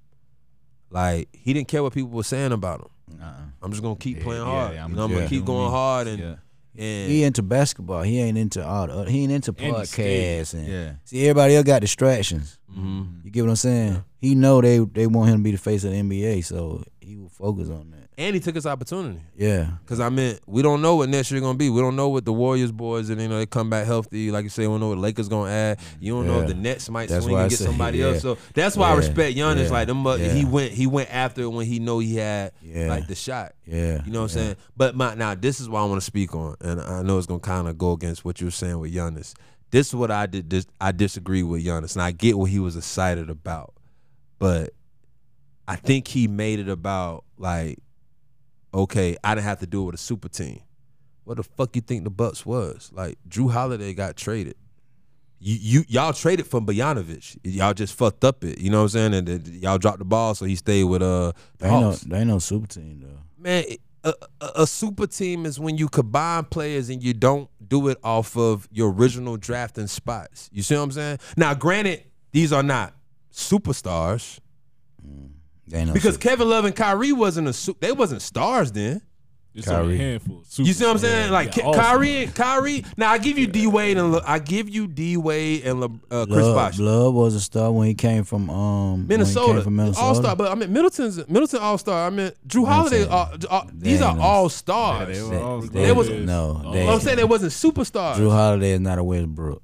S2: like he didn't care what people were saying about him. I'm just gonna keep
S5: Yeah,
S2: playing
S5: yeah,
S2: hard.
S5: yeah,
S2: I'm,
S5: I'm
S2: you know, I'm gonna
S5: yeah.
S2: keep going
S5: Yeah.
S2: hard and
S5: yeah,
S2: and
S8: he into basketball. He ain't into all the. Other, he ain't into
S4: And the stage.
S8: podcasts and.
S5: yeah.
S8: See, everybody else got distractions.
S2: Mhm.
S8: You get what I'm saying? He know they they want him to be the face of the NBA, so he will focus on that.
S2: and he took his opportunity.
S8: Yeah,
S2: Cause I meant we don't know what next year gonna be. We don't know what the Warriors boys and you know they come back healthy. Like you say, we don't know what Lakers gonna add. You don't know if
S8: Yeah.
S2: the Nets might
S8: That's
S2: swing
S8: why
S2: and
S8: I
S2: get
S8: say,
S2: somebody
S8: yeah.
S2: else. So that's why I
S8: Yeah.
S2: respect Giannis.
S8: Yeah.
S2: Like them, mu- he
S8: Yeah.
S2: went he went after it when he know he had
S8: Yeah.
S2: like the shot.
S8: yeah.
S2: You know what I'm saying? But my now this is what I want to speak on, and I know it's gonna kind of go against what you were saying with Giannis. This is what I did. Dis, I disagree with Giannis, and I get what he was excited about, but I think he made it about like, okay, I didn't have to do it with a super team. What the fuck you think the Bucks was? Like Drew Holiday got traded. You, you y'all traded from Bojanovic. Y'all just fucked up it. You know what I'm saying? And then y'all dropped the ball, so he stayed with uh the
S8: They ain't, no,
S2: Hawks
S8: they ain't no super team though.
S2: man, a, a, a super team is when you combine players and you don't do it off of your original drafting spots. You see what I'm saying? Now, granted, these are not superstars
S8: They ain't no
S2: because
S8: super-
S2: Kevin Love and Kyrie wasn't a su- they wasn't stars then.
S4: It's only a handful. Super,
S2: You see what I'm saying? Like Ke- Kyrie, Kyrie. Now I give you D Wade and Le- I give you D Wade and Le- uh, Chris
S8: Love,
S2: Bosh.
S8: Love was a star when he came from um when he came
S2: Minnesota,
S8: from Minnesota.
S2: All Star, but I mean Middleton's Middleton All Star. I mean Drew Holiday. Uh, uh, these
S8: ain't
S2: are
S8: no-
S2: all stars.
S4: they were
S8: They-
S4: all
S8: they-
S2: They was-
S8: no,
S2: But I'm saying they wasn't superstars.
S8: Drew Holiday is not a Westbrook.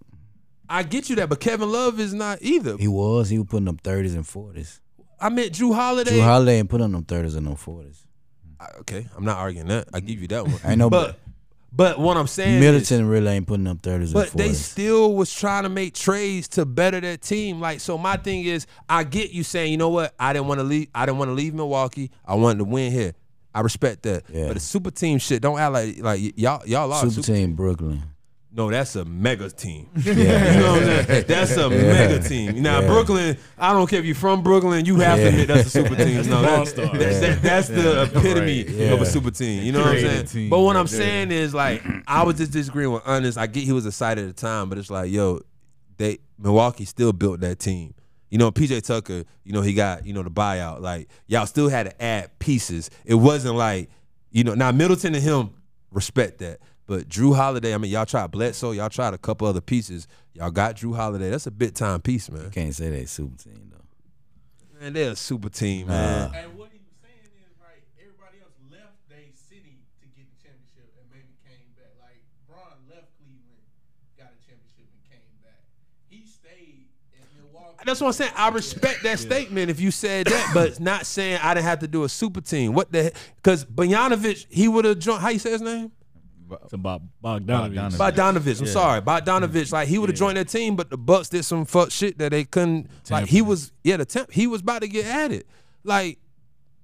S2: I get you that, but Kevin Love is not either.
S8: He was he was putting up thirties and forties.
S2: I meant Drew Holiday.
S8: Drew Holiday ain't putting up them thirties and no forties.
S2: I- okay, I'm not arguing that. I give you that one.
S8: I know,
S2: but but what I'm saying, Is,
S8: Middleton really ain't putting up thirties and
S2: but
S8: forties.
S2: they still was trying to make trades to better their team. Like so, my thing is, I get you saying, you know what? I didn't want to leave. I didn't want to leave Milwaukee. I wanted to win here. I respect that.
S8: Yeah.
S2: But the super team shit, don't act like like y- y'all y'all are
S8: Super Team Brooklyn.
S2: No, that's a mega team.
S8: Yeah.
S2: You know what I'm saying? That's a mega team. Now Brooklyn, I don't care if you're from Brooklyn, you have to
S8: Yeah.
S2: admit that's a super team. No, that,
S4: Monster.
S2: that- that- that's the epitome
S8: Right, yeah.
S2: of a super team. You know what I'm
S5: Creative
S2: saying?
S5: team
S2: but what
S5: right
S2: I'm saying is like I was just disagreeing with honest. I get he was excited at the time, but it's like yo, they Milwaukee still built that team. You know, PJ Tucker, you know, he got, you know, the buyout. Like, y'all still had to add pieces. It wasn't like, you know, now Middleton and him respect that. But Drew Holiday, I mean, y'all tried Bledsoe, y'all tried a couple other pieces. Y'all got Drew Holiday. That's a big time piece, man.
S8: Can't say they Super Team though.
S2: Man, they're a super team, man.
S9: And what he was saying is right. Everybody else left their city to get the championship and maybe came back. Like Braun left Cleveland, got a championship and came back. He stayed in Milwaukee.
S2: That's what I'm saying. I respect that statement if you said that, but it's not saying I didn't have to do a super team. What the Because Bojanovic, he would have joined, how you say his name?
S4: It's about Bogdanovich.
S5: Bogdanovich.
S2: Bogdanovich. I'm sorry, Bogdanovich. Like he would have joined that team, but the Bucks did some fuck shit that they couldn't. Like he was, yeah, the temp. He was about to get at it. Like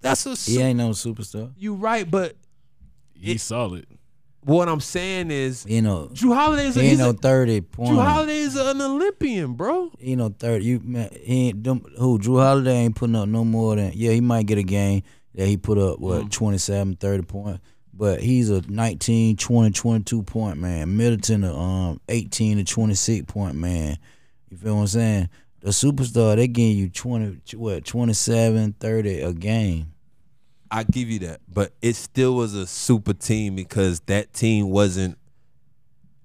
S2: that's a. su-
S8: He ain't no superstar.
S2: You right, but
S4: He's solid.
S2: what I'm saying is,
S8: You know,
S2: Drew Holiday is a,
S8: he ain't
S2: he's
S8: no
S2: a
S8: thirty point.
S2: Drew Holiday is an Olympian, bro.
S8: You know, thirty. You man, he ain't them, who Drew Holiday ain't putting up no more than yeah. He might get a game that he put up what 27, 30 points, but he's a 19, 20, 22 point man. Middleton a um eighteen to twenty six point man. You feel what I'm saying? The superstar they giving you twenty what 27, 30 a game.
S2: I give you that, but it still was a super team because that team wasn't.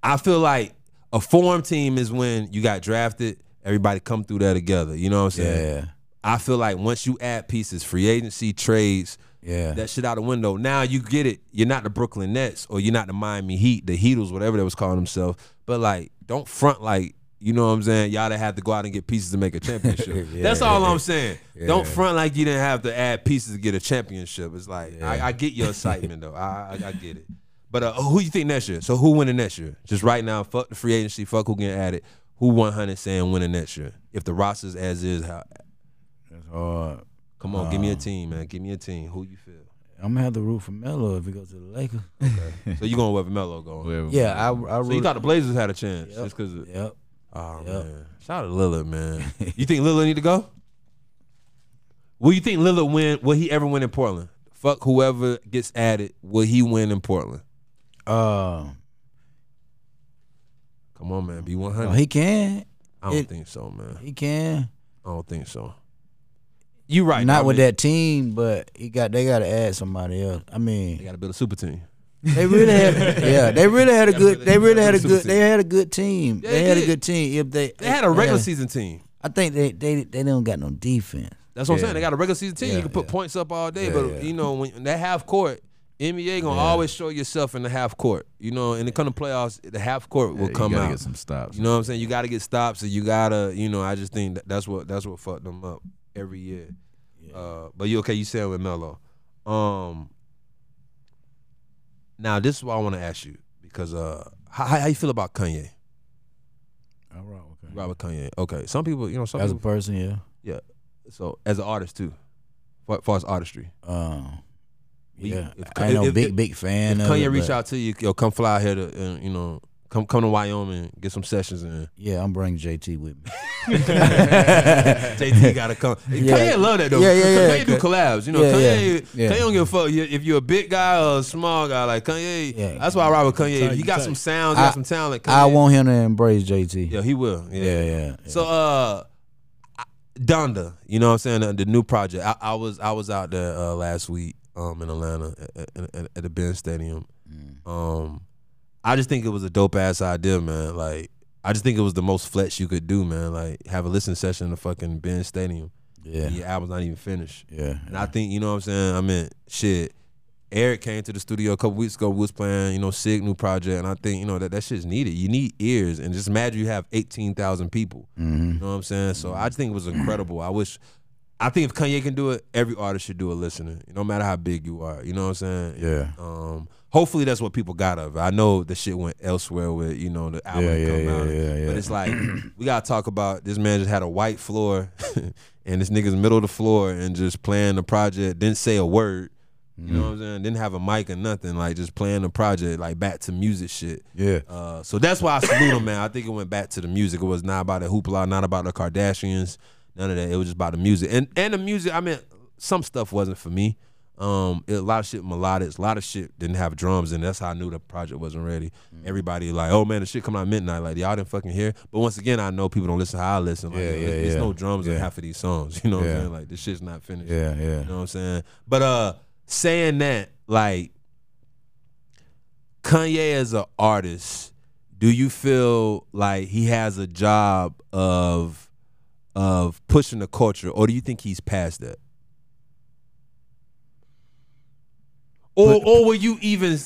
S2: I feel like a form team is when you got drafted. Everybody come through there together. You know what I'm saying?
S8: Yeah,
S2: I feel like once you add pieces, free agency, trades,
S8: yeah.
S2: that shit out the window. Now you get it. You're not the Brooklyn Nets or you're not the Miami Heat, the Heatles, whatever they was calling themselves. But like, don't front like you know what I'm saying. Y'all done have to go out and get pieces to make a championship. That's all I'm saying. Don't front like you didn't have to add pieces to get a championship. It's like I, I get your excitement though. I, I I get it. But uh, who you think next year? So who winning next year? Just right now, fuck the free agency. Fuck who getting added. Who 100 saying winning next year? If the roster's as is, how?
S8: That's hard.
S2: Come on, give me a team, man. Give me a team. Who you feel?
S8: I'm gonna have to root for Melo if he goes to the Lakers.
S2: So you going with Melo going?
S5: Whoever-
S8: Yeah, I, I
S2: So you
S8: root.
S2: thought the Blazers had a chance just because?
S8: yep.
S2: Oh
S8: Yep.
S2: man! Shout out to Lillard, man. you think Lillard need to go? Will you think Lillard win? Will he ever win in Portland? Fuck whoever gets added. Will he win in Portland?
S8: Uh,
S2: Come on, man. Be one
S8: no,
S2: hundred.
S8: he can.
S2: I don't
S8: it-
S2: think so, man.
S8: He can.
S2: I don't think so. You right?
S8: Not
S2: I
S8: with
S2: mean,
S8: that team, but he got they got to add somebody else. I
S2: They
S8: mean,
S2: got to build a super team.
S8: they really had yeah, they really had a good they really had a good they had a good team.
S2: Yeah,
S8: They
S2: they
S8: had a
S2: did.
S8: good team. If they
S2: They had a regular
S8: yeah.
S2: season team.
S8: I think they they they don't got no defense.
S2: That's what I'm saying. They got a regular season team. you
S8: Yeah,
S2: can put
S8: yeah.
S2: points up all day,
S8: Yeah,
S2: but
S8: yeah.
S2: you know when that half court NBA gonna always show yourself in the half court. You know, and it come to playoffs, the half court will
S5: you
S2: come
S5: gotta
S2: out.
S5: Get some stops.
S2: You know what I'm saying? You got to get stops, and you gotta, you know. I just think that that's what that's what fucked them up every year. Uh, but you okay? You said with Melo. Um, now this is what I want to ask you because uh, how, how you feel about Kanye?
S8: All right, okay.
S2: Robert Kanye. Okay, some people, you know, some
S8: As a
S2: people,
S8: person, yeah.
S2: yeah. So as an artist too, far, far as artistry,
S8: Um,
S2: We-
S8: yeah,
S2: if-
S8: I ain't no
S2: if-
S8: big
S2: if-
S8: big fan.
S2: if
S8: of
S2: Kanye
S8: it,
S2: reach
S8: but
S2: out to you, yo, come fly out here to, uh, you know, come come to Wyoming, get some sessions in.
S8: Yeah, I'm bringing JT with me.
S2: JT gotta come. Kanye love that though.
S8: Yeah, yeah,
S2: Because Kanye
S8: yeah.
S2: do collabs. You know,
S8: Yeah,
S2: Kanye,
S8: yeah.
S2: Kanye don't give a fuck you- if you're a big guy or a small guy. Like Kanye,
S8: Yeah.
S2: that's why I ride with Kanye. He got
S4: tight.
S2: some sounds, he got
S8: I-
S2: some talent. Kanye,
S8: I want him to embrace JT.
S2: Yeah, he will. Yeah.
S8: yeah, yeah.
S2: So, uh, Donda, you know what I'm saying? The, the new project. I, I was I was out there uh, last week um, in Atlanta at, at, at- at the Ben Stadium.
S8: Mm.
S2: Um, I just think it was a dope ass idea, man. Like, I just think it was the most flex you could do, man. Like, have a listen session in the fucking Ben Stadium.
S8: yeah,
S2: And
S8: yeah,
S2: your album's not even finished.
S8: yeah.
S2: And I think, you know what I'm saying? I mean, shit. Eric came to the studio a couple weeks ago. We was playing, you know, Sig new project, and I think, you know, that that shit's needed. You need ears, and just imagine you have eighteen thousand people.
S8: Mm-hmm.
S2: You know what I'm saying? So I just think it was incredible. I wish, I think if Kanye can do it, every artist should do a listening, no matter how big you are. You know what I'm saying?
S8: Yeah.
S2: Um, hopefully that's what people got of it. I know the shit went elsewhere with you know the album
S8: Yeah,
S2: that
S8: yeah,
S2: come
S8: yeah,
S2: out,
S8: yeah, yeah.
S2: but it's like we gotta talk about this man just had a white floor, and this nigga's middle of the floor and just playing the project, didn't say a word, You know what I'm saying? Didn't have a mic or nothing, like just playing the project, like back to music shit.
S8: Yeah.
S2: Uh, so that's why I salute him, man. I think it went back to the music. It was not about the hoopla, not about the Kardashians, none of that. It was just about the music. And and the music, I mean, some stuff wasn't for me. Um, it- a lot of shit melodic, a lot of shit didn't have drums, and that's how I knew the project wasn't ready.
S8: Mm.
S2: Everybody like, oh man, the shit coming out midnight, like y'all didn't fucking hear. But once again, I know people don't listen how I listen. Like,
S8: Yeah, yeah,
S2: there's
S8: yeah.
S2: no drums in
S8: Yeah.
S2: half of these songs. You know what
S8: Yeah.
S2: I'm saying? Like this shit's not finished.
S8: Yeah, yeah.
S2: You know what I'm saying? But uh saying that, like Kanye as an artist, do you feel like he has a job of of pushing the culture, or do you think he's past that? Or or will you even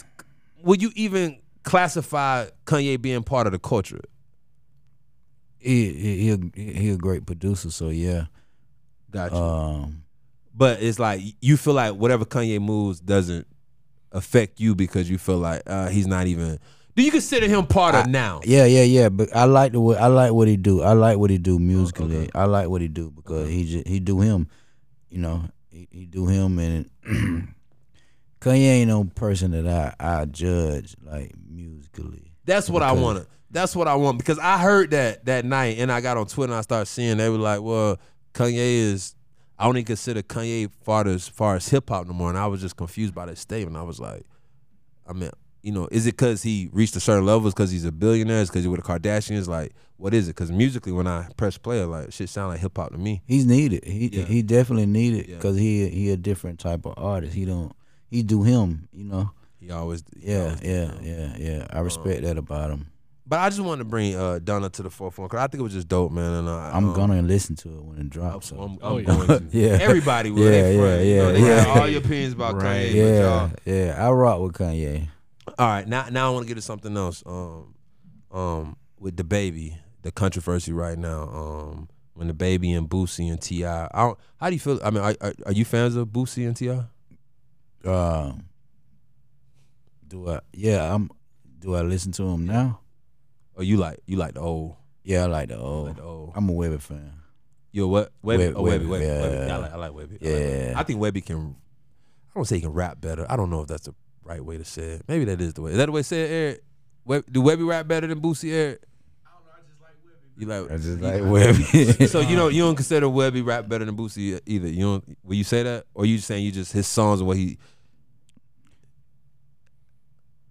S2: will you even classify Kanye being part of the culture?
S8: He, he he a- he a great producer, so yeah.
S2: Gotcha.
S8: Um,
S2: but it's like you feel like whatever Kanye moves doesn't affect you because you feel like uh, he's not even. Do you consider him part of now?
S8: yeah, yeah, yeah. But I like the way I like what he do. I like what he
S2: Oh,
S8: do musically. I like what he do because he just, he do him. You know, he, he do him, and Kanye ain't no person that I I judge like musically.
S2: That's what I
S8: Because-
S2: wanted. That's what I want because I heard that that night and I got on Twitter and I started seeing they were like, well, Kanye is. I don't even consider Kanye far as far as hip hop no more, and I was just confused by that statement. I was like, I mean, you know, is it because he reached a certain level? Because he's a billionaire? Because he with the Kardashians? Like, what is it? Because musically, when I press play, like shit sound like hip hop to me.
S8: He's needed. He
S2: Yeah.
S8: he definitely needed
S2: Yeah.
S8: because he he a different type of artist. He don't he do him. You know.
S2: He always, he
S8: Yeah,
S2: always did
S8: yeah,
S2: that.
S8: yeah, yeah.
S2: Oh.
S8: I respect that about him.
S2: But I just wanted to bring uh, Donna to the forefront because I think it was just dope, man. And I,
S8: I'm
S2: um,
S8: gonna listen to it when it drops.
S2: I'm,
S8: so.
S2: I'm
S4: Oh, yeah.
S2: going to.
S8: Yeah.
S2: Everybody will. Yeah,
S8: Yeah,
S2: yeah,
S8: yeah, yeah,
S2: they have
S8: yeah.
S2: all your opinions about
S5: Right.
S2: Kanye.
S8: yeah,
S2: Yeah.
S8: yeah. I rock with Kanye.
S2: All right, now now I want to get to something else. Um, um, with the baby, the controversy right now. Um, when the baby and Boosie and Ti. I don't, how do you feel? I mean, are, are, are you fans of Boosie and Ti?
S8: Um, do I? Yeah, I'm. Do I listen to him now?
S2: Or you like you like the old?
S8: Yeah, I like oh, the
S2: you Like
S8: old.
S2: the old.
S8: I'm a Webby fan.
S2: You're what? Webby.
S8: Web-
S2: oh, Webby. Webby.
S8: Webby, yeah.
S2: Webby. Yeah, I like, I like Webby. I, like
S8: Yeah.
S2: Webby. I think Webby can. I don't say he can rap better. I don't know if that's the right way to say it. Maybe that is the way. Is that the way to say it, Eric? Web, do Webby rap better than Boosie, Eric? I don't know. I just like Webby. You like?
S8: just like Webby.
S2: So you don't you don't consider Webby rap better than Boosie either. You don't. Will you say that, or you just saying you just his songs and what he?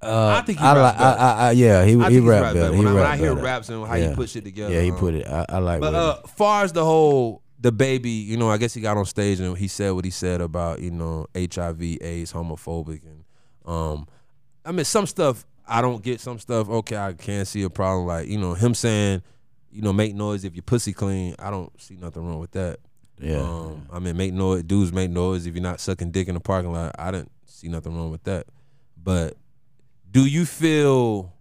S8: Uh,
S2: I think he
S8: I,
S2: raps
S8: like. I,
S2: better.
S8: I, I, yeah, he,
S2: I think
S8: he
S2: he's
S8: rap
S2: rap
S8: better.
S2: better.
S8: He
S2: When, I, when
S8: rap
S2: I hear
S8: better.
S2: raps and how
S8: yeah.
S2: he puts shit together.
S8: yeah, he
S2: um,
S8: put it. I, I like.
S2: But
S8: Webby.
S2: uh, far as the whole the baby, you know, I guess he got on stage and he said what he said about you know HIV, AIDS, homophobic, and um, I mean some stuff I don't get. Some stuff okay, I can see a problem. Like you know him saying, you know, make noise if your pussy clean. I don't see nothing wrong with that.
S8: yeah.
S2: Um, I mean, make noise. Dudes make noise if you're not sucking dick in the parking lot. I didn't see nothing wrong with that. But do you feel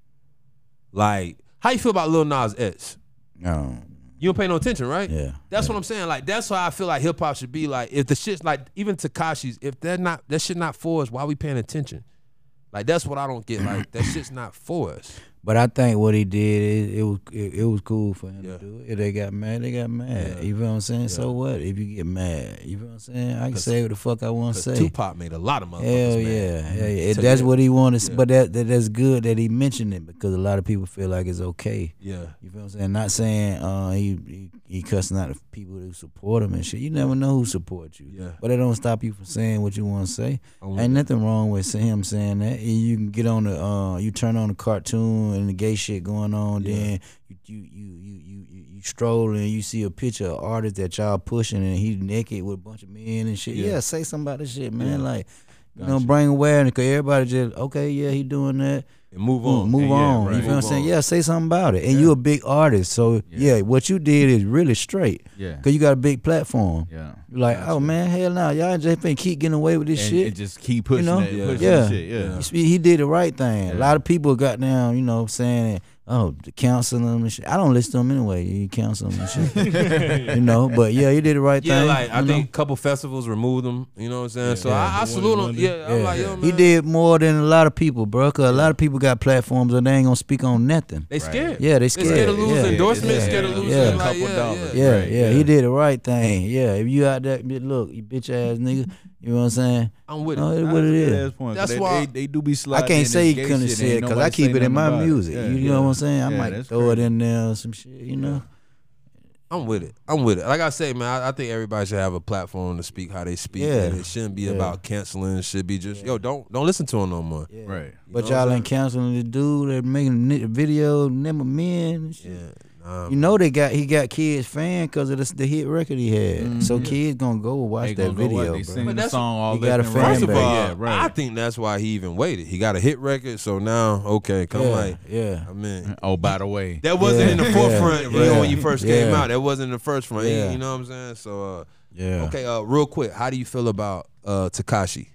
S2: like how you feel about Lil Nas X?
S8: um,
S2: You don't pay no attention, right?
S8: yeah.
S2: That's what I'm saying. Like that's why I feel like hip hop should be like if the shit's like even Takashi's if they're not that shit not for us, why we paying attention? Like that's what I don't get. Like that shit's not for us.
S8: But I think what he did, it, it was it, it was cool for him
S2: Yeah.
S8: to do it. If they got mad, they got mad. You feel what I'm saying? So what? If you get mad, you feel what I'm saying? I can say what the fuck I want to
S2: 'Cause
S8: say.
S2: Tupac made a lot of motherfuckers
S8: Hell
S2: mad.
S8: yeah, hell yeah.
S2: So,
S8: that's
S2: yeah.
S8: what he wanted. But that, that that's good that he mentioned it because a lot of people feel like it's okay.
S2: yeah,
S8: You feel what I'm saying? Not saying uh, he, he he cussing out the people who support him and shit. You never know who support you.
S2: Yeah.
S8: But it don't stop you from saying what you want to say.
S2: I'm with
S8: Ain't nothing wrong with see- him saying that. And You can get on the uh, you turn on the cartoon and the gay shit going on. Then you you you you you you, you stroll and you see a picture of artist that y'all pushing and he naked with a bunch of men and shit. Yeah, say something about this shit, man. Like. You know, bring awareness because everybody just okay. Yeah, he doing that.
S2: And move on,
S8: Move
S5: Yeah,
S8: on.
S5: right.
S8: You feel what I'm
S2: Move
S8: saying?
S2: on.
S8: Yeah, say something about it. And you a big artist, so yeah. what you did is really straight.
S5: Yeah.
S8: Cause you got a big platform.
S5: Yeah.
S8: You're like, oh man, hell no, y'all just been keep getting away with this
S5: And,
S8: shit.
S5: and just keep pushing
S8: know?
S5: it.
S8: Yeah.
S5: Pushing
S8: Yeah.
S5: The shit. Yeah.
S8: You see, he did the right thing. A lot of people got down, you know, saying, "Oh, the counseling them and shit." I don't listen to them anyway. You counsel them and shit, you know. But yeah, he did the right
S2: Yeah,
S8: thing.
S2: like I
S8: you know?
S2: think a couple festivals removed him. You know what I'm saying? so I, I salute him. Yeah, I'm like, yo, man.
S8: he did more than a lot of people, bro. Cause a lot of people got platforms and they ain't gonna speak on nothing.
S2: They scared.
S8: Yeah, they
S2: They scared
S8: scared.
S2: of losing
S8: Yeah.
S2: endorsements.
S5: Yeah.
S2: Scared of losing
S8: Yeah.
S2: like,
S5: Couple
S2: yeah,
S5: dollars.
S2: yeah.
S8: Yeah,
S5: Right,
S8: yeah,
S5: yeah.
S8: he did the right thing. Yeah, if you out there, bi- look, you bitch ass nigga, You know what I'm saying?
S2: I'm with
S8: No,
S2: it.
S8: it what
S5: That's
S8: it
S5: a
S8: is.
S5: good ass point,
S2: That's
S5: but they-
S2: why-
S5: they, they do be
S8: I
S5: sliding. in
S8: can't
S5: this
S8: say
S5: gay
S8: you couldn't
S5: shit,
S8: say it
S5: ain't
S8: because I
S5: nobody
S8: keep
S5: say
S8: it in my
S5: nothing about
S8: music.
S5: Yeah,
S8: you know
S5: yeah.
S8: what I'm saying? I
S5: Yeah,
S8: might
S5: that's
S8: throw
S5: crazy.
S8: it in there or some shit. You know?
S2: I'm with it. I'm with it. Like I say, man, I, I think everybody should have a platform to speak how they speak.
S8: Yeah.
S2: And it shouldn't be
S8: Yeah.
S2: about canceling. It should be just, yo, don't don't listen to him no more.
S8: Yeah.
S5: Right.
S2: know
S8: But
S2: what
S8: y'all
S2: I'm
S8: ain't canceling the dude that making the video, Nimmer Men. And shit.
S2: Yeah. Nah,
S8: You know they got he got kids fan because of the, the hit record he had. So kids gonna go watch
S5: Mm-hmm. They
S8: that
S5: gonna go out,
S8: video.
S5: They
S8: bro.
S5: sing
S2: But
S5: the
S2: that's-
S5: song all
S8: You got a
S5: left and
S8: fan
S5: right.
S2: First of all,
S8: band.
S5: yeah, right.
S2: I think that's why he even waited. He got a hit record, so now okay, come
S8: yeah,
S2: like,
S8: yeah.
S2: I mean,
S5: oh, by the way,
S2: that wasn't
S8: Yeah,
S2: in the
S8: yeah,
S2: forefront you know,
S8: yeah,
S2: when you first came
S8: yeah.
S2: out. That wasn't in the first front.
S8: Yeah.
S2: You know what I'm saying? So, uh,
S8: Yeah.
S2: okay, uh, real quick, how do you feel about uh, Takashi?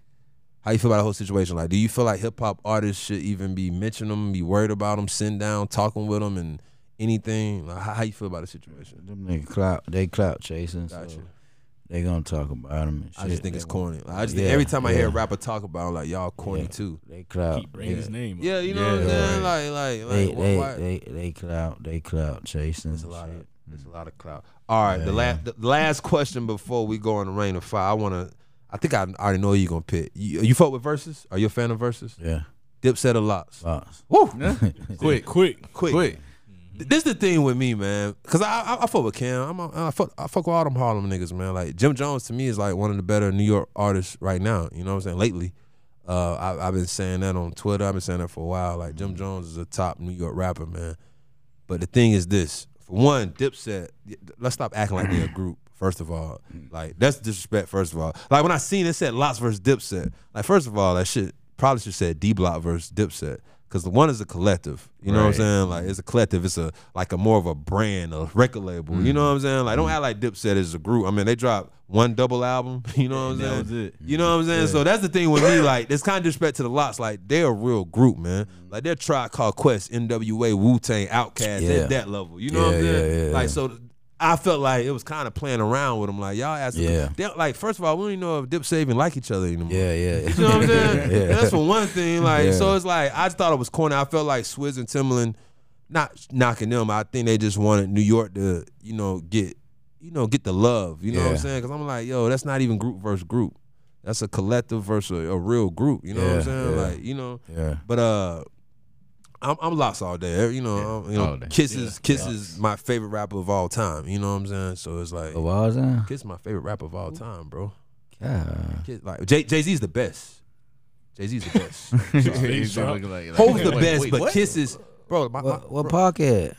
S2: How you feel about the whole situation? Like, do you feel like hip hop artists should even be mentioning them, be worried about them, sitting down, talking with them, and anything? Like, how, how you feel about the situation?
S8: Them nigga clout, they clout chasing. So
S2: Gotcha.
S8: They gonna talk about him. And shit.
S2: I just think
S8: They
S2: it's
S8: want-
S2: corny. Like, I just think
S8: Yeah,
S2: every time I hear a
S8: yeah.
S2: rapper talk about, it, I'm like, y'all corny
S8: Yeah.
S2: too.
S8: They clout.
S4: Keep bringing
S8: They,
S4: his name up.
S2: Yeah, you know what I'm
S8: Yeah.
S2: saying? Like, like,
S8: they,
S2: like, why?
S8: they,
S2: why-
S8: they, they clout. They clout chasing.
S2: There's a
S8: and
S2: lot
S8: shit.
S2: of there's a lot of clout. All right, the last the last question before we go on the rain of fire. I wanna I think I already know who you gonna pick. You, you fuck with verses? Are you a fan of verses?
S8: yeah.
S2: Dipset or locks?
S8: Boss.
S2: Woo!
S4: Quick, quick.
S2: Quick.
S5: quick.
S2: Th- This the thing with me, man. Cause I I, I fuck with Cam. I'm a, I fuck I fuck with all them Harlem niggas, man. Like Jim Jones to me is like one of the better New York artists right now. You know what I'm saying? Lately, uh, I, I've been saying that on Twitter. I've been saying that for a while. Like Jim Jones is a top New York rapper, man. But the thing is this: for one, Dipset, y- let's stop acting like they're a group. First of all, like that's disrespect. First of all, like when I seen it said Lots versus Dipset, like first of all, that shit probably should said D Block versus Dipset because the one is a collective. You know what I'm
S5: Right.
S2: saying? Like it's a collective. It's a like a more of a brand, a record label. You
S5: Mm-hmm.
S2: know what I'm saying? Like don't act like Dipset is a group. I mean, they dropped one double album. You know what I'm
S5: And that
S2: saying?
S5: was it.
S2: You know what I'm saying? So that's the thing with me. Like, it's kind of disrespect to the lots. Like, they're a real group, man.
S8: Mm-hmm.
S2: Like, they're Tribe Called Quest, NWA, Wu Tang, Outkast. They're
S8: Yeah.
S2: that level. You know what I'm
S8: Yeah,
S2: saying?
S8: yeah, yeah,
S2: like,
S8: yeah.
S2: so th- I felt like it was kind of playing around with them. Like, y'all asking.
S8: Yeah.
S2: they're- Like, first of all, we don't even know if Dip Saving like each other anymore.
S8: Yeah, yeah.
S2: You know what I'm saying?
S8: yeah.
S2: That's for one thing. Like,
S8: Yeah.
S2: so it's like I just thought it was corny. I felt like Swizz and Timbaland, not knocking them. I think they just wanted New York to, you know, get, you know, get the love. You know what I'm
S8: Yeah.
S2: saying? Because I'm like, yo, that's not even group versus group. That's a collective versus a, a real group. You know what I'm
S8: Yeah,
S2: saying?
S8: yeah.
S2: Like, you know.
S8: yeah.
S2: But uh, I'm I'm lost all day. You know, I'm, you
S5: all
S2: know,
S5: day.
S2: Kisses, Kisses, my favorite rapper of all time. You know what I'm saying? So it's like,
S8: The walls down.
S2: Kiss, my favorite rapper of all time, bro.
S8: God.
S2: Kid, like Jay Z's the best. Jay Z's the best.
S5: He's
S4: Trump.
S5: looking like- like-
S2: Hope's the
S5: wait,
S2: best,
S5: wait,
S2: but
S5: what?
S2: Kisses, bro. My, my
S8: What, what pocket?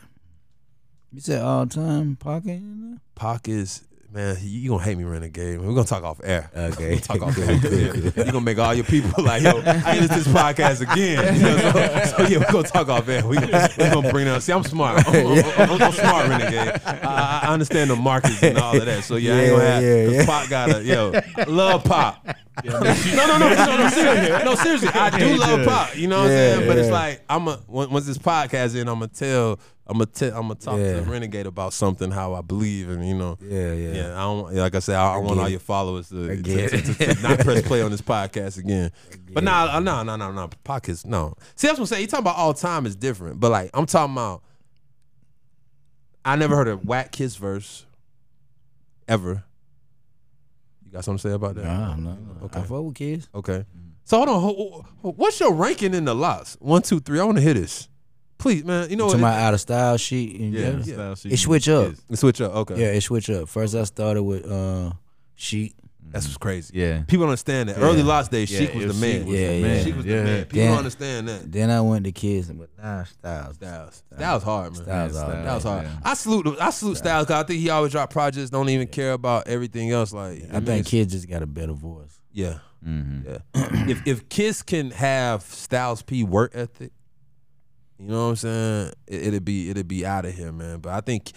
S8: You said all time pocket? in
S2: Pac is man. You you gonna hate me, renegade. We're gonna talk off air.
S8: there? Okay.
S2: Talk off air. you gonna make all your people like, yo, I ain't listen to this podcast again. You know, so, so, yeah, we're gonna talk off air. We, we're gonna bring down. See, I'm smart. I'm, I'm- I'm- I'm smart, renegade. I, I- I understand the markets and all of that. So yeah, I ain't gonna have.
S8: Yeah, yeah,
S2: Yeah,
S8: yeah.
S2: Pop gotta yo love Pop. no, no, no, no, no, seriously, no, seriously, I do love Pop. You know what I'm
S8: Yeah,
S2: saying? But it's
S8: yeah.
S2: like I'm a on- once this podcast in, I'm gonna tell, I'm gonna tell, I'm gonna talk to
S8: Yeah.
S2: Renegade about something how I believe, and you know,
S8: Yeah, yeah.
S2: yeah. I don't like I said, I, I want
S8: get
S2: all
S8: it.
S2: your followers to, to,
S8: I get
S2: to-
S8: it.
S2: to- to not press play on this podcast again. But nah, no, no, no, no, pockets, no. See, that's what I'm saying. You talking about all time is different, but like I'm talking about, I never heard a whack kiss verse ever. You got something to say about that?
S8: Nah, Mm. no, no.
S2: Okay.
S8: I fuck with kids.
S2: Okay. So hold on. ho- ho- What's your ranking in the lots? One, two, three. I want to hear this. Please, man. You know
S8: To
S2: what?
S8: my out of style shit. And
S5: Yeah,
S8: yeah.
S5: that's how she
S8: It switch up.
S5: is.
S2: Switch up. Okay.
S8: Yeah, it switch up. First, I started with uh, sheet.
S2: That's what's crazy.
S5: Yeah.
S2: People don't understand that. Early lots days,
S5: Yeah,
S2: Sheik was
S5: if
S2: the man.
S5: Sheik was
S8: Yeah,
S5: the
S8: yeah.
S5: man.
S2: Sheik was
S5: Yeah.
S2: the man. People
S8: Yeah.
S2: don't understand that.
S8: Then I went to kids, but nah, styles.
S2: Styles. Styles hard, man.
S8: Styles
S2: Yeah,
S8: hard.
S2: Styles hard.
S5: Yeah.
S2: I salute him. I salute Styles because I think he always drop projects, don't even care about everything else. Like
S8: I think kids just got a better voice.
S2: Yeah.
S5: mm-hmm.
S2: Yeah. if if Kiss can have Styles P work ethic, you know what I'm saying? It, it'd be it'd be out of here, man. But I think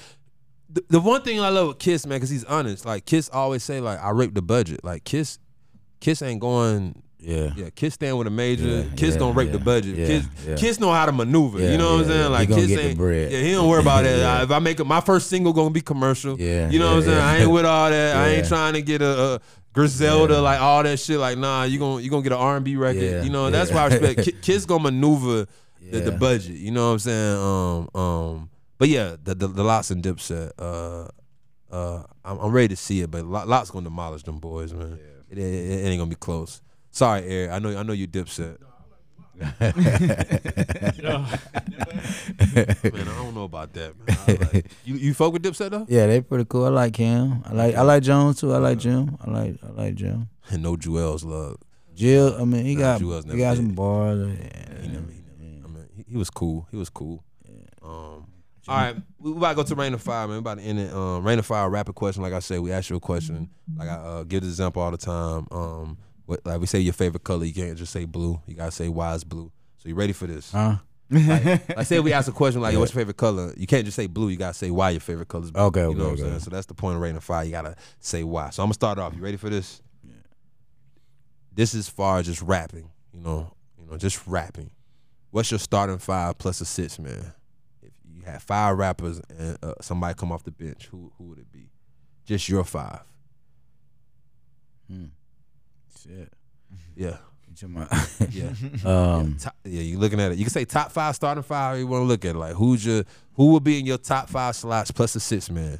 S2: the, the one thing I love with Kiss, man, because he's honest. Like Kiss always say, like I raped the budget. Like Kiss, Kiss ain't going.
S8: Yeah.
S2: Yeah, Kiss stand with a major.
S8: Yeah,
S2: Kiss
S8: yeah,
S2: don't rape the
S8: yeah,
S2: budget.
S8: yeah,
S2: Kiss,
S8: yeah.
S2: Kiss know how to maneuver.
S8: Yeah,
S2: you know what I'm
S8: yeah,
S2: saying?
S8: yeah.
S2: Like
S8: He gonna
S2: Kiss
S8: get the
S2: ain't.
S8: bread.
S2: Yeah, he don't worry about that.
S8: Yeah.
S2: I- if I make it, my first single gonna be commercial.
S8: Yeah,
S2: you know what I'm
S8: yeah,
S2: saying? I
S8: yeah.
S2: ain't with all that. I ain't
S8: Yeah.
S2: trying to get a, a Griselda like all that shit. Like nah, you gonna you gonna get an R&B record.
S8: Yeah,
S2: You know that's
S8: yeah.
S2: why I respect Ki- Kiss gonna maneuver the, the
S8: Yeah.
S2: budget. You know what I'm saying? Um um. But yeah, the the, the Lots and Dipset. Uh uh, I'm, I'm ready to see it, but Lo- Lot's gonna demolish them boys, man. It, it- it ain't gonna be close. Sorry, Eric. I know I know you dipset. Man, I don't know about that. Man. I like- you you fuck with dipset though?
S8: Yeah, they pretty cool. I like him. I like I like Jones too. I like Jim. I like I like Jim.
S2: And no Jewels love.
S8: Jill, I mean, he
S2: Nah,
S8: got
S2: Jewel's
S8: he
S2: never did.
S8: got some bars.
S2: He
S8: Yeah.
S2: never, he never. I mean, he, he was cool. He was cool. Um, all right, we we about to go to Rain of Fire, man. We about to end it. Um, Rain of Fire, rapid question. Like I said, we ask you a question. Like I uh, give this example all the time. Um, what, like we say your favorite color. You can't just say blue. You gotta say why is blue. So you ready for this?
S8: Huh?
S2: Like say we ask a question like, "What's your favorite color?" You can't just say blue. You gotta say why your favorite color is blue.
S8: Okay,
S2: you
S8: okay,
S2: know what I'm
S8: okay.
S2: saying? So that's the point of rain and fire. You gotta say why. So I'm gonna start off. You ready for this? This is far as just rapping. You know, you know, just rapping. What's your starting five plus a six man? If you had five rappers and uh, somebody come off the bench, who who would it be? Just your five.
S8: Shit.
S2: Yeah,
S8: You talking about-
S2: yeah.
S8: um,
S2: Top, yeah, you're looking at it. You can say top five, starting five. however You want to look at it. Like who's your who would be in your top five slots plus a six man?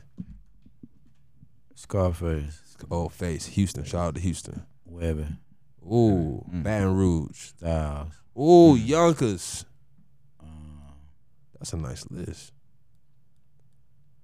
S8: Scarface,
S2: Old face, Houston. Shout out to Houston.
S8: Webber,
S2: Ooh, Baton Rouge.
S8: Mm. Styles. Mm.
S2: Ooh, Yonkers.
S8: Um,
S2: That's a nice list.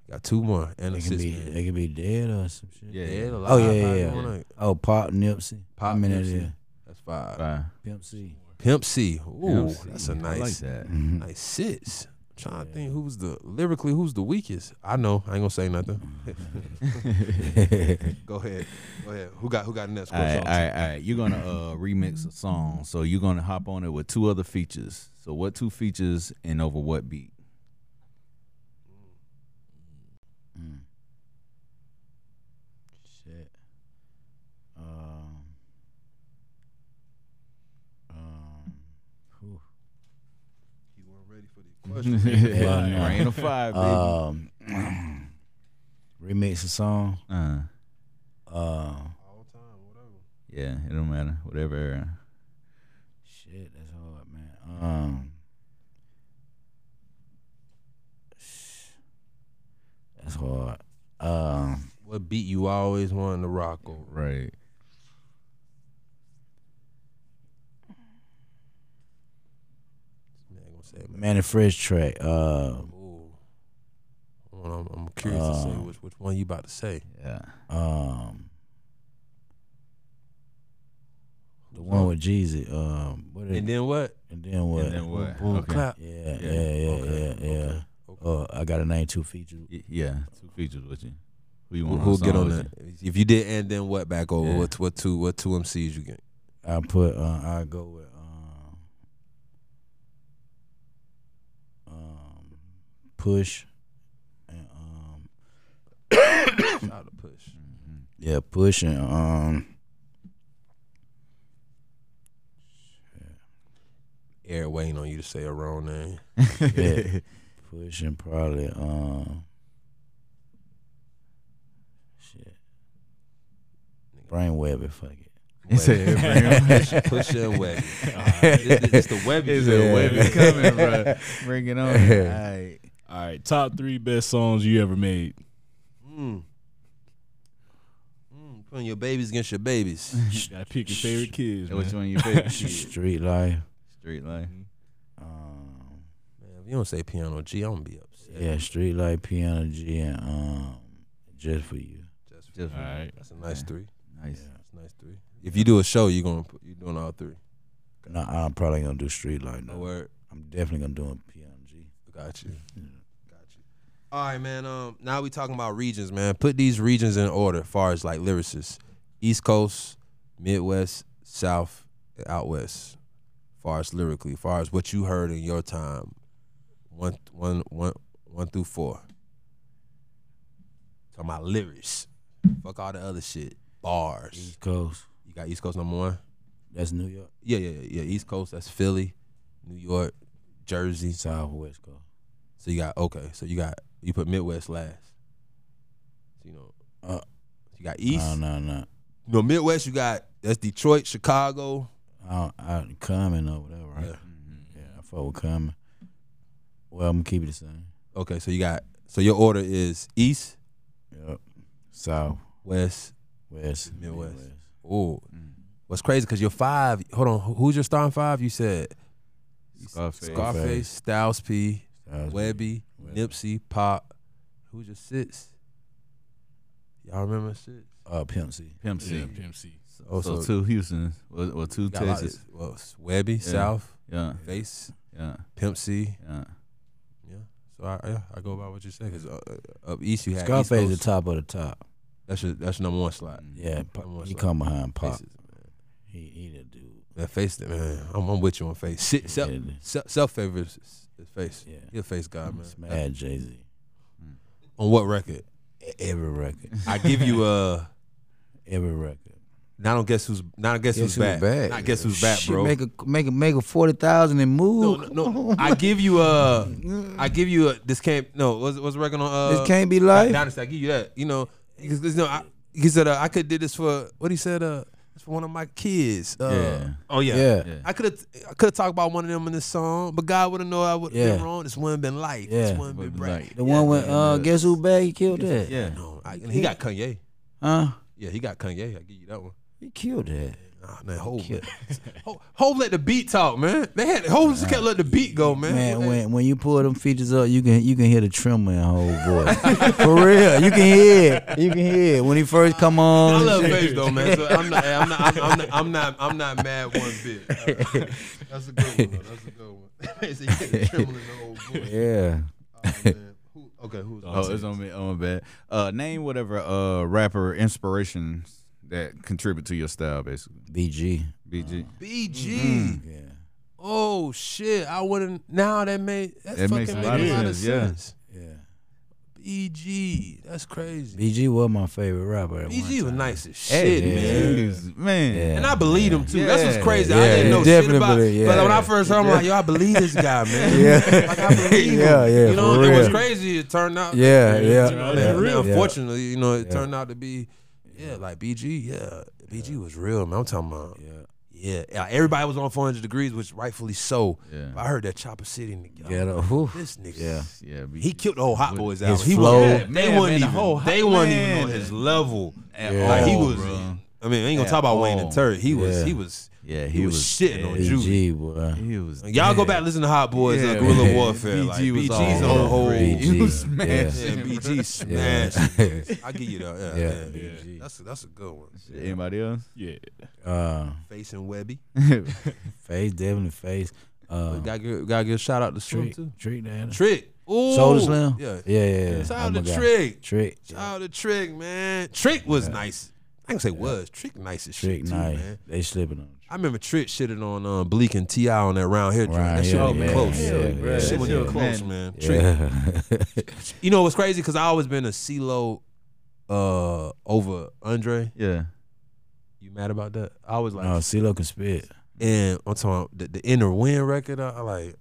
S2: Got two more and
S8: They
S2: a
S8: could
S2: six.
S8: be
S2: man.
S8: they could be dead or some shit.
S5: Yeah.
S2: Dead, alive,
S8: Oh yeah, yeah,
S2: probably
S8: yeah.
S2: one.
S8: Oh, Pop Nipsey.
S2: Pop
S8: I mean, it
S2: Nipsey.
S8: is.
S2: That's five.
S5: Bye.
S8: Pimp C.
S2: Pimp C. Ooh,
S5: Pimp C.
S2: that's a
S5: I
S2: nice,
S5: like that.
S8: Mm-hmm.
S2: nice six. I'm trying to think who's the lyrically who's the weakest. I know. I ain't gonna say nothing. Go ahead. Go ahead. Who got who got next?
S5: All right, all right, all right. You're gonna uh, remix a song, so you're gonna hop on it with two other features. So what two features and over what beat?
S8: Mm. Shit. Um. Um. whew. Yeah, no.
S5: Rain of fire, baby.
S2: Uh,
S8: Um, remix a song.
S5: Uh,
S8: Uh,
S5: yeah, it don't matter. Whatever. Era.
S8: shit, that's hard, man. Um, sh- that's hard. Um,
S2: What beat you always wanted to rock over?
S5: Right.
S2: Man, I ain't gonna say it, man.
S8: man, the fresh track. Uh,
S2: Ooh. Hold on, I'm, I'm curious to see
S8: Uh,
S2: which which one you about to say.
S5: Yeah.
S8: um, the one with Jeezy. Um, what it,
S2: And then what?
S8: and then what?
S5: And then what?
S2: Boom,
S5: Okay.
S2: clap.
S8: Yeah, yeah,
S5: Yeah,
S8: yeah, yeah,
S2: okay,
S8: yeah.
S2: okay,
S8: Oh, I got a name two features.
S5: Y- Yeah. Two features with you. Who you
S2: Who
S5: want?
S2: who'll
S5: the
S2: get
S5: song
S2: on
S5: with
S2: that? If you did, and then what back over?
S5: Yeah.
S2: What what two what two MCs you get?
S8: I put. Uh, I go with. Um, um, push, and um,
S2: Shout out to Push.
S5: Mm-hmm.
S8: yeah, push and um,
S2: Eric waiting on you to say a wrong name.
S8: yeah, push and probably um, shit, brainweb it. Fuck it.
S5: He said,
S2: Push, push and Webby. It's, it's the Webby.
S5: It's
S2: joint.
S5: a wave is coming, bro. Bring it on. All right.
S4: All right, top three best songs you ever made.
S2: Mm. Mm, putting your babies against your babies.
S4: Gotta pick your favorite kids.
S5: Which
S4: man.
S5: one you pick? Street
S8: Street life.
S5: life.
S8: Um,
S2: Man, if you don't say Piano G, I'm gonna be upset.
S8: yeah, street life, piano G, and um, just for you.
S2: Just-
S5: Just
S4: All right.
S2: That's a nice three.
S5: nice.
S2: That's a nice three. If you do a show, you're gonna put, you're doing all three.
S8: No, I'm probably gonna do street life.
S2: No
S8: though.
S2: word.
S8: I'm definitely gonna do a PMG.
S2: Got you. Got you. All right, man. Um, now we talking about regions, man. Put these regions in order, as far as like lyricists: East Coast, Midwest, South, and out West. Far as lyrically, far as what you heard in your time, one, one, one, one through four. Talking about lyrics. Fuck all the other shit. Bars.
S8: East Coast.
S2: You got East Coast number one.
S8: That's New York.
S2: Yeah, yeah, yeah. East Coast. That's Philly, New York, Jersey.
S8: South West Coast.
S2: So you got okay. So you got you put Midwest last. So you know,
S8: Uh,
S2: you got East.
S8: No, no, no.
S2: no Midwest. You got that's Detroit, Chicago.
S8: I don't- I coming or whatever. Right? Mm-hmm.
S2: Yeah.
S8: Yeah. I fuck with coming. Well, I'm gonna keep it the same.
S2: Okay, so you got so your order is East,
S8: Yep. South
S2: West,
S8: West
S2: Midwest. Ooh.
S5: Mm.
S2: What's crazy? Because you're five. Hold on. who- Who's your starting five? You said
S5: Scarface.
S2: Scarface, Styles P,
S8: Styles P,
S2: Webby, Nipsey, Pop. Who's your six? Y'all remember six?
S8: Uh, Pimp C.
S5: Pimp C.
S10: Yeah, Pimp C.
S2: Oh,
S5: so,
S2: so-
S5: two Houston or, or two
S2: Got a lot of-
S5: Texas.
S2: well, it's Webby, South,
S5: Yeah,
S2: Face,
S5: yeah,
S2: Pimp C.
S5: yeah.
S2: Yeah. So I yeah, I go by what you say because uh, uh, up east you had
S8: Scarface the
S2: East Coast.
S8: top of the top.
S2: That's your that's your number one slot.
S8: Yeah, Pop-
S2: Number one
S8: he
S2: slot.
S8: come behind Pop.
S2: Faces,
S8: He he the dude.
S2: man, face it, man. I'm, I'm with you on face. Sit, self,
S8: Yeah.
S2: self, self favors is face.
S8: Yeah.
S2: He a face guy, man.
S8: Smash Jay Z.
S2: On what record?
S8: E, Every record.
S2: I give you a.
S8: Every record.
S2: Now don't guess who's now guess, who's, back. Not guess who's back,
S8: Shit,
S2: bro.
S8: Make a make a make a forty thousand and
S2: no,
S8: move.
S2: no, no. I give you a. I give you a. This can't. No, what's what's the record on? Uh,
S8: this can't be life.
S2: Dynasty. I give you that. You know, because you know, I, he said uh, I could did this for what he said. Uh, it's for one of my kids. Uh,
S5: Yeah.
S2: Oh yeah.
S8: Yeah.
S5: Yeah.
S2: I could have I could have talked about one of them in this song, but God would have known I would have been
S8: Yeah.
S2: wrong. This wouldn't been life.
S8: Yeah.
S2: This wouldn't been
S5: Would've been
S2: right.
S5: life.
S8: The one when uh, guess who back? He killed that.
S5: Yeah.
S2: No, I, and he got Kanye.
S8: Huh?
S2: Yeah, he got Kanye. I give you that one.
S8: He killed that.
S2: Nah, man, Hov, Hov, Hov let the beat talk, man. They had Hov just kept let the beat go, man.
S8: Man,
S2: They-
S8: when when you pull them features up, you can you can hear the tremor in her whole voice. For real, you can hear it. You can hear it when he first come on.
S2: I
S8: and
S2: love
S8: shit.
S2: Faith though, man. So I'm not, I'm not, I'm, I'm not, I'm not, I'm not mad one bit.
S9: That's a good one. That's a good one. They say you get trembling the old boy.
S8: Yeah,
S9: Oh, man. Who, okay, who's
S5: Oh, it's on me. Oh, my bad. Uh, name whatever uh rapper inspirations that contribute to your style, basically.
S8: BG.
S2: Uh,
S5: BG.
S2: BG.
S5: Mm.
S8: Yeah,
S2: Oh shit! I wouldn't. Now that made that,
S5: That
S2: fucking
S5: makes a
S2: made
S5: lot of
S2: lot
S5: sense, yeah.
S8: yeah.
S2: BG, that's crazy.
S8: BG was my favorite rapper. At one
S2: BG was
S8: time.
S2: nice as
S5: Hey,
S2: shit, man.
S5: man. man.
S8: Yeah.
S2: And I believed him too. That's what's
S5: Yeah.
S2: crazy. I
S8: Yeah,
S2: didn't know
S8: you
S2: shit
S8: definitely
S2: about.
S8: believe- yeah.
S2: But when I first heard him, I'm like, yo, I believe this guy, man.
S8: Yeah.
S2: like I believe
S8: Yeah,
S2: him.
S8: yeah,
S2: You know,
S8: for
S2: and what's
S8: real.
S2: crazy? It turned out.
S8: Yeah, yeah.
S2: You know,
S8: yeah,
S2: and- and
S8: yeah.
S2: Unfortunately, you know, it turned out to be, yeah, like BG, yeah, BG was real, man. I'm talking about, yeah, yeah. Everybody was on 400 degrees, which rightfully so.
S5: Yeah.
S2: But I heard that Chopper City nigga.
S8: Yeah, though, whew.
S2: This nigga,
S8: Yeah.
S5: Yeah, BG.
S2: he killed the whole Hot Boys out.
S8: His flow.
S2: was, they wasn't
S5: Man, man, the
S2: even,
S5: whole Hot-
S2: they wasn't
S5: man.
S2: even on his level.
S5: At
S2: Like he
S5: all,
S2: was.
S5: bro.
S2: I mean, I ain't gonna
S5: At
S2: talk about Wayne
S5: all.
S2: and Turd. He was,
S8: Yeah.
S2: he was,
S5: Yeah,
S2: he, was, shitting on
S5: yeah.
S2: Juice.
S8: BG, boy.
S5: He was.
S2: Y'all go back and listen to Hot Boys, uh, Guerrilla
S5: man.
S2: Warfare.
S5: BG
S2: like,
S5: was
S2: BG's
S5: all
S2: on the
S5: over
S2: whole.
S5: it.
S8: BG.
S5: He was
S8: yeah.
S5: smashing.
S2: Yeah, BG
S8: Yeah.
S2: smash. I give you that. Yeah,
S8: Yeah,
S2: yeah.
S8: BG.
S2: That's a, that's a good one.
S5: Anybody else?
S10: Yeah.
S8: Uh,
S2: Facing Webby.
S8: face definitely face. Uh,
S2: Gotta give, gotta give a shout out to Slim
S8: Trick,
S2: too.
S8: Trick Daddy.
S2: Trick. Ooh.
S8: Soda Slim.
S2: Yeah. yeah.
S8: yeah, yeah. yeah.
S2: Shout
S8: Oh
S2: out
S8: my
S2: to
S8: God.
S2: Trick.
S8: Trick.
S2: Shout out to Trick, man. Trick was nice. I can say was. Trick nice as
S8: Trick
S2: shit too,
S8: night.
S2: man.
S8: They slipping on.
S2: I remember Trick shitted on um, Bleak and Ti on that round here. joint.
S8: Round
S2: that shit
S8: Hill,
S2: wasn't
S8: yeah,
S2: even close.
S8: yeah,
S2: That
S8: yeah,
S2: shit wasn't even
S5: yeah.
S2: close,
S5: Man.
S2: man. Trick.
S8: Yeah.
S2: You know what's crazy? Because I always been a CeeLo uh, over Andre.
S5: Yeah.
S2: You mad about that? I was like,
S8: no, CeeLo can spit.
S2: and I'm talking about the, the inner wind record. I, I like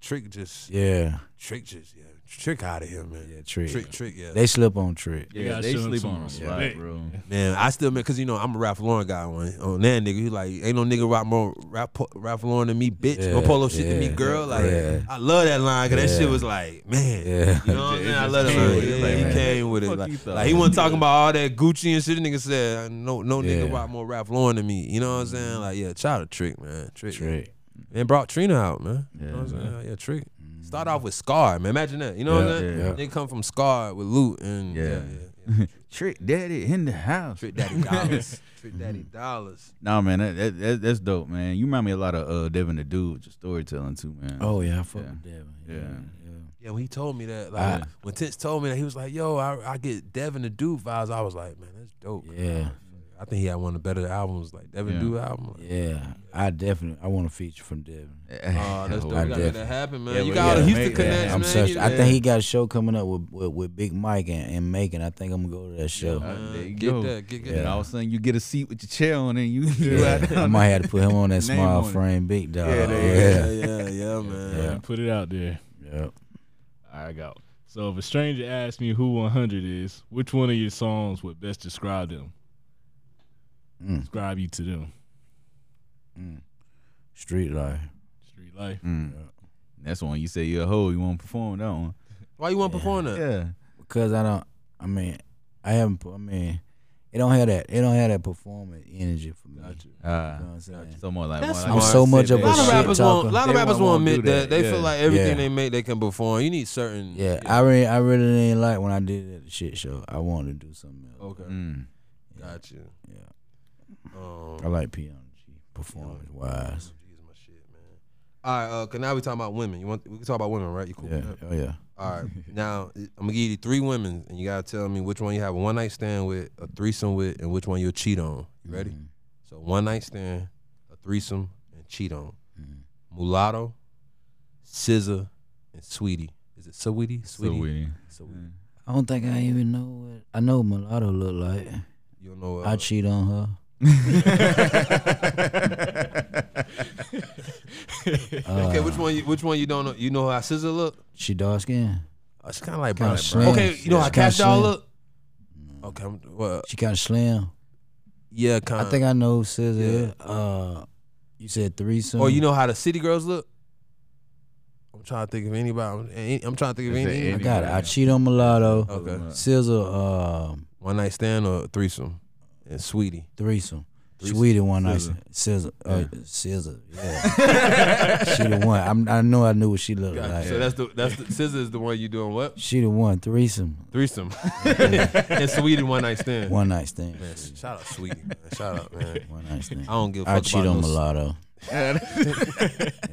S2: Trick just
S8: Yeah,
S2: Trick just yeah Trick out of here, man.
S8: yeah. Trick.
S2: Trick, Trick, yeah.
S8: They slip on Trick.
S10: You
S5: Yeah,
S10: gotta
S5: they
S10: show him
S5: sleep
S10: some
S5: on him, right,
S10: respect.
S5: bro.
S2: Man, I still man, cause you know I'm a Ralph Lauren guy on on that nigga. He like ain't no nigga rock more Ralph, Ralph Lauren than me, bitch. no
S8: Yeah,
S2: polo shit than me,
S8: yeah,
S2: girl. Like
S8: yeah.
S2: I love that line, cause that shit
S8: Yeah.
S2: was like, man,
S8: Yeah.
S2: you know what I'm
S5: It
S2: saying? I
S5: just
S2: love that
S5: came
S2: line.
S5: with
S2: Yeah,
S5: it, like,
S2: he
S5: man,
S2: came with it.
S5: fuck you
S2: Like,
S5: thought.
S2: like, he wasn't talking about all that Gucci and shit. The nigga said no, no nigga
S8: Yeah.
S2: rock more Ralph Lauren than me. You know what I'm saying? Like yeah, child of Trick, man, Trick,
S8: Trick.
S2: and brought Trina out, man. You
S5: Yeah,
S2: know what I'm saying? Yeah, Trick. Start off with Scar, man. Imagine that. You know what
S8: Yeah,
S2: I'm saying?
S8: yeah.
S2: They come from Scar with Loot and
S5: Yeah. Trick Daddy in the house.
S2: Trick Daddy Dollars. Trick Daddy Dollars.
S5: Nah, man, that, that, that that's dope, man. You remind me a lot of uh, Devin the Dude with your storytelling too, man.
S8: Oh yeah, I fuck
S5: Yeah.
S8: with Devin.
S5: Yeah.
S2: Yeah, when he told me that, like
S8: Ah.
S2: when Tense told me that, he was like, "Yo, I, I get Devin the Dude vibes." I was like, "Man, that's dope."
S8: yeah, yeah,
S2: I think he had one of the better albums, like Devin
S5: Yeah.
S2: the Dude album. Like,
S8: yeah. I definitely I want to feature from Devin.
S2: Oh, that's dope.
S5: I
S2: You gotta
S8: definitely.
S2: make that happen, man.
S5: Yeah,
S2: you
S5: we
S2: got all
S5: gotta
S2: the Houston
S5: make that
S2: connects,
S5: happen.
S8: I'm
S2: man.
S8: such.
S2: You-
S8: I think he got a show coming up with with, with Big Mike and, and Macon. I think I'm gonna go to that show.
S5: Uh, there you
S2: Get
S5: go.
S2: that, get- get
S5: And
S2: that.
S5: all of a sudden, you get a seat with your chair on, and you you out
S8: Yeah. I
S5: there.
S8: might have to put him on that
S5: Name
S8: small
S5: on it.
S8: frame big dog.
S5: Yeah,
S2: yeah,
S8: Yeah,
S2: yeah, yeah, man.
S10: And Put it out there.
S8: yeah.
S10: I got. So if a stranger asks me who 100 is, which one of your songs would best describe them?
S8: Mm.
S10: Describe you to them.
S8: Street life.
S10: Street life.
S5: Mm. That's one you say you're a hoe. You want to perform that one?
S2: Why you want to perform that?
S5: Yeah,
S8: because I don't. I mean, I haven't. put- I mean, It don't have that. It don't have that performance energy for me.
S10: Gotcha.
S8: You know
S5: Uh,
S8: what I'm saying?
S5: so more like
S2: That's
S5: more
S8: I'm
S5: like-
S2: smart.
S8: so much of
S2: A
S8: a
S2: lot of
S8: shit
S2: rappers won't. A
S8: talker.
S2: lot of
S5: They
S2: rappers
S5: won't
S2: won't
S5: do
S2: admit that.
S5: that,
S2: They
S5: yeah.
S2: feel like everything
S8: Yeah.
S2: they make, they can perform. You need certain.
S8: Yeah, I really, I really didn't like when I did it at the shit show. I wanted to do something else.
S2: Okay.
S5: Mm.
S2: Got you.
S8: Yeah,
S2: Um,
S8: I like P on G performance wise.
S2: Jeez, my shit, man. All right, uh, 'cause now we talking about women. You want we can talk about women, right? You cool?
S8: Yeah,
S2: with that?
S8: oh yeah.
S2: All right. Now I'm gonna give you three women, and you gotta tell me which one you have a one night stand with, a threesome with, and which one you'll cheat on. You ready?
S8: Mhm.
S2: So one night stand, a threesome, and cheat on.
S8: Mhm.
S2: Mulatto, Scissor, and Sweetie. Is it Sweetie?
S5: So
S2: Sweetie.
S5: we
S2: Sweetie.
S8: I don't think I even know what I know. what Mulatto look like.
S2: You don't know. Uh,
S8: I cheat on her. Uh,
S2: okay, which one? You, which one you don't know? You know how Scissor look?
S8: She dark skin.
S2: It's kind of like
S8: Kinda
S2: brown.
S8: slim.
S2: Okay, you know
S8: Yeah,
S2: how
S8: it's kinda
S2: Cash Doll
S8: slim.
S2: look? Okay, I'm, well,
S8: She kind of slim.
S2: yeah, kind.
S8: I think I know who says
S2: Uh, yeah.
S8: it. Uh, you said threesome.
S2: Or you know how the city girls look? I'm trying to think of anybody. I'm- I'm trying to think of
S5: Is it
S2: any
S8: I
S5: any-
S8: got it. I cheat on mulatto.
S2: Okay.
S8: Scissor. Um,
S2: one night stand or threesome, and sweetie.
S8: threesome.
S2: Threesome.
S8: Sweetie one night scissor, uh, scissor, yeah. she the one. I'm, I know I knew what she looked like.
S2: So that's the that's the scissors is the one you doing what
S8: she the one. Threesome,
S2: threesome and sweetie one night stand.
S8: one night stand.
S2: Man, shout out sweetie. Man. Shout out man.
S8: One night stand.
S2: I don't give a fuck
S8: I cheat
S2: about
S8: on
S2: no-
S8: mulatto. yeah,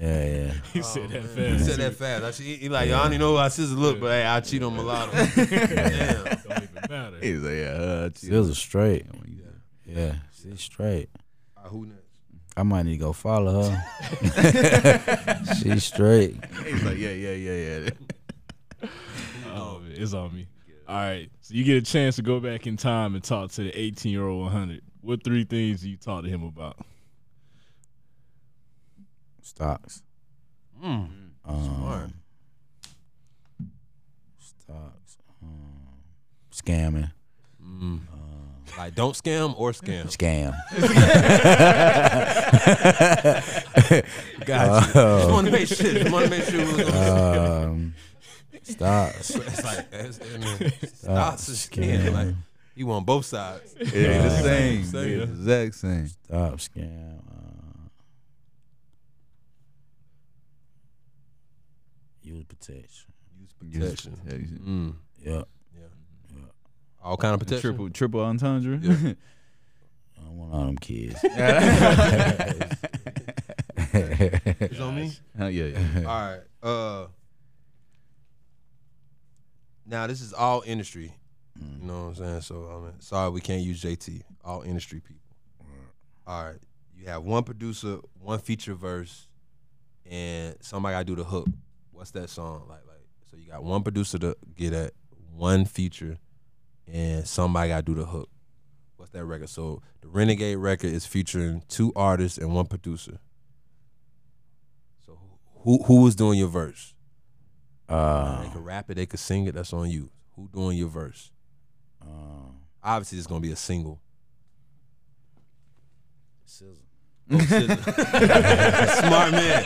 S8: yeah.
S10: He said that
S2: He
S10: fast.
S2: said that fast. I, she, he like, y'all don't even know how scissors look, but hey, I cheat on mulatto. Damn.
S10: Don't even matter.
S5: He's like, yeah, uh, cheat.
S8: Scissor straight. Yeah, she's straight.
S2: Uh, who next?
S8: I might need to go follow her. she's straight.
S5: He's like, yeah, yeah, yeah, yeah.
S10: Oh, man, it's on me. All right, so you get a chance to go back in time and talk to the 18 year old 100. What three things do you talk to him about?
S8: Stocks.
S2: Mm.
S8: Um,
S2: Smart.
S8: Stocks. Um, scamming.
S2: Like, don't scam or scam.
S8: Scam.
S2: Got you. Just
S8: Oh.
S2: want to make sure. Just want to make sure. we was on-
S8: Um, stocks.
S2: it's like it's, it's, it's, it's skin. Like you want both sides.
S5: Oh, Yeah, the same,
S2: same.
S5: yeah, exact same.
S8: Stop scam. Uh, use protection.
S2: Protection.
S5: Protection.
S2: Mm.
S8: Yep.
S2: All kind of protection.
S5: Triple, triple entendre.
S2: Yeah.
S8: I don't want all them kids.
S2: You know what I mean?
S5: Hell yeah, yeah.
S2: All right. Uh, now this is all industry. You know what I'm saying? So I mean, sorry we can't use JT. All industry people. All right. You have one producer, one feature verse, and somebody got to do the hook. What's that song like? Like so, you got one producer to get at one feature, and somebody got to do the hook. What's that record? So the Renegade record is featuring two artists and one producer. So who who was doing your verse? They
S8: Uh,
S2: could rap it, they could sing it. That's on you. Who doing your verse? Uh.
S8: um,
S2: Obviously, it's gonna be a single.
S8: Scissor.
S2: Smart man,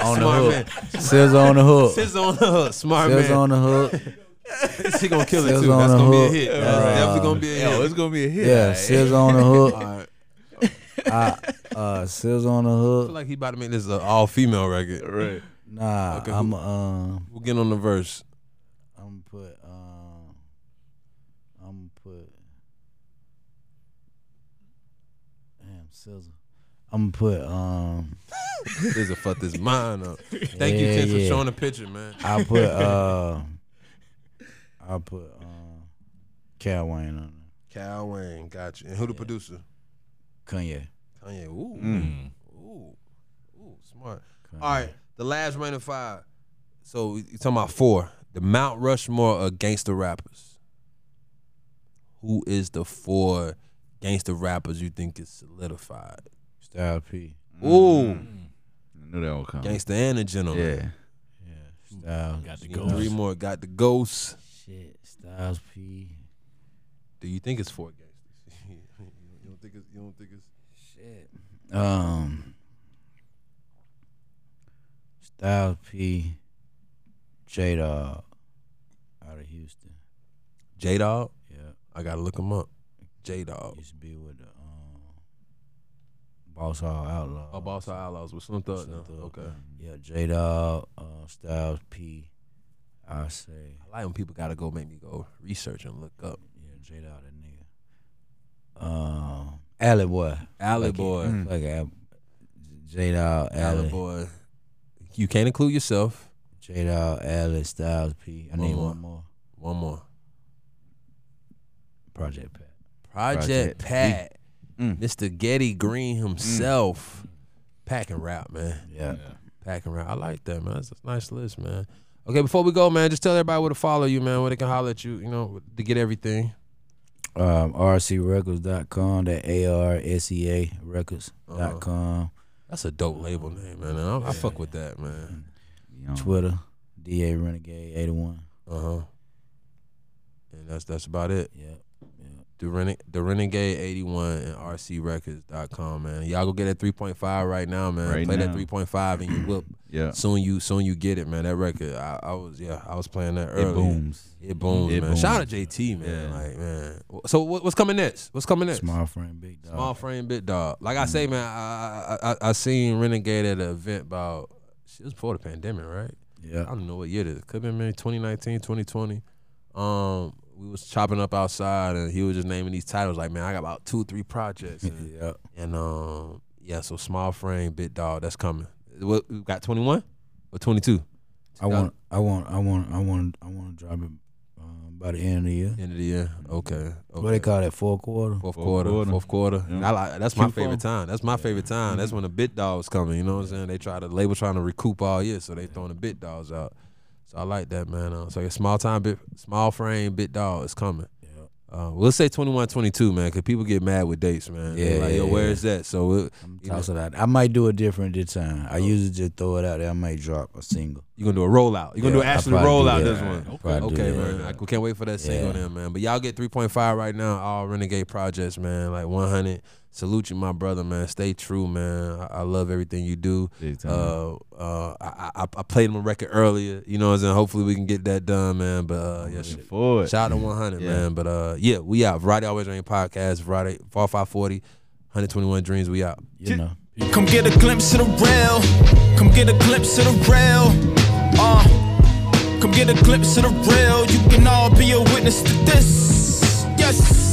S8: On the
S2: Smart
S8: hook. Scissor on the hook.
S2: SZA on the hook. Smart
S8: Scissor
S2: man,
S8: on the hook.
S2: she gonna kill it
S8: SZA
S2: too.
S8: on
S2: That's
S8: the
S2: gonna
S8: hook.
S2: be a hit. That's
S8: Uh,
S2: definitely gonna be a
S5: Yo,
S2: hit.
S5: it's gonna be a hit.
S8: Yeah, scissor on the hook.
S2: All right.
S8: I, uh, scissor on the
S2: I feel
S8: hook.
S2: like he about to make this an all female record.
S5: right.
S8: Nah,
S2: Okay, who-
S8: I'm um,
S2: We'll get on the verse.
S8: I'm put um, I'm put. Damn, scissor. I'm put um,
S2: This will fuck this mind up. Thank you,
S8: Yeah,
S2: Ken, for
S8: yeah.
S2: showing the picture, man.
S8: I put uh, I put um, Cal Wayne on there.
S2: Cal Wayne, got you. And who the producer?
S8: Kanye.
S2: Kanye. Ooh, ooh, ooh, smart.
S8: Kanye.
S2: All right, the last round of five. So you talking about four? The Mount Rushmore of gangster rappers. Who is the four gangster rappers you think is solidified?
S8: Style P.
S2: Ooh,
S5: I knew that would come.
S2: gangster and a gentleman.
S5: Yeah.
S8: Style.
S10: Got the
S2: You know, Three
S10: ghost.
S2: more got the ghosts.
S8: Shit. Styles P.
S2: Do you think it's four gangsters? you don't think it's? You don't think it's?
S8: Shit. Um. Styles P. J Dog. Out of Houston.
S2: J Dog.
S8: Yeah.
S2: I gotta look him up. J Dog.
S8: Used to be with the um, Boss Hall Outlaw.
S2: Oh, Boss High Outlaws with Slim Thug.
S8: Slim
S2: now.
S8: Thug.
S2: Okay.
S8: Yeah, J Dog, uh, Styles P. I say,
S2: I like when people gotta go make me go research and look up.
S8: yeah, J Dog, that nigga. Um, Alley Boy.
S2: Alley
S8: Fuck it.
S2: Boy.
S8: Mm. Fuck it. J Dog,
S2: Alley
S8: Alley.
S2: Boy. You can't include yourself.
S8: J Dog, Alley, Styles P. I
S2: One
S8: need
S2: more.
S8: one more.
S2: One more.
S8: Project Pat.
S2: Project,
S5: Project
S2: Pat.
S5: Mm.
S2: Mr. Getty Green himself. Pack and rap, man.
S8: Yeah.
S2: Packing round. I like that, man. That's a nice list, man. Okay, before we go, man, just tell everybody where to follow you, man, where they can holler at you, you know, to get everything.
S8: Um, rcrecords.com, that A R S E A
S2: Uh-huh.
S8: records.com, com.
S2: That's a dope label name, man. I, I fuck with that, man.
S5: You know,
S8: Twitter, DA Renegade 81.
S2: Uh huh. And that's that's about it.
S8: Yeah.
S2: The, Rene- the Renegade 81 and RCRecords.com, man. Y'all go get that 3.5 right now, man.
S5: Right
S2: Play that
S5: now.
S2: 3.5 and you whip.
S5: yeah.
S2: soon you soon you get it, man. That record, I, I was yeah, I was playing that earlier.
S5: It booms.
S2: It booms,
S5: It
S2: man. Shout out
S5: booms.
S2: to JT, man.
S5: Yeah.
S2: Like, man. So what, what's coming next? What's coming next?
S8: Small frame, big dog.
S2: Small frame bit dog. Like
S5: Mm-hmm.
S2: I say, man, I, I I I seen Renegade at an event about shit, it was before the pandemic, right? I
S8: Yeah.
S2: don't know what year this could have been maybe 2019, 2020. Um, we was chopping up outside and he was just naming these titles. Like, man, I got about two, three projects. And,
S8: Yeah.
S2: and, um, yeah, so small frame bit dog, that's coming. What we got 21 or 22
S8: I want, I want, I want, I want, I want to drop it um, by the end of the year.
S2: end of the year. Okay. okay.
S8: What they call that fourth quarter?
S2: Fourth
S5: Fourth
S2: quarter,
S5: quarter.
S2: fourth quarter. And I like that's my
S5: Q4.
S2: favorite time. That's my favorite time.
S8: Mm-hmm.
S2: That's when the bit dogs coming. You know what I'm saying? They try to label trying to recoup all year, so they throwing the bit dogs out. So I like that man. Uh, so a small time bit, small frame bit dog is coming. Uh, we'll say 21, 22, man, because people get mad with dates, man. They're
S8: Yeah,
S2: like,
S8: yeah,
S2: yo, where is that? So it,
S8: I'm
S2: you know,
S8: tossing out. I might do it different this time. I usually just throw it out there. I might drop a single.
S2: you're gonna do a rollout. You're gonna do an
S8: Yeah, I'll
S2: actual rollout
S8: probably do
S2: this
S8: that.
S2: one.
S8: I'll probably do
S2: Okay,
S8: that.
S2: man. Like, we can't wait for that single
S8: Yeah.
S2: then, man. But y'all get 3.5 right now, all Renegade projects, man. Like 100. Salute you, my brother, man. Stay true, man. I, I love everything you do.
S5: Big time.
S2: Uh, uh, I, I, I played him a record earlier, you know what I'm saying? Hopefully we can get that done, man. But uh, yeah, shit.
S5: Forward.
S2: Shout out to 100,
S5: Yeah.
S2: man. But uh, yeah, we out. Variety Always Rain Podcast, Variety 4540, 121 Dreams, we out.
S8: You know.
S1: Come get a glimpse of the real. Come get a glimpse of the real. Uh, come get a glimpse of the real. You can all be a witness to this. Yes.